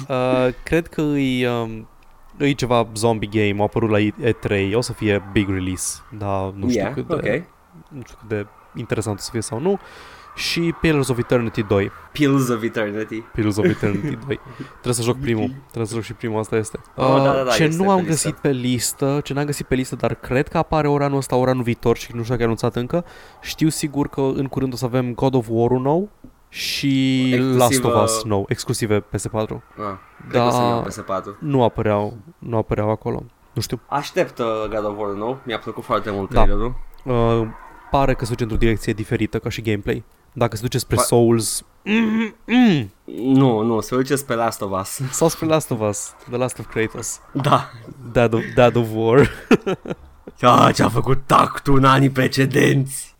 B: uh, cred că e, um, e ceva zombie game, a apărut la E3, o să fie big release, dar nu știu,
A: yeah,
B: cât, de,
A: ok.
B: nu știu cât de interesant o să fie sau nu. Și Pillars of Eternity 2.
A: Pills of Eternity.
B: Pillars of Eternity 2. Trebuie să joc primul. Trebuie să joc și primul, asta este.
A: Oh, da, da, da,
B: ce
A: este
B: nu
A: pe
B: am
A: listă.
B: găsit pe listă, ce n-am găsit pe listă, dar cred că apare ora anul ăsta, ora anul viitor și nu știu dacă e anunțat încă, știu sigur că în curând o să avem God of War-ul nou și
A: Exclusiv,
B: Last of Us
A: uh,
B: nou, exclusive PS4.
A: Ah, da.
B: Da.
A: Cred că o PS4.
B: Nu apăreau, nu apăreau acolo. Nu știu.
A: Aștept uh, God of War nou, mi-a plăcut foarte mult
B: Da.
A: trailerul.
B: Uh, pare că se duce într-o direcție diferită ca și gameplay. Dacă se duce spre
A: Ba-
B: Souls mm, mm,
A: Nu, nu, se duce spre Last of Us.
B: sau spre Last of Us, The Last of Kratos,
A: Da.
B: Dad of, Dad of War.
A: Ah, ce-a făcut tactul în anii precedenți.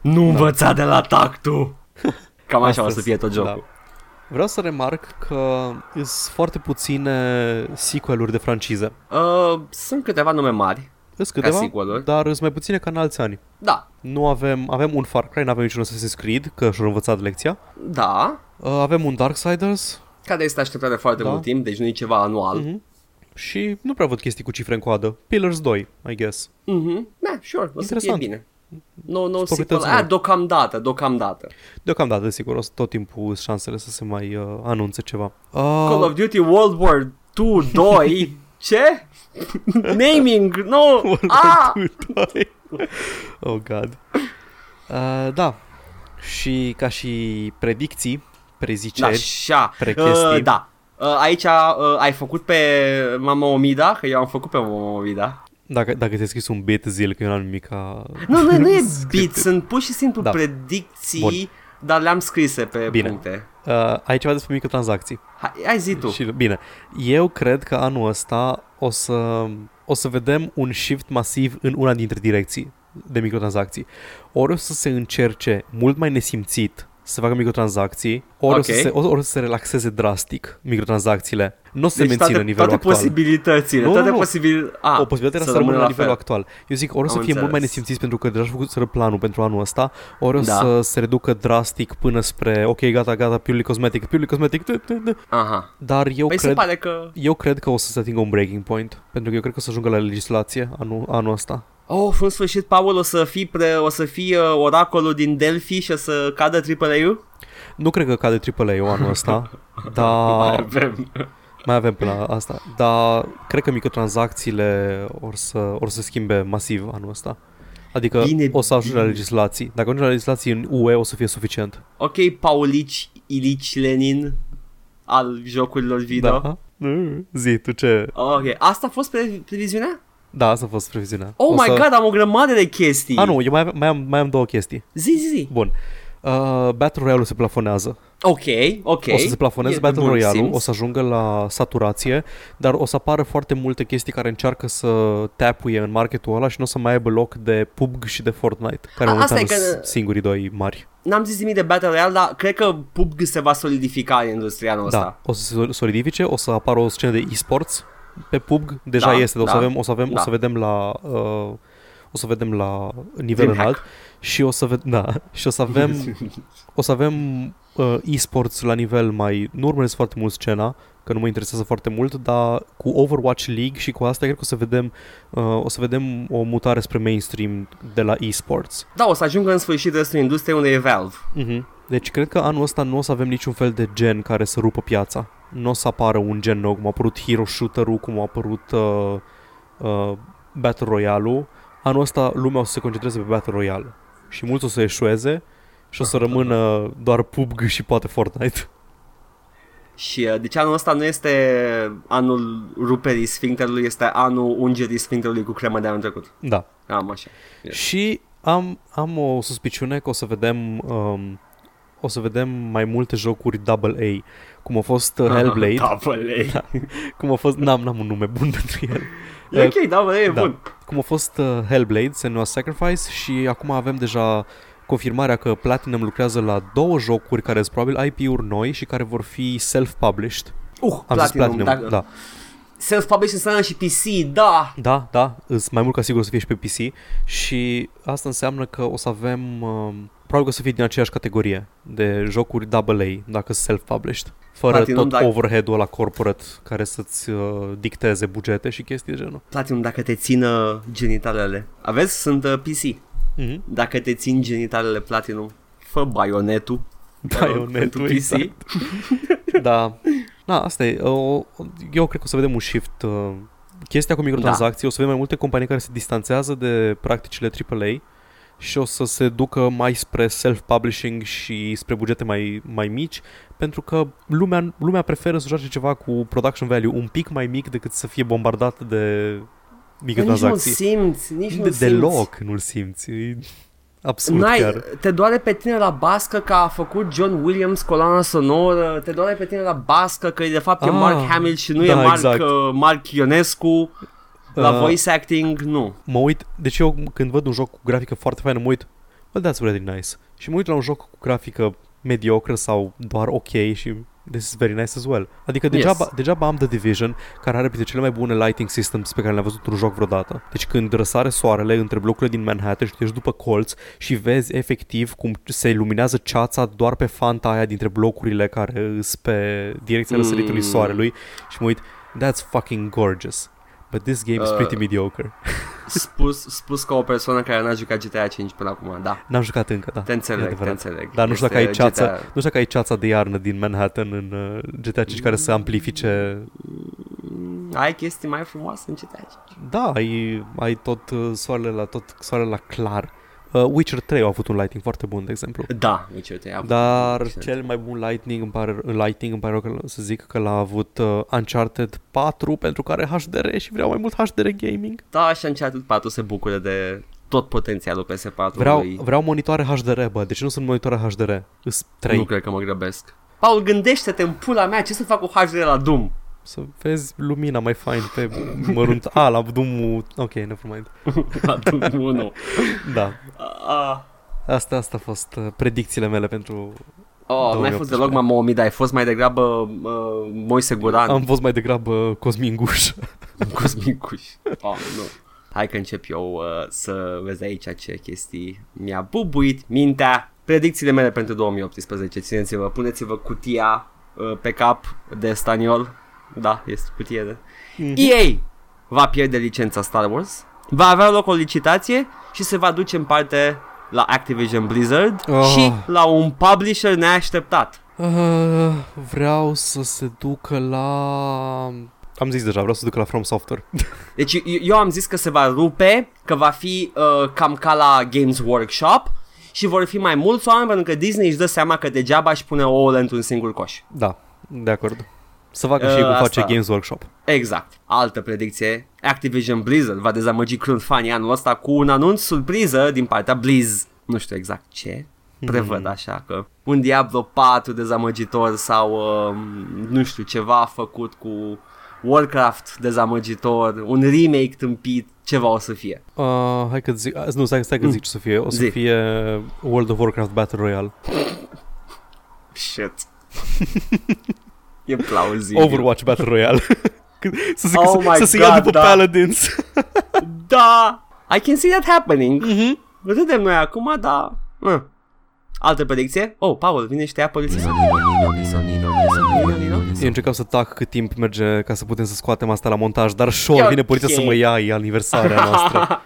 A: Nu învăța de la tactul. Da. da. Cam așa o să
B: Astăzi, da.
A: fie tot jocul.
B: Vreau să remarc că sunt foarte puține sequel-uri de franciză.
A: Da. Uh, sunt câteva nume mari.
B: Sunt câteva,
A: sequel-uri?
B: dar sunt mai puține ca în alți ani.
A: Da,
B: Nu avem, avem un Far Cry, nu avem niciun Assassin's Creed, că și-au învățat lecția.
A: da.
B: Uh, Avem un Darksiders
A: Care este așteptat de foarte
B: Da.
A: mult timp, deci nu e ceva anual. Mm-hmm.
B: și nu prea văd chestii cu cifre în coadă. Pillars 2, I guess.
A: Mm-hmm. Da, sure, o să fie
B: Interesant.
A: bine. No, no,
B: Proprietăți
A: sequel. Ah,
B: noi.
A: deocamdată, deocamdată.
B: Deocamdată, sigur, o să tot timpul sunt șansele să se mai uh, anunțe ceva. Uh,
A: Call of Duty World War 2 2 Ce? Naming, nu! No. Ah!
B: Doi. oh god. Uh, da. Și ca și predicții, preziceri,
A: Așa,
B: prechestii.
A: Uh, da. Uh, aici uh, ai făcut pe Mama Omida, că eu am făcut pe Mama Omida.
B: dacă, dacă ți-ai scris un bit zil, că eu n-am nimic ca...
A: Nu, nu, nu e beat, sunt pur și simplu
B: Da.
A: da. predicții,
B: Bun.
A: dar le-am scrise pe
B: Bine.
A: Bine. puncte.
B: Uh, ai ceva despre microtranzacții.
A: Hai, hai zi tu.
B: Și, bine, eu cred că anul ăsta o să, o să vedem un shift masiv în una dintre direcții de microtranzacții. Ori o să se încerce mult mai nesimțit să facă microtranzacții, ori,
A: Ok.
B: o, să se, ori o să se relaxeze drastic microtranzacțiile. Nu o să
A: deci
B: se
A: toate,
B: mențină nivelul
A: toate
B: actual.
A: posibilitățile,
B: Nu, nu,
A: toate
B: nu.
A: posibil... ah, A,
B: o posibilitate era să rămână la, nivelul actual. Eu zic, ori o să
A: Am
B: fie mult mai
A: înțeles.
B: nesimțiți pentru că deja și făcut planul pentru anul ăsta, ori o
A: Da.
B: să se reducă drastic până spre, ok, gata, gata, purely cosmetic, purely cosmetic, tă, tă, tă.
A: Aha.
B: dar eu
A: Păi se
B: cred,
A: pare că...
B: eu cred că o să se atingă un breaking point, pentru că eu cred că o să ajungă la legislație anul, anul ăsta.
A: Oh, în sfârșit, Paul, o să fii, pre... o să fii uh, oracolul din Delphi și o să cadă AAA-ul?
B: Nu cred că cade AAA eu anul ăsta, dar
A: avem.
B: mai avem până la asta, dar cred că microtransacțiile or să, or să schimbe masiv anul ăsta. Adică
A: Bine,
B: o să ajungi la
A: bine.
B: legislații. Dacă ajungi la legislații în UE o să fie suficient.
A: Ok, Paulici Ilici Lenin al jocurilor video. Da.
B: Mm, Zi, tu ce...
A: Ok, asta a fost pre- previziunea?
B: Da, asta a fost previziunea.
A: Oh
B: O
A: my
B: să...
A: god, am o grămadă de chestii.
B: A, nu, eu mai, mai, am, mai am două chestii.
A: Zi, zi, zi.
B: Bun. Uh, Battle Royale-ul se plafonează.
A: Ok, ok.
B: Okay. O să se plafoneze
A: E de
B: Battle
A: bun
B: Royale-ul,
A: simț.
B: o să ajungă la saturație, dar o să apară foarte multe chestii care încearcă să tapuie în marketul ăla și nu o să mai aibă loc de PUBG și de Fortnite, care
A: A-
B: momentan
A: asta e că-
B: sunt singurii doi mari.
A: N-am zis nimic de Battle Royale, dar cred că PUBG se va solidifica în industria noastră.
B: Da, o să se solidifice, o să apară o scenă de e-sports pe PUBG, deja
A: Da,
B: este, dar o să
A: da,
B: avem, o să avem, o
A: da.
B: să vedem la uh, o să vedem la nivel
A: Dreamhack.
B: înalt și o să ve- da, și o să avem o să avem uh, e-sports la nivel mai nu urmăresc foarte mult scena, că nu mă interesează foarte mult, dar cu Overwatch League și cu asta cred că o să vedem uh, o să vedem o mutare spre mainstream de la e-sports.
A: da, o să ajungă în sfârșit restul industriei unde e Valve.
B: Mhm. Deci cred că anul ăsta nu o să avem niciun fel de gen care să rupă piața. Nu o să apară un gen nou, cum a apărut Hero Shooter-ul, cum a apărut uh, uh, Battle Royale-ul. Anul ăsta lumea o să se concentreze pe Battle Royale și mulți o să eșueze și o să rămână doar PUBG și poate Fortnite.
A: Și uh, deci anul ăsta nu este anul ruperii sfincterului, este anul ungerii sfincterului cu cremă de anul trecut.
B: Da.
A: Am așa.
B: Și am, am o suspiciune că o să vedem um, o să vedem mai multe jocuri double A, cum a fost uh, Hellblade, da.
A: Double A.
B: cum a fost n-am n-am un nume bun pentru el.
A: E ok, Double A e
B: da.
A: bun.
B: Cum a fost uh, Hellblade, Senua's Sacrifice și acum avem deja confirmarea că Platinum lucrează la două jocuri care sunt probabil IP-uri noi și care vor fi self-published.
A: Uh,
B: Am zis Platinum,
A: dacă-
B: da.
A: Self-publish înseamnă și PC, da.
B: Da, da, îs mai mult ca sigur o să fie și pe PC și asta înseamnă că o să avem, um, probabil că o să fie din aceeași categorie de jocuri AA, dacă sunt self-published, fără
A: Platinum,
B: tot
A: dacă-
B: overhead-ul la corporate care să-ți uh, dicteze bugete și chestii de genul.
A: Platinum dacă te țină genitalele. Aveți? Sunt uh, PC.
B: Mm-hmm.
A: Dacă te țin genitalele Platinum, fă baionetul. Da, Pentru
B: Baionetul,
A: PC.
B: exact. Da, Na, asta e, o- eu cred că o să vedem un shift. uh, Chestia cu microtransacții, da. o să vedem mai multe companii care se distanțează de practicile AAA și o să se ducă mai spre self-publishing și spre bugete mai, mai mici, pentru că lumea, lumea preferă să joace ceva cu production value un pic mai mic decât să fie bombardat de
A: Dar Nici nu
B: microtransacții.
A: simți, nici nu
B: de,
A: simți.
B: deloc nu-l simți. E absurd
A: N-ai,
B: chiar.
A: te doare pe tine la bască că a făcut John Williams coloana sonoră, te doare pe tine la bască că de fapt e
B: Ah,
A: Mark Hamill și nu
B: da,
A: e Mark,
B: exact.
A: uh, Mark Ionescu, la
B: Uh,
A: voice acting, nu.
B: mă uit, deci eu când văd un joc cu grafică foarte faină, mă uit, well, that's really nice. Și mă uit la un joc cu grafică mediocră sau doar ok și this is very nice as well. Adică degeaba, yes.
A: Yes.
B: degeaba am The Division, care are printre cele mai bune lighting systems pe care le-am văzut într-un joc vreodată. Deci când răsare soarele între blocurile din Manhattan și tu ești după colț și vezi efectiv cum se iluminează ceața doar pe fanta aia dintre blocurile care sunt pe direcția
A: Mm.
B: răsăritului soarelui și mă uit, that's fucking gorgeous. But this game is
A: Uh,
B: pretty mediocre.
A: Spus, spus ca o persoană care n-a jucat GTA 5 până acum, da.
B: N-am jucat încă, da.
A: Te
B: E
A: înțeleg, te
B: adevărat.
A: înțeleg.
B: Dar nu știu dacă ai
A: Este
B: ceață,
A: GTA.
B: nu știu dacă ai ceața de iarnă din Manhattan în uh, GTA 5 care să amplifice.
A: Mm, Ai chestii mai frumoase în GTA 5.
B: Da, ai, ai tot uh, soarele la tot soarele la clar. Uh, Witcher 3 a avut un lighting foarte bun, de exemplu.
A: Da, uite, te
B: Dar cel mai bun lighting îmi pare, lighting îmi pare rău că, să zic că l-a avut uh, Uncharted 4 pentru care HDR și vreau mai mult HDR gaming.
A: Da, și Uncharted 4 se bucură de tot potențialul PS4
B: Vreau,
A: lui.
B: vreau monitoare HDR, bă, deci nu sunt monitoare HDR, îs 3.
A: Nu cred că mă grăbesc. Paul, gândește-te în pula mea ce să fac cu HD la Doom.
B: Să vezi lumina mai fain pe mărunt. A, la dumul... Ok, nevermind.
A: La Doom 1.
B: Da.
A: Ah.
B: Asta, asta a fost uh, predicțiile mele pentru...
A: Oh, n-ai fost
B: 2018.
A: deloc Mama Omida, ai fost mai degrabă uh, Moise Guran,
B: Am fost mai degrabă Cosmin Guș. Uh,
A: Cosmin Cuș. Oh, nu. Hai că încep eu uh, să vezi aici ce chestii mi-a bubuit mintea. Predicțiile mele pentru 2018, țineți-vă, puneți-vă cutia uh, pe cap de staniol. Da, este cutie de... EA va pierde licența Star Wars, va avea loc o licitație și se va duce în parte la Activision Blizzard
B: Oh.
A: oh. și la un publisher neașteptat.
B: Uh, vreau să se ducă la... Am zis deja, vreau să se ducă la From Software.
A: Deci eu, eu am zis că se va rupe, că va fi uh, cam ca la Games Workshop și vor fi mai mulți oameni pentru că Disney își dă seama că degeaba își pune ouăle într-un singur coș.
B: Da, de acord. Să facă
A: Uh,
B: și ei cum
A: asta.
B: face Games Workshop.
A: Exact. Altă predicție, Activision Blizzard va dezamăgi crând fanii anul ăsta cu un anunț surpriză din partea Blizz. Nu știu exact ce, prevăd așa că un Diablo 4 dezamăgitor sau um, nu știu ceva făcut cu Warcraft dezamăgitor, un remake tâmpit, ceva o să fie.
B: Uh, hai că zic... Nu, stai, stai că zic ce o să fie. O să
A: Mm. Zi.
B: fie World of Warcraft Battle Royale.
A: Shit. e plauzibil.
B: Overwatch Battle Royale. Când- să se,
A: Oh
B: să,
A: my
B: să se ia
A: God,
B: după
A: da.
B: Paladins.
A: Da! I can see that happening.
B: Mhm.
A: Râdem noi acum, dar... Mm. Altă predicție? Oh, Paul, vine și te ia poliția.
B: Eu încercam să tac cât timp merge ca să putem să scoatem asta la montaj, dar șor,
A: E
B: vine
A: ok.
B: poliția să mă ia, e aniversarea noastră.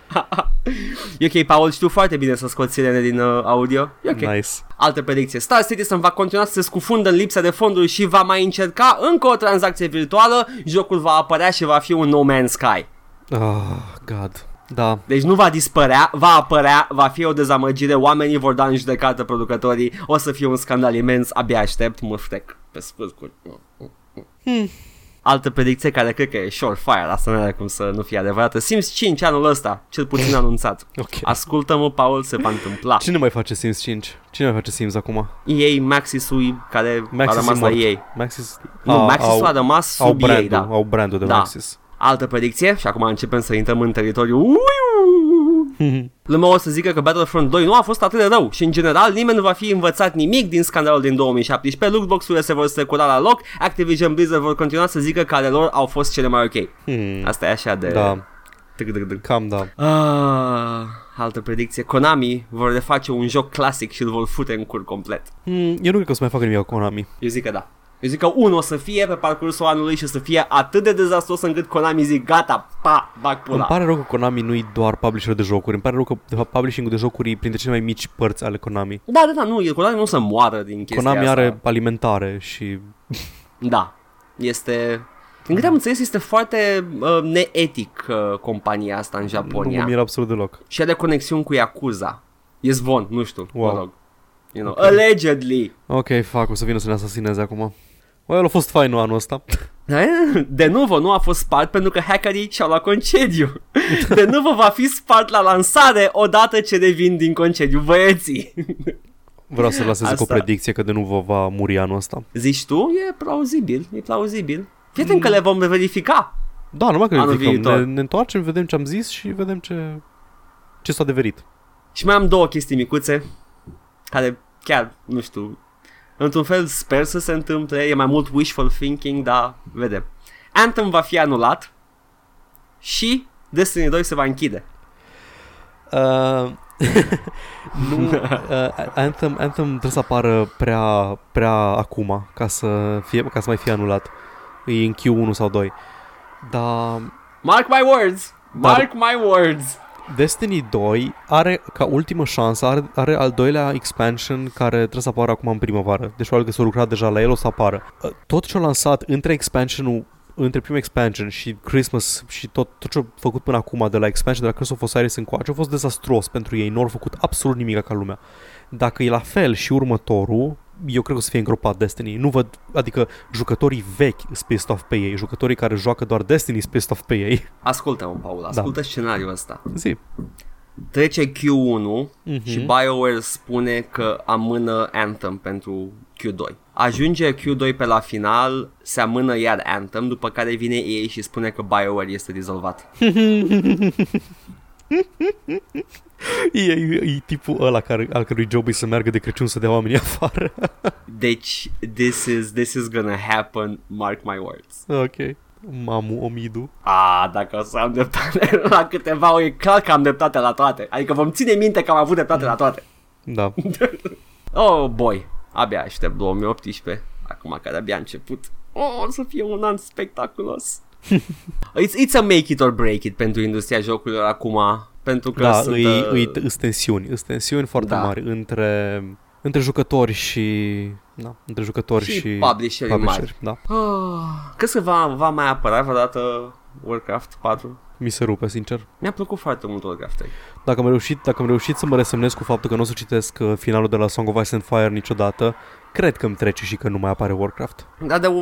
A: E ok, Paul, știu foarte bine să scoți sirene din uh, audio. E ok.
B: Nice.
A: Altă predicție. Star Citizen va continua să se scufundă în lipsa de fonduri și va mai încerca încă o tranzacție virtuală. Jocul va apărea și va fi un No Man's Sky.
B: Ah, God. Da.
A: Deci nu va dispărea, va apărea, va fi o dezamăgire, oamenii vor da în judecată producătorii, o să fie un scandal imens, abia aștept, mă frec pe scurt.
B: Hmm.
A: Altă predicție care cred că e surefire, asta nu are cum să nu fie adevărată. Sims 5 anul ăsta, cel puțin anunțat.
B: Ok.
A: Ascultă-mă, Paul, se va întâmpla.
B: Cine mai face Sims 5? Cine mai face Sims acum?
A: Ei, Maxisui, care
B: Maxis
A: a rămas
B: e
A: la
B: mort.
A: ei.
B: Maxis...
A: Nu,
B: Ah,
A: Maxis
B: au,
A: a rămas sub
B: au
A: ei,
B: brandul,
A: da.
B: au brandul de
A: Da.
B: Maxis.
A: Altă predicție și acum începem să intrăm în teritoriul uiu. Lumea o să zică că Battlefront 2 nu a fost atât de rău și în general nimeni nu va fi învățat nimic din scandalul din 2017, lootbox-urile se vor secura la loc, Activision Blizzard vor continua să zică că ale lor au fost cele mai ok.
B: Hmm.
A: Asta e așa de...
B: Da,
A: Tâc, tâc, tâc.
B: cam da.
A: Ah, altă predicție, Konami vor reface un joc clasic și îl vor fute în cur complet.
B: Hmm, eu nu cred că o să mai facă nimic cu Konami.
A: Eu zic că da. Eu zic că unul o să fie pe parcursul anului și o să fie atât de dezastros încât Konami zic gata, pa, bag
B: Îmi
A: pula.
B: pare rău că Konami nu-i doar publisher de jocuri. Îmi pare rău că, de fapt, publishing-ul de jocuri e printre cele mai mici părți ale Konami.
A: Da, da, da, nu, e- Konami nu o să moară din chestia
B: Konami
A: asta.
B: are alimentare și...
A: Da, este... Din câte am înțeles, este foarte uh, neetic uh, compania asta în
B: Nu mă
A: Japonia.
B: mir absolut deloc.
A: Și are conexiuni cu Yakuza. E zvon, nu știu,
B: Wow.
A: mă rog. You know, allegedly.
B: Ok, fac, o să vină să ne asasineze acum. Well, a fost fain anul ăsta.
A: De Nuvo nu a fost spart pentru că hackerii și-au luat concediu. De Nuvo va fi spart la lansare odată ce revin din concediu băieții.
B: Vreau să lasez
A: Asta-
B: cu o predicție că de nu vă va muri anul ăsta.
A: Zici tu? E plauzibil, e plauzibil. Fii atent că le vom verifica.
B: Da, numai că
A: Anul
B: ridicăm.
A: viitor.
B: Ne, ne întoarcem, vedem ce am zis și vedem ce, ce s-a adeverit.
A: Și mai am două chestii micuțe care chiar, nu știu, într-un fel sper să se întâmple, e mai mult wishful thinking, dar vedem. Anthem va fi anulat și Destiny 2 se va închide.
B: Uh, nu, uh, Anthem, Anthem trebuie să apară prea, prea acum ca să, fie, ca să mai fie anulat. E în Q1 sau 2. Dar
A: Mark my words!
B: Dar-
A: Mark my words!
B: Destiny 2 are ca ultimă șansă, are, are al doilea expansion care trebuie să apară acum în primăvară. Deci probabil că s-au lucrat deja la el, o să apară. Uh, Tot ce au lansat între expansionul între primul expansion și Christmas și tot, tot ce au făcut până acum de la expansion de la Curse of Osiris încoace a fost dezastruos pentru ei, nu au făcut absolut nimic ca lumea. Dacă e la fel și următorul, eu cred că o să fie îngropat Destiny. Nu văd, adică jucătorii vechi sunt pissed off pe ei, jucătorii care joacă doar Destiny sunt pissed off pe ei.
A: Ascultă-mă, Paul, ascultă scenariul ăsta.
B: Zi.
A: Trece Q1
B: Mhm.
A: și BioWare spune că amână Anthem pentru Q2. Ajunge Q2 pe la final, se amână iar Anthem, după care vine ei și spune că BioWare este dizolvat.
B: E, e, e tipul ăla care, al cărui job e să meargă de Crăciun să dea oamenii afară.
A: Deci, this is, this is gonna happen, mark my words.
B: ok. Mamu Omidu.
A: A, dacă o să am dreptate la câteva, e clar că am dreptate la toate. Adică vom ține minte că am avut dreptate la toate.
B: Da.
A: Oh, boy, abia aștept 2018, acum care abia a început. Oh, o să fie un an spectaculos. it's, it's a make it or break it pentru industria jocurilor acum, pentru că
B: da,
A: sunt...
B: îi,
A: uh,
B: îi, îs tensiuni. Îs tensiuni foarte
A: Da.
B: mari între, între jucători și... Da, între jucători
A: Și
B: și...
A: publisherii mari.
B: Da.
A: Ah, Crezi că va, va mai apărea vreodată Warcraft 4?
B: Mi se rupe, sincer.
A: Mi-a plăcut foarte mult Warcraft 3.
B: Dacă am reușit, dacă am reușit să mă resemnez cu faptul că nu o să citesc uh, finalul de la Song of Ice and Fire niciodată, cred că îmi trece și că nu mai apare Warcraft.
A: Dar de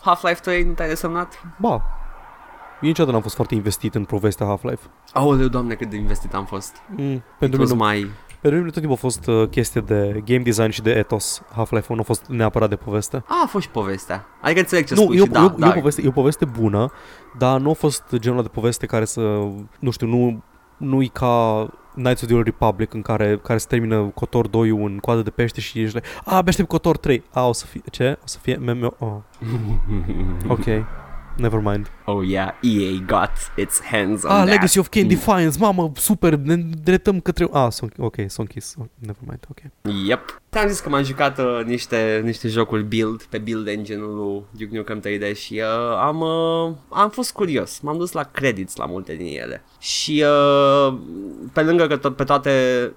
A: Half-Life 3 nu te-ai desemnat?
B: Ba, eu niciodată n-am fost foarte investit în povestea Half-Life.
A: Aoleu, doamne, cât de investit am fost.
B: Mm,
A: It
B: pentru
A: was
B: mine
A: mai...
B: Pentru mine tot timpul a fost uh, chestie de game design și de ethos. Half-Life 1 a fost neapărat de poveste.
A: A, a fost și povestea. Adică înțeleg ce
B: nu,
A: spui
B: e, o,
A: și da,
B: e, o,
A: dar...
B: e, o poveste, e o poveste bună, dar nu a fost genul ăla de poveste care să, nu știu, nu, nu-i ca Knights of the Old Republic în care, care se termină Cotor 2 în coadă de pește și ești like, "Ah, a, abia aștept Cotor 3. A, o să fie, ce? O să fie MMO. Oh. ok. never mind.
A: Oh yeah, EA got its hands on
B: ah,
A: that.
B: Legacy of Kane Defiance, mamă, super, ne îndreptăm către... Ah, sunt, ok, s-a închis, Oh, never mind, ok.
A: Yep. Te-am zis că m-am jucat uh, niște, niște jocuri build pe build engine-ul lui Duke Nukem 3D și uh, am, uh, am fost curios. M-am dus la credits la multe din ele. Și uh, pe lângă că tot, pe toate,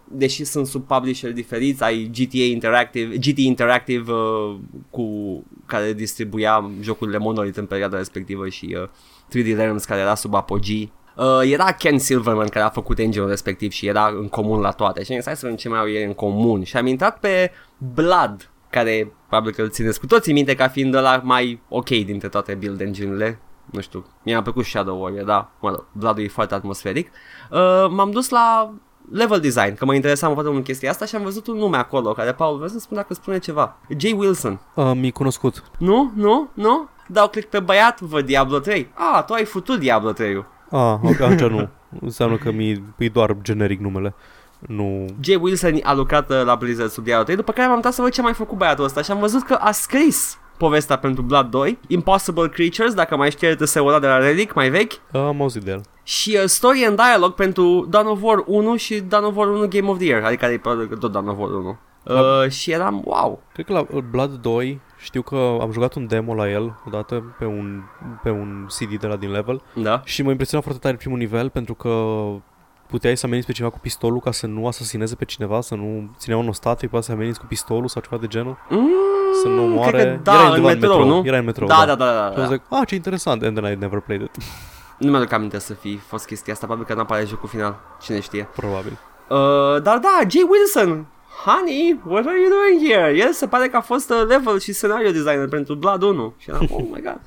A: deși sunt sub publisher diferiți, ai GTA Interactive, GT Interactive uh, cu care distribuia jocurile Monolith în perioada respectivă și uh, 3D Realms care era sub Apogee Uh, era Ken Silverman care a făcut engine respectiv și era în comun la toate. Și am zis, hai să vedem ce mai au ei în comun. Și am intrat pe Blood, care probabil că îl țineți cu toții minte ca fiind la mai ok dintre toate build engine-urile. Nu știu, mi-a plăcut Shadow Warrior, da, mă rog, Blood-ul e foarte atmosferic. Uh, m-am dus la level design, că mă interesa foarte mult chestia asta și am văzut un nume acolo, care, Paul, vreau să spun dacă spune ceva. Jay Wilson.
B: Uh, mi-e cunoscut.
A: Nu? Nu? Nu? Dau click pe băiat, văd Diablo 3. Ah, tu ai futut Diablo 3-ul.
B: Ah, ok, atunci nu. Înseamnă că mi e doar generic numele. Nu...
A: Jay Wilson a lucrat uh, la Blizzard sub Diablo 3, după care m-am uitat să văd ce a mai făcut băiatul ăsta și am văzut că a scris povestea pentru Blood 2, Impossible Creatures, dacă mai știe de Seura de la Relic, mai vechi,
B: Uh, am auzit de el.
A: și uh, Story and Dialogue pentru Dawn of War 1 și Dawn of War 1 Game of the Year, adică e probabil tot Dawn of War 1. Uh, și eram, wow,
B: Cred că la uh, Blood 2 știu că am jucat un demo la el odată pe un, pe un CD de la din level
A: da?
B: și m-a impresionat foarte tare primul nivel pentru că puteai să ameninți pe cineva cu pistolul ca să nu asasineze pe cineva, să nu ținea un ostatui, poate să ameninți cu pistolul sau ceva de genul,
A: Mm,
B: să nu moare.
A: Cred că da,
B: Era
A: în
B: undeva
A: metrou, nu?
B: Era în metrou,
A: da, da, da, da,
B: Și
A: da,
B: am
A: da.
B: zis, ah, ce interesant, and then I never played it,
A: Nu mi-aduc aminte să fi fost chestia asta, probabil că n-apare jocul final, cine știe.
B: probabil.
A: Uh, dar da, Jay Wilson, honey, what are you doing here? El se pare că a fost uh, level și scenario designer pentru Blood 1. Și eram, oh my god,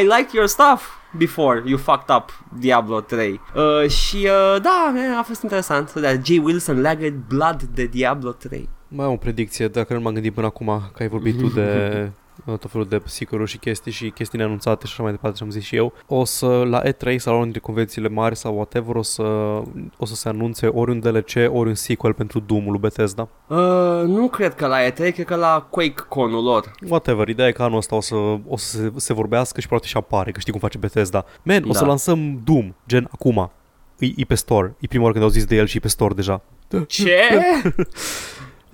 A: I liked your stuff before you fucked up Diablo 3. Uh, și uh, da, a fost interesant. Da, Jay Wilson leagă Blood de Diablo 3.
B: Mai am o predicție, dacă nu m-am gândit până acum că ai vorbit tu de uh, tot felul de psicuri și chestii și chestii neanunțate și așa mai departe, ce am zis și eu. O să, la E3 sau la una dintre convențiile mari sau whatever, o să, o să se anunțe ori un DLC, ori un sequel pentru Doom-ul lui Bethesda.
A: Uh, nu cred că la E3, cred că la QuakeCon-ul lor.
B: Whatever, ideea e că anul ăsta o să, o să se, se vorbească și poate și apare, că știi cum face Bethesda. Man, o să
A: Da.
B: lansăm Doom, gen acum. E, e pe store. E prima oară când au zis de el și e pe store deja.
A: Ce?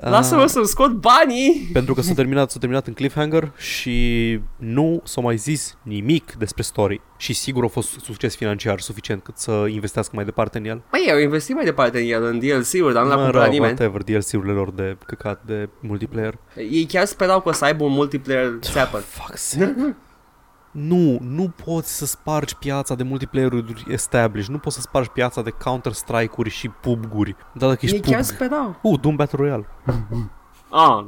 B: Ah.
A: Lasă-mă să-mi scot banii!
B: Pentru că s-a terminat, s-a terminat în cliffhanger și nu s-a mai zis nimic despre story. Și sigur a fost succes financiar suficient cât să investească mai departe în el.
A: Mai eu investit mai departe în el, în DLC-uri, dar nu l-a
B: Mă
A: cumpărat
B: rău,
A: nimeni.
B: whatever, DLC-urile lor de căcat, de multiplayer.
A: Ei chiar sperau că o să aibă un multiplayer separate.
B: Fuck sake. Nu, nu poți să spargi piața de multiplayer-uri established, nu poți să spargi piața de Counter-Strike-uri și PUBG-uri. Da, dacă ești
A: Ei chiar
B: PUBG.
A: sperau.
B: Uh, Doom Battle Royale.
A: Ah,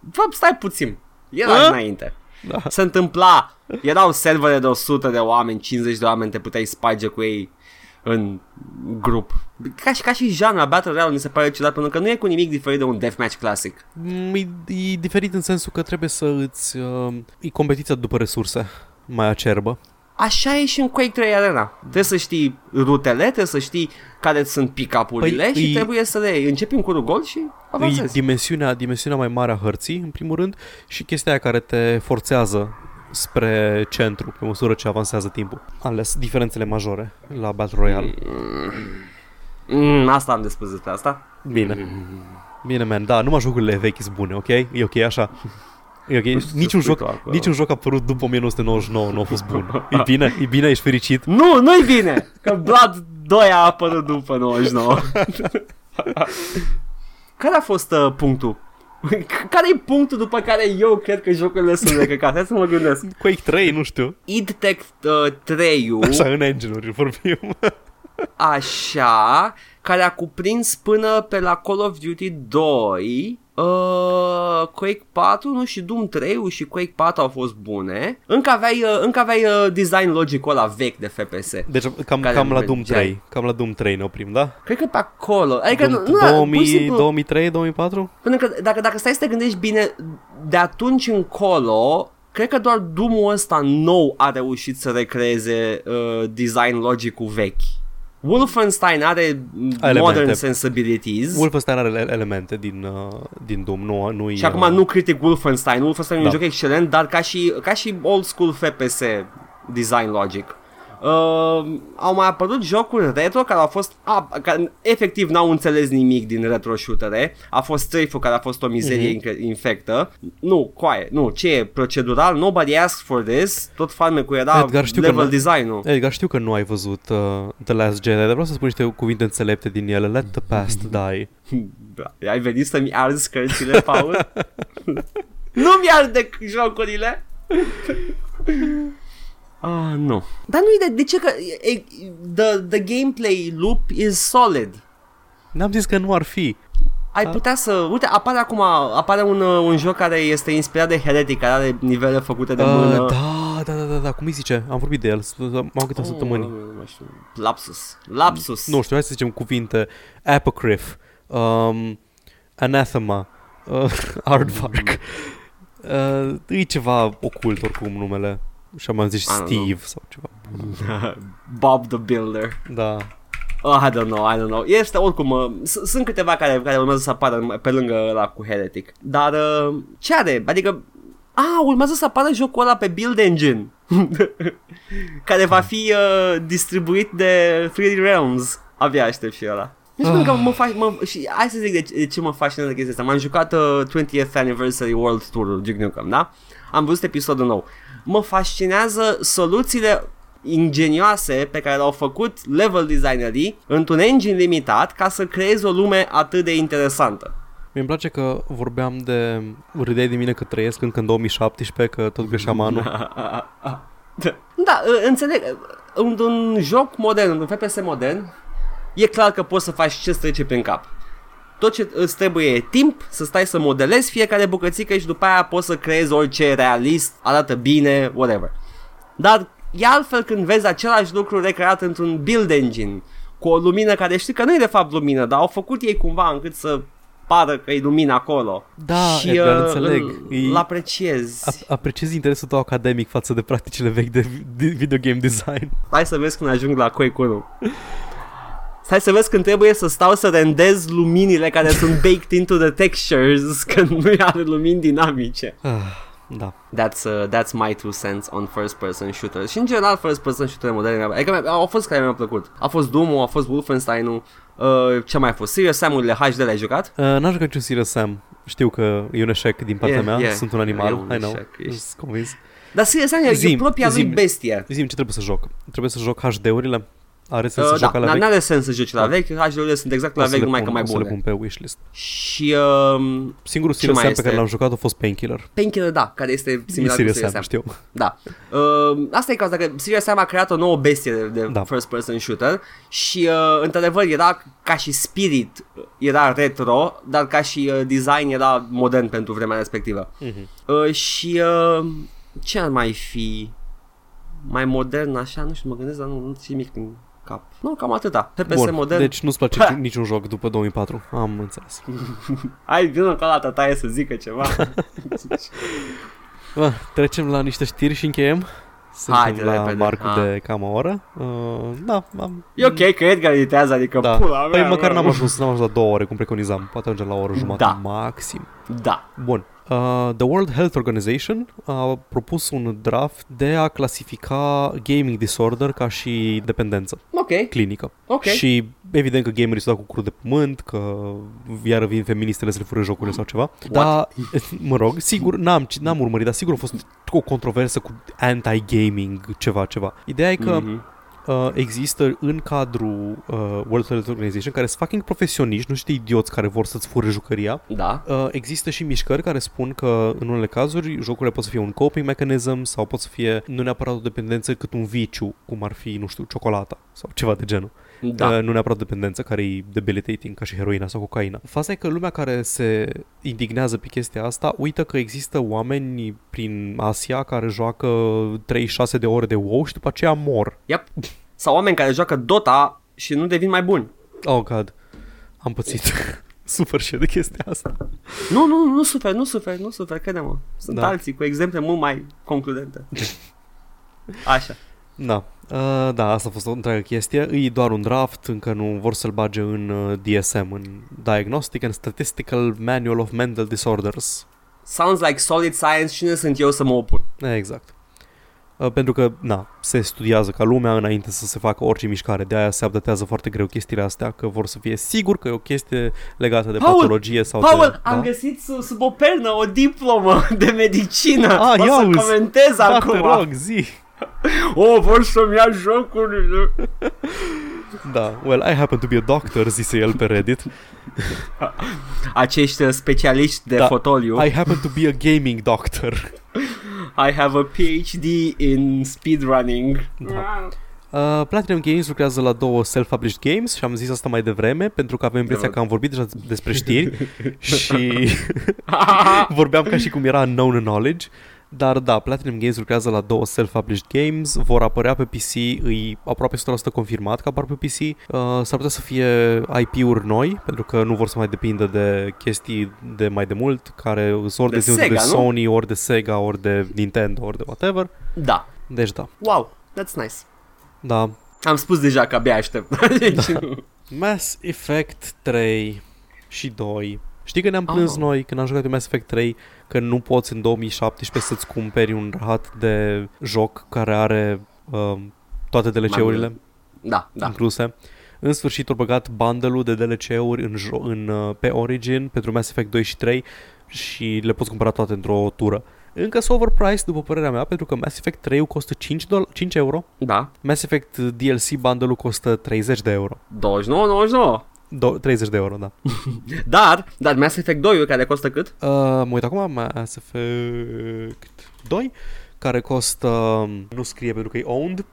A: bă, stai puțin. Era
B: A?
A: înainte.
B: Da.
A: Se întâmpla. Erau servere de 100 de oameni, 50 de oameni, te puteai sparge cu ei în grup. Ca și, ca și genre, Battle Royale mi se pare ciudat, pentru că nu e cu nimic diferit de un deathmatch clasic.
B: Mm, E, e diferit în sensul că trebuie să îți... Uh, e competiția după resurse mai acerbă.
A: Așa e și în Quake 3 Arena. Trebuie să știi rutele, trebuie să știi care sunt pick-up-urile
B: Păi,
A: și
B: e-
A: trebuie să le iei. Începi cu un gol și
B: E
A: avansezi.
B: dimensiunea, dimensiunea mai mare a hărții, în primul rând, și chestia aia care te forțează spre centru pe măsură ce avansează timpul. Ales diferențele majore la Battle Royale.
A: Mm, asta am de spus despre asta.
B: Bine. Bine, man, da, numai jocurile vechi sunt bune, ok? E ok așa? E ok?
A: spui da. tu
B: Niciun joc,
A: acolo.
B: niciun joc apărut după 1999 nu a fost bun. E bine? E bine? Ești fericit?
A: Nu, nu-i bine, că Blood 2 a apărut după 99. care a fost uh, punctul? care e punctul după care eu cred că jocurile sunt de căcat? Hai să mă gândesc.
B: Quake 3, nu știu.
A: Id Tech uh, 3
B: Așa, în engine-uri vorbim.
A: așa, care a cuprins până pe la Call of Duty 2, uh, Quake 4, nu, și Doom 3 și Quake 4 au fost bune. Încă aveai, uh, încă aveai uh, design logic-ul ăla vechi de FPS.
B: Deci cam,
A: Care
B: cam la
A: mergeai.
B: Doom 3. Cam la Doom 3 ne oprim, da?
A: Cred că pe acolo. Adică nu, nu, pur și
B: 2000,
A: simplu,
B: 2003, 2004?
A: Pentru că dacă, dacă stai să te gândești bine, de atunci încolo, cred că doar Doom-ul ăsta nou a reușit să recreeze uh, design logic-ul vechi. Wolfenstein are
B: Elemente.
A: modern sensibilities.
B: Wolfenstein are ele- elemente din, uh, din Doom, nu, nu uh,
A: și acum nu critic Wolfenstein, Wolfenstein da. e
B: Da.
A: un joc excelent, dar ca și, ca și old school FPS design logic. Uh, au mai apărut jocuri retro care au fost a, care efectiv n-au înțeles nimic din retro shootere. A fost strafe care a fost o mizerie mm-hmm. infectă. Nu, coaie, nu, ce e procedural? Nobody asked for this. Tot farmecul era Edgar, știu da. level
B: că
A: design-ul.
B: Edgar, știu că nu ai văzut uh, The Last Jedi, dar vreau să spun niște cuvinte înțelepte din ele. Let the past die.
A: Da. Ai venit să-mi arzi cărțile, Paul? nu mi-arde jocurile! Ah, uh, nu. Dar nu e de, de ce că e, the, the gameplay loop is solid.
B: N-am zis că nu ar fi.
A: Ai putea să... Uite, apare acum apare un, un joc care este inspirat de Heretic, care are nivele făcute de uh, mână.
B: Da, da, da, da, da, cum îi zice? Am vorbit de el, m-am gândit oh, săptămâni.
A: Nu mai știu. Lapsus. Lapsus.
B: Nu știu, hai să zicem cuvinte. Apocryph. Um, anathema. Uh, Aardvark.
A: Mm.
B: Uh, e ceva ocult oricum numele. Și am zis Steve sau ceva.
A: Bob the Builder.
B: Da.
A: Oh, I don't know, I don't know. Este oricum, uh, sunt câteva care, care urmează să apară pe lângă la cu Heretic. Dar uh, ce are? Adică, a, urmează să apară jocul ăla pe Build Engine. care va fi uh, distribuit de 3D Realms. Abia aștept și ăla. Nu știu că mă fac, mă, și hai să zic de ce, de ce mă fascinează chestia asta. M-am jucat uh, 20th Anniversary World Tour Duke Nukem, da? Am văzut episodul nou mă fascinează soluțiile ingenioase pe care le-au făcut level designerii într-un engine limitat ca să creezi o lume atât de interesantă.
B: mi îmi place că vorbeam de... Râdeai de mine că trăiesc încă în 2017, că tot greșeam anul.
A: da, înțeleg. Într-un joc modern, într-un FPS modern, e clar că poți să faci ce-ți trece prin cap tot ce îți trebuie e timp să stai să modelezi fiecare bucățică și după aia poți să creezi orice realist, arată bine, whatever. Dar e altfel când vezi același lucru recreat într-un build engine, cu o lumină care știi că nu e de fapt lumină, dar au făcut ei cumva încât să pară că e lumină acolo. ă,
B: Da, și Edgar, uh, înțeleg. Îl,
A: îl apreciez.
B: A- apreciez interesul tău academic față de practicile vechi de, de video game design.
A: Hai să vezi când ajung la Quake 1. Stai să vezi când trebuie să stau să rendez luminile care sunt baked into the textures când nu are lumini dinamice.
B: Da.
A: That's, uh, that's my two cents on first person shooters. Și în general first person shooter moderne adică au fost care mi-au plăcut. A fost Doom, a fost Wolfenstein-ul, uh, ce mai a fost? Serious Sam-urile HD le-ai jucat?
B: Uh, n-am jucat niciun Serious Sam. Știu că e un eșec din partea yeah, mea, yeah. sunt un animal, e un I know, eșec, ești... sunt convins.
A: Dar Serious Sam e, e propria zim, lui bestie.
B: Zim, ce trebuie să joc? Trebuie să joc HD-urile? Are sens
A: uh,
B: să da,
A: la vechi? N-are sens să joci la vechi, HD-urile sunt exact la vechi, numai că mai bune. O
B: să le pun pe wishlist.
A: Și uh,
B: singurul Serious Sam pe care l-am jucat a fost Painkiller.
A: Painkiller, da, care este similar
B: e Serious
A: cu Serious Sam.
B: știu.
A: Da. Uh, asta e cauza că Serious Sam a creat o nouă bestie de, de da. first person shooter și uh, într-adevăr era ca și spirit era retro, dar ca și uh, design era modern pentru vremea respectivă.
B: Mhm.
A: Uh-huh. Uh, și uh, ce ar mai fi mai modern așa, nu știu, mă gândesc, dar nu, nu țin nimic în cap. Nu, cam atâta. PPS Bun, modern.
B: Deci nu-ți place ha! niciun joc după 2004. Am înțeles.
A: Hai, vină că la tataie să zică ceva.
B: Bă, Ah, trecem la niște știri și încheiem. Suntem Hai, la repede. marcul ah. de cam o oră. Uh, da, am...
A: E ok că Edgar editează, adică da. pula mea.
B: Păi măcar n-am ajuns, n-am ajuns la două ore, cum preconizam. Poate ajungem la o oră jumătate da. maxim.
A: Da.
B: Bun. Uh, the World Health Organization a propus un draft de a clasifica gaming disorder ca și dependență
A: okay.
B: clinică.
A: Okay.
B: Și evident că gamerii s-au dat cu cur de pământ, că iară vin feministele să le fură jocurile sau ceva. What? Dar, mă rog, sigur, n-am, n-am urmărit, dar sigur a fost o controversă cu anti-gaming ceva, ceva. Ideea e
A: Mhm.
B: că mm-hmm. Uh, există în cadrul uh, World Health Organization care sunt fucking profesioniști, nu știi idioți care vor să-ți fure jucăria.
A: Da.
B: Uh, există și mișcări care spun că în unele cazuri jocurile pot să fie un coping mechanism sau pot să fie nu neapărat o dependență cât un viciu, cum ar fi, nu știu, ciocolata sau ceva de genul. Da. Uh, nu neapărat dependență care e debilitating ca și heroina sau cocaina. Faza e că lumea care se indignează pe chestia asta uită că există oameni prin Asia care joacă 36 de ore de WoW și după aceea mor.
A: Yep. Sau oameni care joacă Dota și nu devin mai buni.
B: Oh, God. Am pățit. Super și de chestia asta.
A: Nu, nu, nu super, nu super, nu super, crede-mă. Sunt da. alții cu exemple mult mai concludente. Așa.
B: Da. Uh, da, asta a fost o întreagă chestie. E doar un draft, încă nu vor să-l bage în uh, DSM, în Diagnostic and Statistical Manual of Mental Disorders.
A: Sounds like solid science, cine sunt eu să mă opun?
B: Exact. Uh, pentru că, na, se studiază ca lumea înainte să se facă orice mișcare, de aia se updatează foarte greu chestiile astea, că vor să fie sigur că e o chestie legată de
A: Paul!
B: patologie sau
A: Paul,
B: de... da?
A: am găsit sub, sub o pernă o diplomă de medicină.
B: Ah,
A: o
B: ia
A: să
B: uzi.
A: comentez
B: da,
A: acum.
B: te rog, zi!
A: O, vor să-mi ia jocurile.
B: Da, well, I happen to be a doctor, zise el pe Reddit.
A: Acești uh, specialiști de
B: Da.
A: fotoliu. I...
B: I happen to be a gaming doctor.
A: have a PhD in speedrunning.
B: Da. Uh, Platinum Games lucrează la două self-published games și am zis asta mai devreme pentru că avem impresia
A: Da.
B: că am vorbit deja despre știri și vorbeam ca și cum era unknown knowledge. Dar da, Platinum Games lucrează la două self-published games, vor apărea pe PC, îi aproape 100% confirmat că apar pe PC, uh, s-ar putea să fie IP-uri noi, pentru că nu vor să mai depindă de chestii de mai de mult, care sunt ori
A: De
B: de, de, de
A: Sega, nu?
B: Sony, ori de Sega, ori de Nintendo, ori de whatever.
A: da.
B: Deci da,
A: Wow, that's nice.
B: da,
A: Am spus deja că abia aștept. Deci,
B: Mass Effect 3 și 2. Știi că ne-am plâns
A: Ah.
B: noi când am jucat pe Mass Effect 3 că nu poți în 2017 să-ți cumperi un rahat de joc care are um, toate DLC-urile
A: da, da.
B: incluse. În sfârșit au băgat bundle-ul de DLC-uri în jo- în, uh, pe Origin pentru Mass Effect 2 și 3 și le poți cumpăra toate într-o tură. Încă sunt overpriced, după părerea mea, pentru că Mass Effect 3 costă 5, dola- 5 euro,
A: Da.
B: Mass Effect DLC bundle-ul costă 30 de euro.
A: 29, 99.
B: Do- 30 de euro, da.
A: Dar, dar Mass Effect 2 care costă cât?
B: Uh, mă uit acum, Mass Effect 2, care costă, nu scrie pentru că e owned,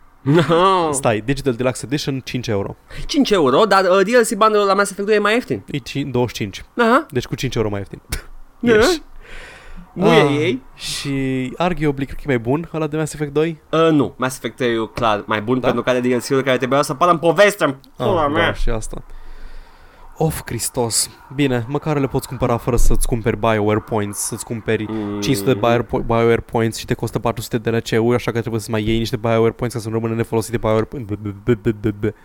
A: Ah.
B: stai, Digital Deluxe Edition, 5 euro.
A: 5 euro, dar uh, DLC bundle la Mass Effect 2 e mai ieftin.
B: E ci- 25,
A: Aha.
B: deci cu 5 euro mai ieftin.
A: Da.
B: Ieși.
A: Nu e
B: Ah,
A: ei?
B: Și arguably cred că e mai bun ăla de Mass Effect 2.
A: Uh, nu, Mass Effect 3 e clar mai bun
B: Da?
A: pentru că are DLC-uri care trebuiau să apară în poveste. Pula
B: Ah,
A: mea.
B: da, și asta. Of, Cristos. Bine, măcar le poți cumpăra fără să-ți cumperi BioWare Points, să-ți cumperi
A: Mm.
B: 500 de Bio- po- BioWare Points și te costă 400 de DLC-uri, așa că trebuie să mai iei niște BioWare Points ca să nu rămână nefolosite BioWare Points.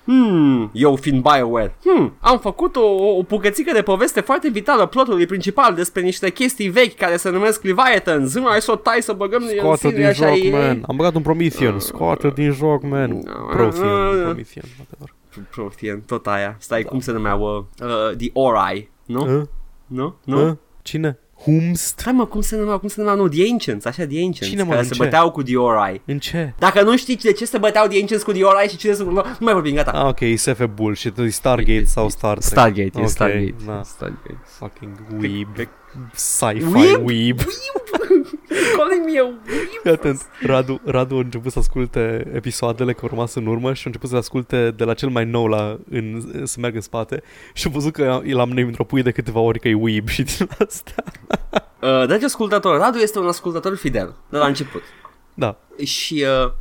A: Hmm, eu fiind BioWare. Hmm, am făcut o, o, o bucățică de poveste foarte vitală plotului principal despre niște chestii vechi care se numesc Leviathans. Nu ai să o tai să băgăm
B: Scoate
A: serie
B: din joc,
A: ei-
B: man. Am băgat un Promethean.
A: Ah.
B: Scoate din joc, man. Prothean, Promethean, whatever.
A: Prothean, tot aia.
B: Da.
A: Stai, cum se numeau? Uh, uh, the Ori, nu?
B: Hă?
A: Nu?
B: Hă?
A: Nu?
B: Cine? Humst?
A: Hai mă, cum se numeau? Cum se numeau? Nu, The Ancients, așa, The Ancients,
B: Cine, mă,
A: care
B: în
A: se
B: ce?
A: băteau cu The Ori.
B: În ce?
A: Dacă nu știi de ce se băteau The Ancients cu The Ori și cine se nu mai vorbim, gata.
B: Ah, ok, SF bullshit, e Stargate sau Star Trek.
A: Stargate, e
B: Ok, da.
A: Stargate.
B: Na.
A: Stargate.
B: Fucking weeb.
A: Click,
B: Sci-fi
A: Weeb?
B: weeb. weeb.
A: Calling me a
B: Fii atent, Radu, Radu a început să asculte episoadele că urma în urmă și a început să le asculte de la cel mai nou la, în, să meargă în spate și a văzut că l-am name într-o puie de câteva ori că e weeb și din asta.
A: Uh, dragi ascultători, Radu este un ascultător fidel de la început.
B: Da,
A: Și, uh,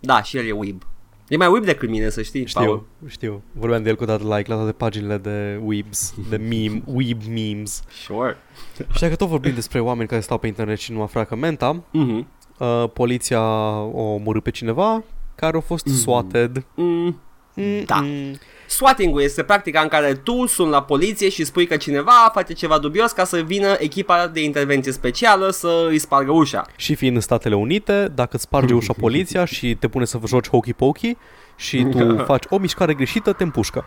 A: da, și el e weeb. E mai weeb decât mine, să știi,
B: știu,
A: Paul.
B: știu. Vorbeam de el cu dat like la toate paginile de weebs, de meme, weeb memes.
A: Sure.
B: Și dacă tot vorbim despre oameni care stau pe internet și nu afracă menta,
A: Mhm.
B: uh, poliția o omorâ pe cineva care a fost swatted.
A: Mm. Da.
B: Mm-mm.
A: Swatting-ul este practica în care tu suni la poliție și spui că cineva face ceva dubios ca să vină echipa de intervenție specială să îi spargă ușa.
B: Și fiind în Statele Unite, dacă îți sparge ușa poliția și te pune să joci hokey-pokey și tu faci o mișcare greșită, te împușcă.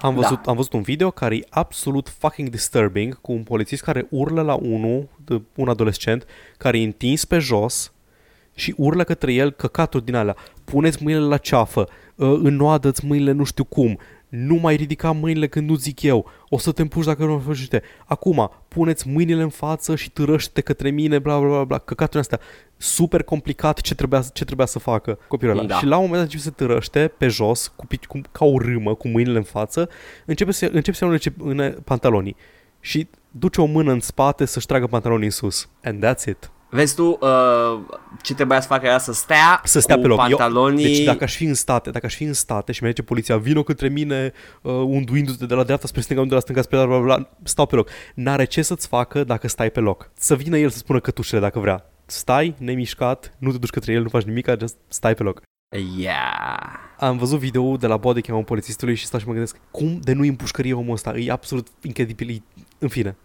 B: Am
A: Da.
B: văzut, am văzut un video care e absolut fucking disturbing cu un polițist care urlă la unul, de- un adolescent, care e întins pe jos și urlă către el căcaturi din alea. Puneți mâinile la ceafă, uh, înoadă-ți mâinile nu știu cum, nu mai ridica mâinile când nu zic eu, o să te împuși dacă nu mă faci niște. Acum, puneți mâinile în față și târăște către mine, bla bla bla, bla. căcaturile astea. Super complicat ce trebuia, ce trebuia să facă copilul ăla.
A: Da.
B: Da. Și la un moment dat începe să târăște pe jos, cu, pic- cu, ca o râmă, cu mâinile în față, începe să, începe să ia în, în pantalonii și duce o mână în spate să-și tragă pantalonii în sus. And that's it.
A: Vezi tu uh, ce trebuia să facă era să stea
B: Să stea
A: cu
B: pe loc.
A: pantalonii...
B: Eu, deci dacă aș fi în state, dacă aș fi în state și mi zice poliția, vino către mine uh, unduindu-te de la dreapta spre stânga, unde de la stânga spre dreapta, bla, bla, bla, stau pe loc. N-are ce să-ți facă dacă stai pe loc. Să vină el să spună cătușele dacă vrea. Stai, nemișcat, nu te duci către el, nu faci nimic, just stai pe loc.
A: Yeah.
B: Am văzut videoul de la bodycam-ul polițistului și stau și mă gândesc, cum de nu-i împușcărie omul ăsta? E absolut incredibil, e- în fine.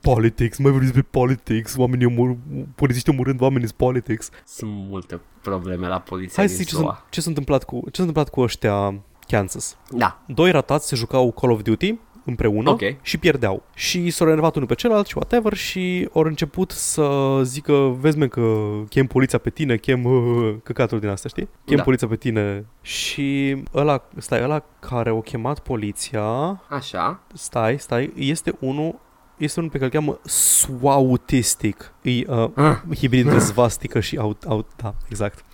B: politics, mai vorbiți despre politics, oamenii omor, polițiști omorând oamenii sunt politics.
A: Sunt multe probleme la poliția
B: Hai să
A: din
B: zic ce,
A: SUA.
B: s-a- ce s-a întâmplat cu, ce s-a întâmplat cu ăștia Kansas.
A: Da,
B: Doi ratați se jucau Call of Duty împreună
A: Ok.
B: și pierdeau. Și s-au enervat unul pe celălalt și whatever și au început să zică, vezi men că chem poliția pe tine, chem uh, căcatul din asta, știi? Chem
A: Da.
B: poliția pe tine și ăla, stai, ăla care au chemat poliția,
A: așa.
B: stai, stai, este unul este unul pe care îl cheamă swautistic. E uh,
A: Ah,
B: hibrid între svastică și aut, aut, da, exact.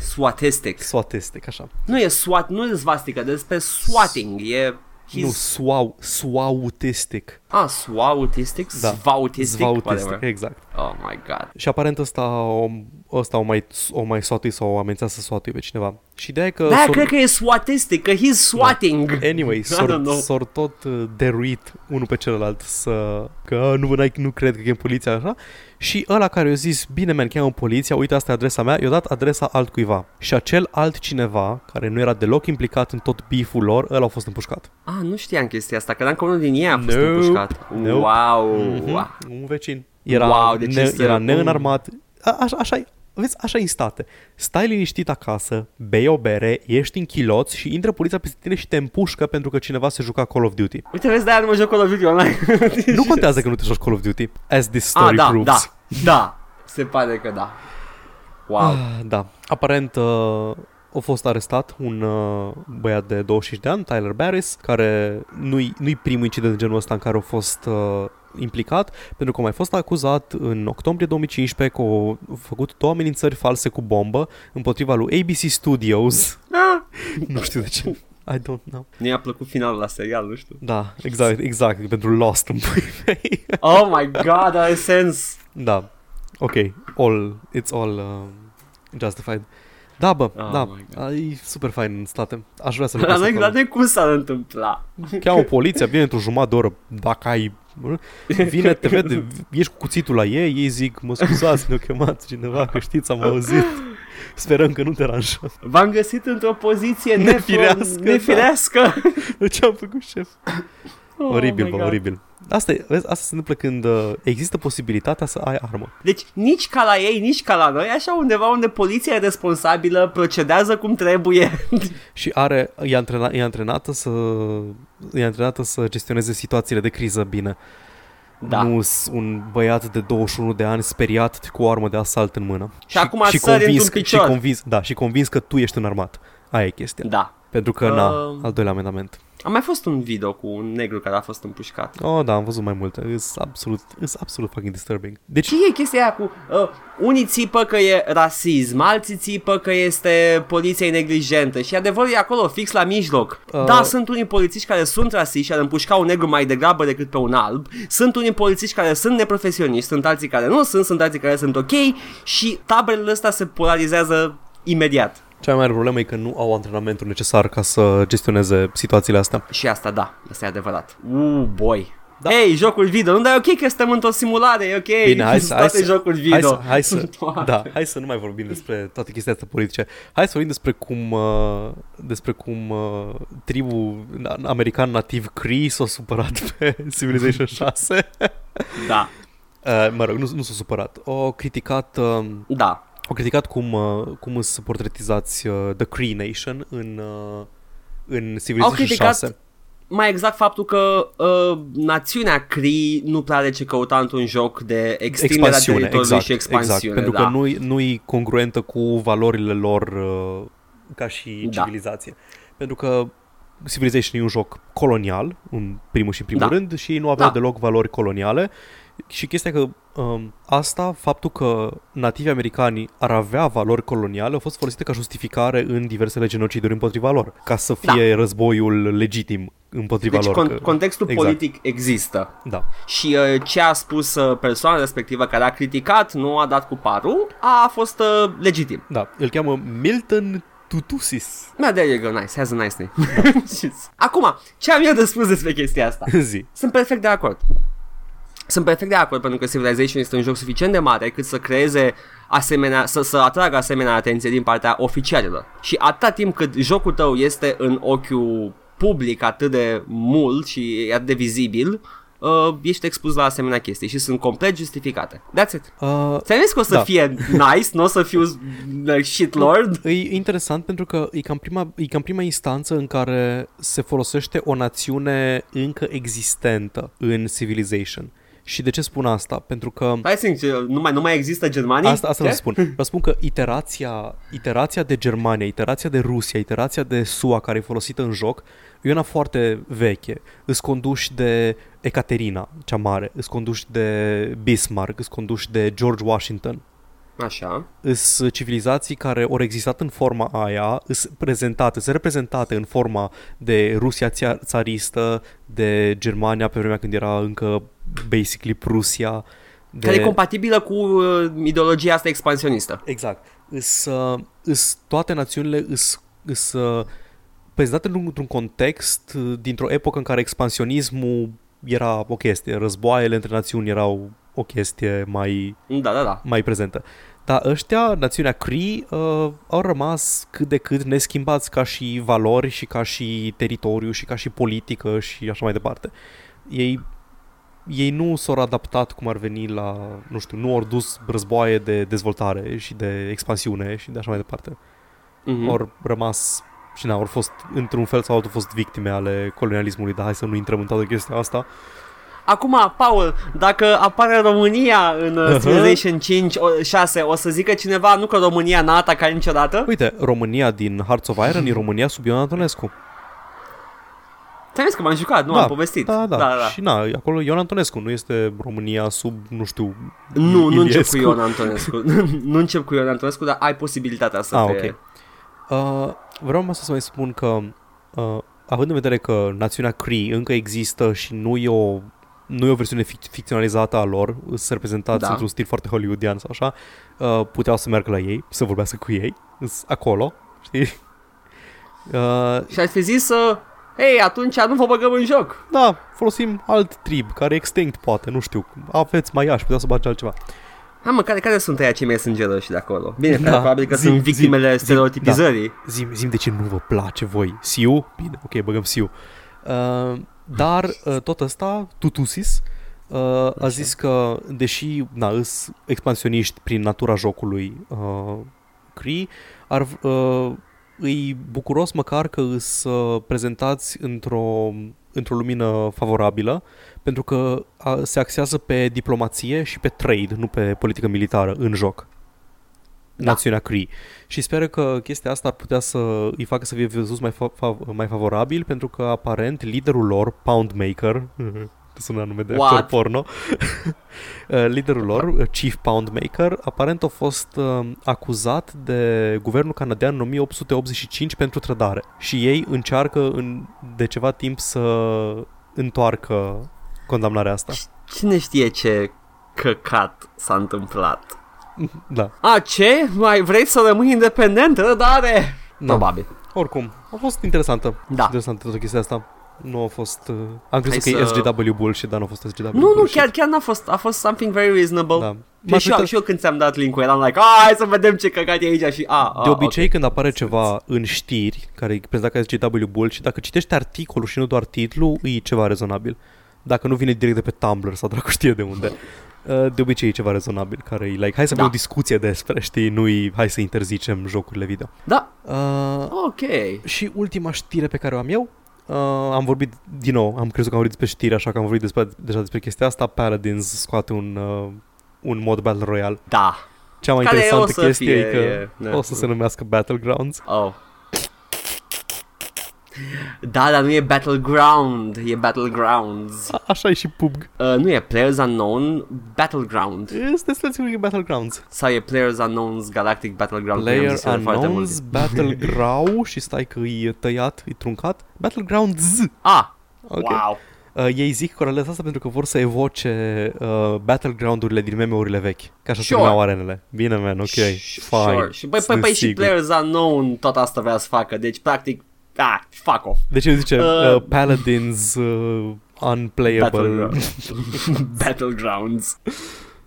A: swatestic.
B: Swautistic, așa.
A: Nu e swat, nu e zvastică, despre swatting, e... He's...
B: Nu, swau, swautistic.
A: Ah, swautistic?
B: Da.
A: Da. Svautistic?
B: Zvautistic,
A: whatever.
B: exact.
A: Oh my god.
B: Și aparent ăsta o, ăsta o mai, o mai soatui sau o amenința să soatui pe cineva. Și ideea e că...
A: Da,
B: s-or-
A: cred că Da. e swatistic, că he's swatting.
B: Anyway,
A: I don't
B: s-or,
A: know.
B: s-or tot uh, deruit unul pe celălalt să... Că nu, n-ai- nu cred că e poliția așa. Și ăla care i-a zis, bine men, cheamă poliția, uite asta e adresa mea, i-a dat adresa altcuiva. Și acel altcineva, care nu era deloc implicat în tot biful lor, ăla a fost împușcat.
A: Ah, nu știam chestia asta, credeam că unul din ei a fost
B: Nope.
A: împușcat.
B: Nope.
A: Wow.
B: Mhm, Un vecin. Era,
A: Hmm? Wow, deci
B: ne,
A: este-
B: era neînarmat. A, așa, așa, vezi, așa e în state. Stai liniștit acasă, bei o bere, ești în chiloț și intră poliția peste tine și te împușcă pentru că cineva se juca Call of Duty.
A: Uite, vezi, de-aia nu mă joc Call of Duty online.
B: nu contează că nu te joci Call of Duty, as this
A: ah,
B: story
A: da,
B: proves.
A: da, da. Se pare că da. Wow.
B: Ah, da. Aparent uh, a fost arestat un uh, băiat de 25 de ani, Tyler Barris, care nu-i, nu-i primul incident de genul ăsta în care a fost uh, implicat, pentru că a mai fost acuzat în octombrie 2015 că a făcut două amenințări false cu bombă împotriva lui ABC Studios. nu știu de ce. I don't know.
A: Nu i-a plăcut finalul la serial, nu știu.
B: Da, exact, exact, pentru Lost în puii mei.
A: Oh my god, are sens.
B: da, ok, all, it's all uh, justified. Da, bă,
A: Oh
B: da,
A: my
B: a, e super fain în state. Aș vrea să
A: La
B: lucrez
A: noi,
B: acolo.
A: la noi cum s-ar întâmpla?
B: Cheamă poliția, vine într-o jumătate de oră, dacă ai... Vine, te vede, ești cu cuțitul la ei, ei zic, mă scuzați, ne-a chemat cineva, că știți, am auzit. Sperăm că nu te aranjăm.
A: V-am găsit într-o poziție
B: Nefirească, da.
A: nefirească. nefirească.
B: Ce am făcut, șef?
A: Oh
B: oribil,
A: my
B: bă,
A: God.
B: oribil. Asta, e, vezi, asta se întâmplă când uh, există posibilitatea să ai armă.
A: Deci nici ca la ei, nici ca la noi, așa undeva unde poliția e responsabilă, procedează cum trebuie.
B: Și are, e, antrena, e, antrenată să, e antrenată să gestioneze situațiile de criză bine.
A: Da.
B: Nu s- un băiat de 21 de ani speriat cu o armă de asalt în mână.
A: Și acum sări într-un
B: și
A: picior.
B: convins, da, și convins că tu ești înarmat. Aia e chestia.
A: Da.
B: Pentru că, na,
A: Um.
B: al doilea amendament.
A: A mai fost un video cu un negru care a fost împușcat.
B: Oh, da, am văzut mai multe. Îs absolut, îs absolut fucking disturbing. Deci,
A: Și e chestia aia cu uh, unii țipă că e rasism, alții țipă că este poliția e neglijentă și adevărul e acolo fix la mijloc.
B: Uh.
A: Uh. Da, sunt unii polițiști care sunt rasiști și ar împușca un negru mai degrabă decât pe un alb, sunt unii polițiști care sunt neprofesioniști, sunt alții care nu sunt, sunt alții care sunt ok și taberele astea se polarizează imediat.
B: cea mai mare problemă e că nu au antrenamentul necesar ca să gestioneze situațiile astea.
A: Și asta da, asta e adevărat. Uuu, boy.
B: Da.
A: Da. Ei, jocul video, nu, dar e ok că suntem într-o simulare, e ok.
B: Bine, hai să, hai
A: Toate
B: să,
A: jocuri
B: Hai
A: video.
B: să, hai să,
A: Sunt toate.
B: da, hai să nu mai vorbim despre toate chestiile astea politice. Hai să vorbim despre cum, uh, despre cum uh, tribul na- american nativ Cree s-a supărat pe Civilization 6.
A: Da,
B: Uh, mă rog, nu, nu s-a supărat. O criticat, uh,
A: da.
B: o criticat cum, uh, cum îți portretizați uh, The Cree Nation în, uh, în
A: Au
B: Civilization
A: criticat
B: 6.
A: mai exact faptul că uh, națiunea Cree nu prea are ce căuta într-un joc de extindere a
B: Expansiune,
A: teritoriului
B: exact,
A: și
B: exact,
A: expansiune.
B: pentru
A: da.
B: că nu-i, nu-i congruentă cu valorile lor uh, ca și
A: Da.
B: civilizație. Pentru că Civilization e un joc colonial, în primul și în primul
A: Da.
B: rând, și ei nu aveau
A: Da.
B: deloc valori coloniale. Și chestia că um, asta, faptul că nativi americani ar avea valori coloniale, a fost folosită ca justificare în diversele genociduri împotriva lor, ca să
A: Da.
B: fie războiul legitim împotriva
A: deci
B: lor.
A: con-
B: că-
A: contextul
B: exact.
A: politic există.
B: Da.
A: Și uh, ce a spus uh, persoana respectivă care a criticat, nu a dat cu parul, a fost uh, legitim.
B: Da. Îl cheamă Milton Tutusis.
A: Da, there you go, nice, has a nice name. Știți. Acum, ce am eu de spus despre chestia asta?
B: Zi.
A: Sunt perfect de acord. Sunt perfect de acord pentru că Civilization este un joc suficient de mare cât să creeze asemenea, să, să atragă asemenea atenție din partea oficialilor. Și atâta timp cât jocul tău este în ochiul public atât de mult și e atât de vizibil, uh, ești expus la asemenea chestii și sunt complet justificate. That's it.
B: Uh,
A: Ți-am zis că o să
B: Da.
A: fie nice, nu o să fiu uh, shitlord.
B: E interesant pentru că e cam, prima, e cam prima instanță în care se folosește o națiune încă existentă în Civilization. Și de ce spun asta? Pentru că...
A: Hai să zic, nu mai, nu mai există Germania?
B: Asta, asta vă spun. Vă spun că iterația, iterația de Germania, iterația de Rusia, iterația de SUA care e folosită în joc, e una foarte veche. Îs conduși de Ecaterina cea mare, îs conduși de Bismarck, îs conduși de George Washington.
A: Așa.
B: Îs civilizații care au existat în forma aia, îs prezentate, sunt reprezentate în forma de Rusia ția- țaristă, de Germania pe vremea când era încă basically Prusia. De...
A: De... Care e compatibilă cu uh, ideologia asta expansionistă.
B: Exact. Îs, uh, îs, toate națiunile îs, îs uh, prezentate într-un- într-un context, uh, dintr-o epocă în care expansionismul era o chestie, războaiele între națiuni erau o chestie mai,
A: Da, da, da.
B: mai prezentă. Dar ăștia, națiunea Cree, uh, au rămas cât de cât neschimbați ca și valori și ca și teritoriu și ca și politică și așa mai departe. Ei, ei nu s-au adaptat cum ar veni la, nu știu, nu au dus războaie de dezvoltare și de expansiune și de așa mai departe.
A: Mhm.
B: Mm. Au rămas și na, au fost, într-un fel sau altul, au fost victime ale colonialismului, dar hai să nu intrăm în toată chestia asta.
A: Acum, Paul, dacă apare România în uh,
B: Uh-huh.
A: Civilization 5, o- 6, o să zică cineva nu că România n-a atacat niciodată?
B: Uite, România din Hearts of Iron e România sub Ion Antonescu.
A: Ți-am zis că m-am jucat, nu am povestit.
B: Da, da, da, da. Și na, acolo Ion Antonescu nu este România sub, nu știu,
A: Nu, nu încep cu
B: Iliescu.
A: Ion Antonescu. nu încep cu Ion Antonescu, dar ai posibilitatea să
B: Ah,
A: te...
B: ok. Uh, vreau mă să mai spun că, uh, având în vedere că națiunea Cree încă există și nu e o, nu e o versiune fic- ficționalizată a lor, sunt reprezentați
A: Da.
B: da. într-un stil foarte hollywoodian sau așa, uh, puteau să meargă la ei, să vorbească cu ei, îs acolo, știi? Uh,
A: Și ai fi zis să... Hei, atunci nu vă băgăm în joc.
B: da, folosim alt trib, care e extinct poate, nu știu, aveți maiași, puteau să bage altceva.
A: Hai mă, care, care sunt aia cei mai sângeroși de acolo? Bine, da,
B: Da,
A: probabil că
B: zi-
A: sunt
B: zi-
A: victimele
B: zi- Da,
A: stereotipizării.
B: Zim, zim de ce nu vă place voi. Siu? Bine, ok, băgăm Siu. Uh, dar uh, tot ăsta, Tutusis, uh, a zis că, deși na, îs expansioniști prin natura jocului uh, Cree, ar, uh, îi bucuros măcar că îs uh, prezentați într-o, într-o lumină favorabilă, pentru că uh, se axează pe diplomație și pe trade, nu pe politică militară în joc.
A: Da.
B: Națiunea Cree. Și speră că chestia asta ar putea să îi facă să fie văzut mai, fa- fa- mai favorabil, pentru că aparent liderul lor, Poundmaker, sună nume de actor
A: What?
B: porno, Uh, liderul lor, uh, Chief Poundmaker, aparent a fost uh, acuzat de guvernul canadian în 1885 pentru trădare și ei încearcă în, de ceva timp să întoarcă condamnarea asta.
A: Cine știe ce căcat s-a întâmplat?
B: Da,
A: A, ce? Mai vrei să rămâi independent? Rădare!
B: Da.
A: Probabil.
B: oricum, a fost interesantă.
A: Da.
B: Interesantă toată chestia asta. Nu a fost... Uh, am crezut
A: Hai
B: că
A: să-
B: e SGW bullshit, dar da, nu a fost SGW
A: Nu, nu,
B: bullshit.
A: chiar, chiar n-a fost, a fost something very reasonable.
B: Da.
A: Și, și, eu, și eu când ți-am dat link-ul eram like, "A, hai să vedem ce căcat e aici și a, a
B: De obicei
A: Ah, ok.
B: okay. când apare ceva în știri, care e prezentat ca SGW Bull și dacă citești articolul și nu doar titlul, e ceva rezonabil. Dacă nu vine direct de pe Tumblr sau dracu știe de unde. Uh, De obicei e ceva rezonabil, care e like, hai să avem
A: Da.
B: da. o discuție despre, știi, nu hai să interzicem jocurile video.
A: Da,
B: Uh,
A: ok.
B: și ultima știre pe care o am eu, uh, am vorbit din nou, am crezut că am vorbit despre știri, așa că am vorbit despre, deja despre chestia asta, Paladins scoate un, uh, un mod Battle Royale.
A: Da.
B: Cea mai
A: Care o
B: interesantă
A: să
B: chestie
A: fie,
B: e că
A: e, da.
B: o să se numească Battlegrounds.
A: Oh. Da, dar nu e Battleground, e Battlegrounds.
B: A- Așa e și PUBG.
A: Uh, nu e Players Unknown Battleground.
B: Este să sigur că e Battlegrounds.
A: Sau e Players Unknown's Galactic Battleground. că i-am
B: Player
A: zis eu de foarte mult.
B: Unknowns, Battleground și stai că e tăiat, e truncat. Battlegrounds.
A: Ah,
B: Ok.
A: wow.
B: Uh, ei zic că ales asta pentru că vor să evoce uh, battleground-urile din meme-urile vechi. Ca așa
A: Sure.
B: se numeau arenele. Bine, man, ok,
A: Sh-
B: fine.
A: Sure. Și, băi, păi,
B: Sunt
A: păi și
B: sigur.
A: Players Unknown tot asta vrea să facă, deci practic, ah, fuck off.
B: De ce zice
A: Uh,
B: uh, Paladins uh, unplayable?
A: Battlegrounds. Battlegrounds.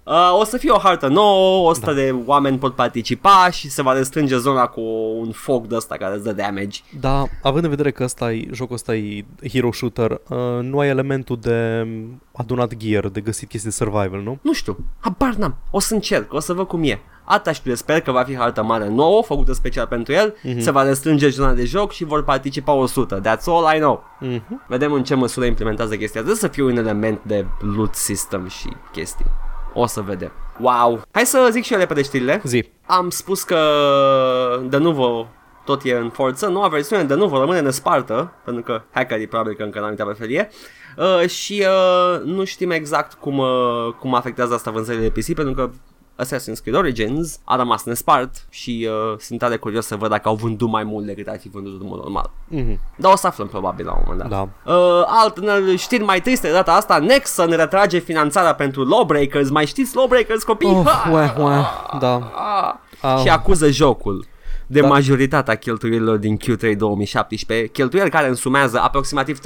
A: Uh, o să fie o hartă nouă, 100 da. de oameni pot participa și se va restrânge zona cu un foc de ăsta care îți dă damage.
B: Da, având în vedere că ăsta e, jocul ăsta e hero shooter, uh, nu ai elementul de um, adunat gear, de găsit chestii de survival, nu?
A: Nu știu, habar n-am, o să încerc, o să văd cum e. Asta știu, sper că va fi hartă mare nouă, făcută special pentru el, mm-hmm. se va restrânge zona de joc și vor participa 100. That's all I know.
B: Mm-hmm.
A: Vedem în ce măsură implementează chestia asta, să fie un element de loot system și chestii. O să vedem. Wow! Hai să zic și eu repede știrile.
B: Zi.
A: Am spus că de Nuvo tot e în forță. Noua versiune de Nuvo rămâne nespartă, pentru că hackerii probabil că încă n-au intrat pe felie. Uh, și uh, nu știm exact cum, uh, cum afectează asta vânzările de PC, pentru că Assassin's Creed Origins a rămas nespart și uh, sunt tare curios să văd dacă au vândut mai mult decât ar fi vândut în mod normal.
B: Mhm.
A: Dar o să aflăm probabil la un moment dat.
B: Da.
A: Uh, alt, n- știri mai triste de data asta, Nexon retrage finanțarea pentru Lawbreakers. Mai știți Lawbreakers, copii?
B: Oh,
A: Ha!
B: ue, ue, da.
A: Ah!
B: Au.
A: Și acuză jocul de
B: Da.
A: da. majoritatea cheltuielilor din Q3 2017, cheltuieli care însumează aproximativ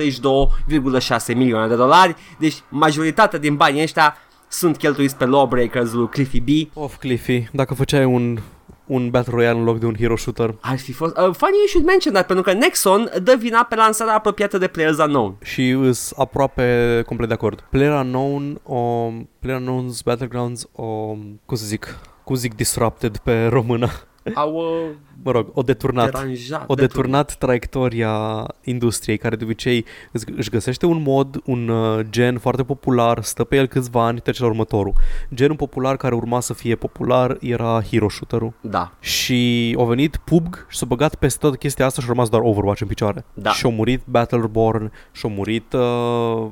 A: 32,6 milioane de dolari, deci majoritatea din banii ăștia sunt cheltuiți pe Lawbreakers lui Cliffy B,
B: Of, Cliffy, dacă făceai un, un Battle Royale în loc de un hero shooter
A: Ar fi fost... Uh, funny you should mention that, pentru că Nexon dă vina pe lansarea apropiată de Players Unknown.
B: și îs aproape complet de acord. PlayerUnknown, um, PlayerUnknown's Battlegrounds, um, cum să zic, cum zic disrupted pe română,
A: Au uh,
B: mă rog, o deturnat.
A: deranjat.
B: o deturnat traiectoria industriei care de obicei îți- își găsește un mod, un uh, gen foarte popular, stă pe el câțiva ani, trece la următorul. Genul popular care urma să fie popular era hero shooter-ul.
A: Da.
B: Și au venit PUBG și s-a băgat peste toată chestia asta și a rămas doar Overwatch în picioare.
A: Da.
B: Și au murit Battleborn, și au murit uh,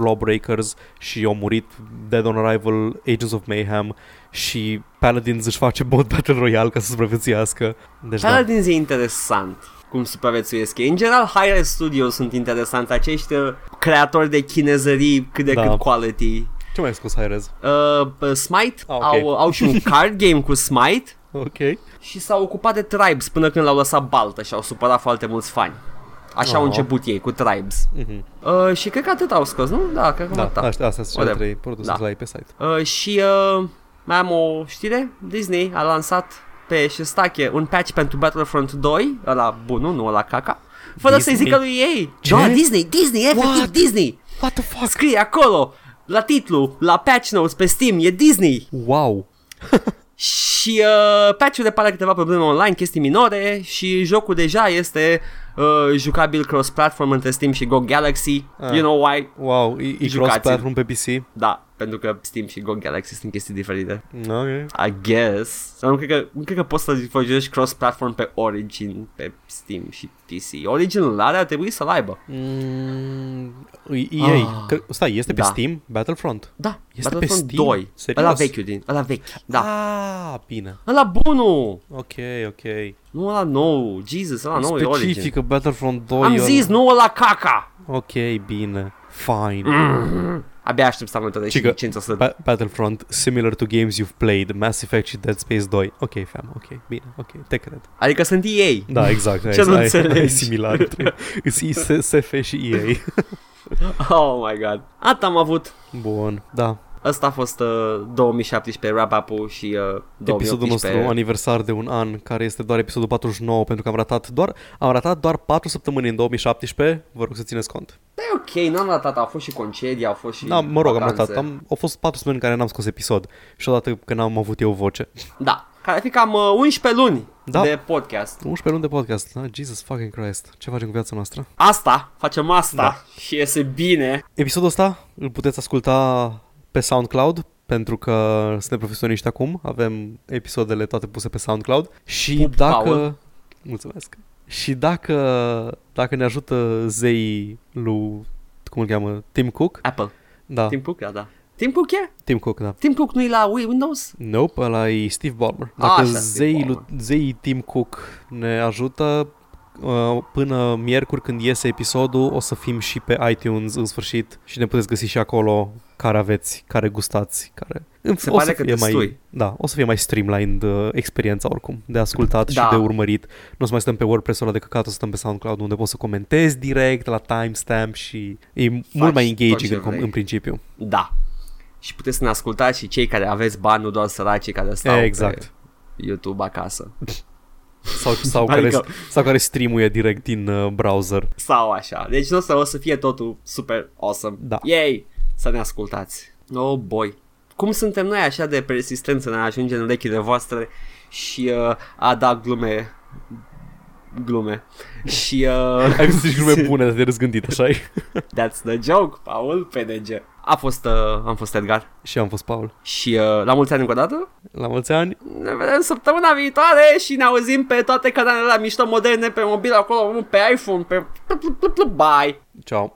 B: Lawbreakers și au murit Dead on Arrival, Agents of Mayhem și Paladins își face mod Battle Royale ca să supraviețuiască. Deci, da.
A: Paladins e interesant cum supraviețuiesc ei. În general, Hyrule Studios sunt interesanți acești uh, creatori de chinezării cât de
B: Da.
A: cât quality.
B: Ce mai ai scos, Hairez?
A: Uh, pe Smite,
B: Ah,
A: ah,
B: ok.
A: okay. au, au și un card game cu Smite
B: Ok.
A: și s-au ocupat de Tribes până când l-au lăsat baltă și au supărat foarte mulți fani. Așa au
B: Oh.
A: început ei cu Tribes.
B: Mhm.
A: Uh, și cred că atât au scos, nu? Da, cred că
B: Da,
A: atât.
B: da. Astea, astea sunt cele
A: Whatever.
B: trei produse
A: Da.
B: da. ai pe site.
A: Uh, și uh, mai am o știre. Disney a lansat pe Shestache un patch pentru Battlefront 2, ăla bunul, nu ăla caca, fără
B: Disney?
A: să-i zică lui ei.
B: Ce?
A: Da, Disney, Disney, efectiv
B: What?
A: Disney.
B: What the fuck?
A: Scrie acolo, la titlu, la patch notes pe Steam, e Disney.
B: Wow.
A: Și uh, patch-ul repare câteva probleme online, chestii minore și jocul deja este uh, jucabil cross-platform între Steam și Go Galaxy.
B: Ah.
A: You know why?
B: Wow, e, e
A: Jucați-l.
B: cross-platform pe PC?
A: Da, pentru că Steam și Go Galaxy sunt chestii diferite.
B: Ok.
A: I guess. Sau nu cred că, nu cred că poți să folosești cross-platform pe Origin, pe Steam și PC. Originul ăla ar trebui să-l aibă.
B: Mm, e EA.
A: Ah.
B: Cre- stai, este pe
A: Da.
B: Steam? Battlefront?
A: Da,
B: Este pe
A: Battlefront
B: Steam?
A: 2.
B: Serios?
A: Ăla vechiul din, ăla vechi, da.
B: Ah, bine.
A: Ăla bunul,
B: Ok, ok.
A: nu ăla nou. Jesus, ăla nou Ah, e Origin.
B: Specifică Battlefront 2.
A: Am
B: ăla.
A: zis, nu ăla caca.
B: Ok, bine. Fine.
A: Mm. Abia aștept să am toate și
B: Cică,
A: licența să...
B: Ba- Battlefront, similar to games you've played, Mass Effect și Dead Space 2. Ok, fam, ok, bine, ok, te cred.
A: Adică sunt ei.
B: Da, exact.
A: Ce
B: ai-
A: nu
B: ai-
A: înțelegi?
B: Ai similar. Îți SF și EA.
A: Oh my god. Atât am avut.
B: Bun, da.
A: Asta a fost uh, 2017 wrap-up-ul și uh, 2018.
B: Episodul nostru aniversar de un an, care este doar episodul 49, pentru că am ratat doar, am ratat doar 4 săptămâni în 2017. Vă rog să țineți cont.
A: Da, e ok, n-am ratat, au fost și concedii, au fost și
B: Da, mă rog, am
A: vacanțe.
B: ratat. Am, au fost 4 săptămâni în care n-am scos episod și odată că n-am avut eu voce.
A: Da, care ar fi cam uh, 11 luni
B: Da.
A: de podcast.
B: 11 luni de podcast. Ah, Jesus fucking Christ. Ce facem cu viața noastră?
A: Asta, facem asta
B: Da.
A: și iese bine.
B: Episodul ăsta îl puteți asculta pe SoundCloud pentru că suntem profesioniști acum, avem episoadele toate puse pe SoundCloud și
A: Pup,
B: dacă
A: Paul.
B: mulțumesc. Și dacă dacă ne ajută zeii lui cum îl cheamă, Tim Cook?
A: Apple,
B: Da, Tim,
A: Tim Cook, da, da. Tim Cook e?
B: Tim Cook, da.
A: Tim Cook nu-i la Wi- Windows?
B: Nope, ăla e Steve Ballmer. Dacă
A: Ah, Așa, Steve
B: zeii, lui,
A: Ballmer.
B: zeii Tim Cook ne ajută uh, până miercuri când iese episodul, o să fim și pe iTunes în sfârșit și ne puteți găsi și acolo care aveți, care gustați, care... În
A: Se
B: o
A: pare
B: să
A: că
B: fie
A: te
B: mai,
A: stui.
B: Da, o să fie mai streamlined uh, experiența oricum, de ascultat
A: Da.
B: și de urmărit. Nu o să mai stăm pe WordPress-ul ăla de căcat, o să stăm pe SoundCloud unde poți să comentezi direct la timestamp și e mult mai
A: tot ce
B: engaging în,
A: vrei.
B: în principiu.
A: Da. și puteți să ne ascultați și cei care aveți bani, nu doar săracii care stau
B: Exact.
A: pe YouTube acasă.
B: Sau, sau,
A: Adică-
B: care, sau care streamuie direct din uh, browser.
A: Sau așa. Deci nu o să, o să fie totul super awesome.
B: Da.
A: Yay! Să ne ascultați. Oh boy. Cum suntem noi așa de persistenți în a ajunge în urechile voastre și uh, a da glume glume și uh,
B: Ai văzut și glume bune, dar te-ai răzgândit, așa
A: That's the joke, Paul PNG. A fost, uh, am fost Edgar
B: Și am fost Paul.
A: și uh, la mulți ani încă o dată.
B: La mulți ani.
A: Ne vedem săptămâna viitoare și ne auzim pe toate canalele la mișto moderne, pe mobil acolo, pe iPhone, pe... Bye!
B: Ciao.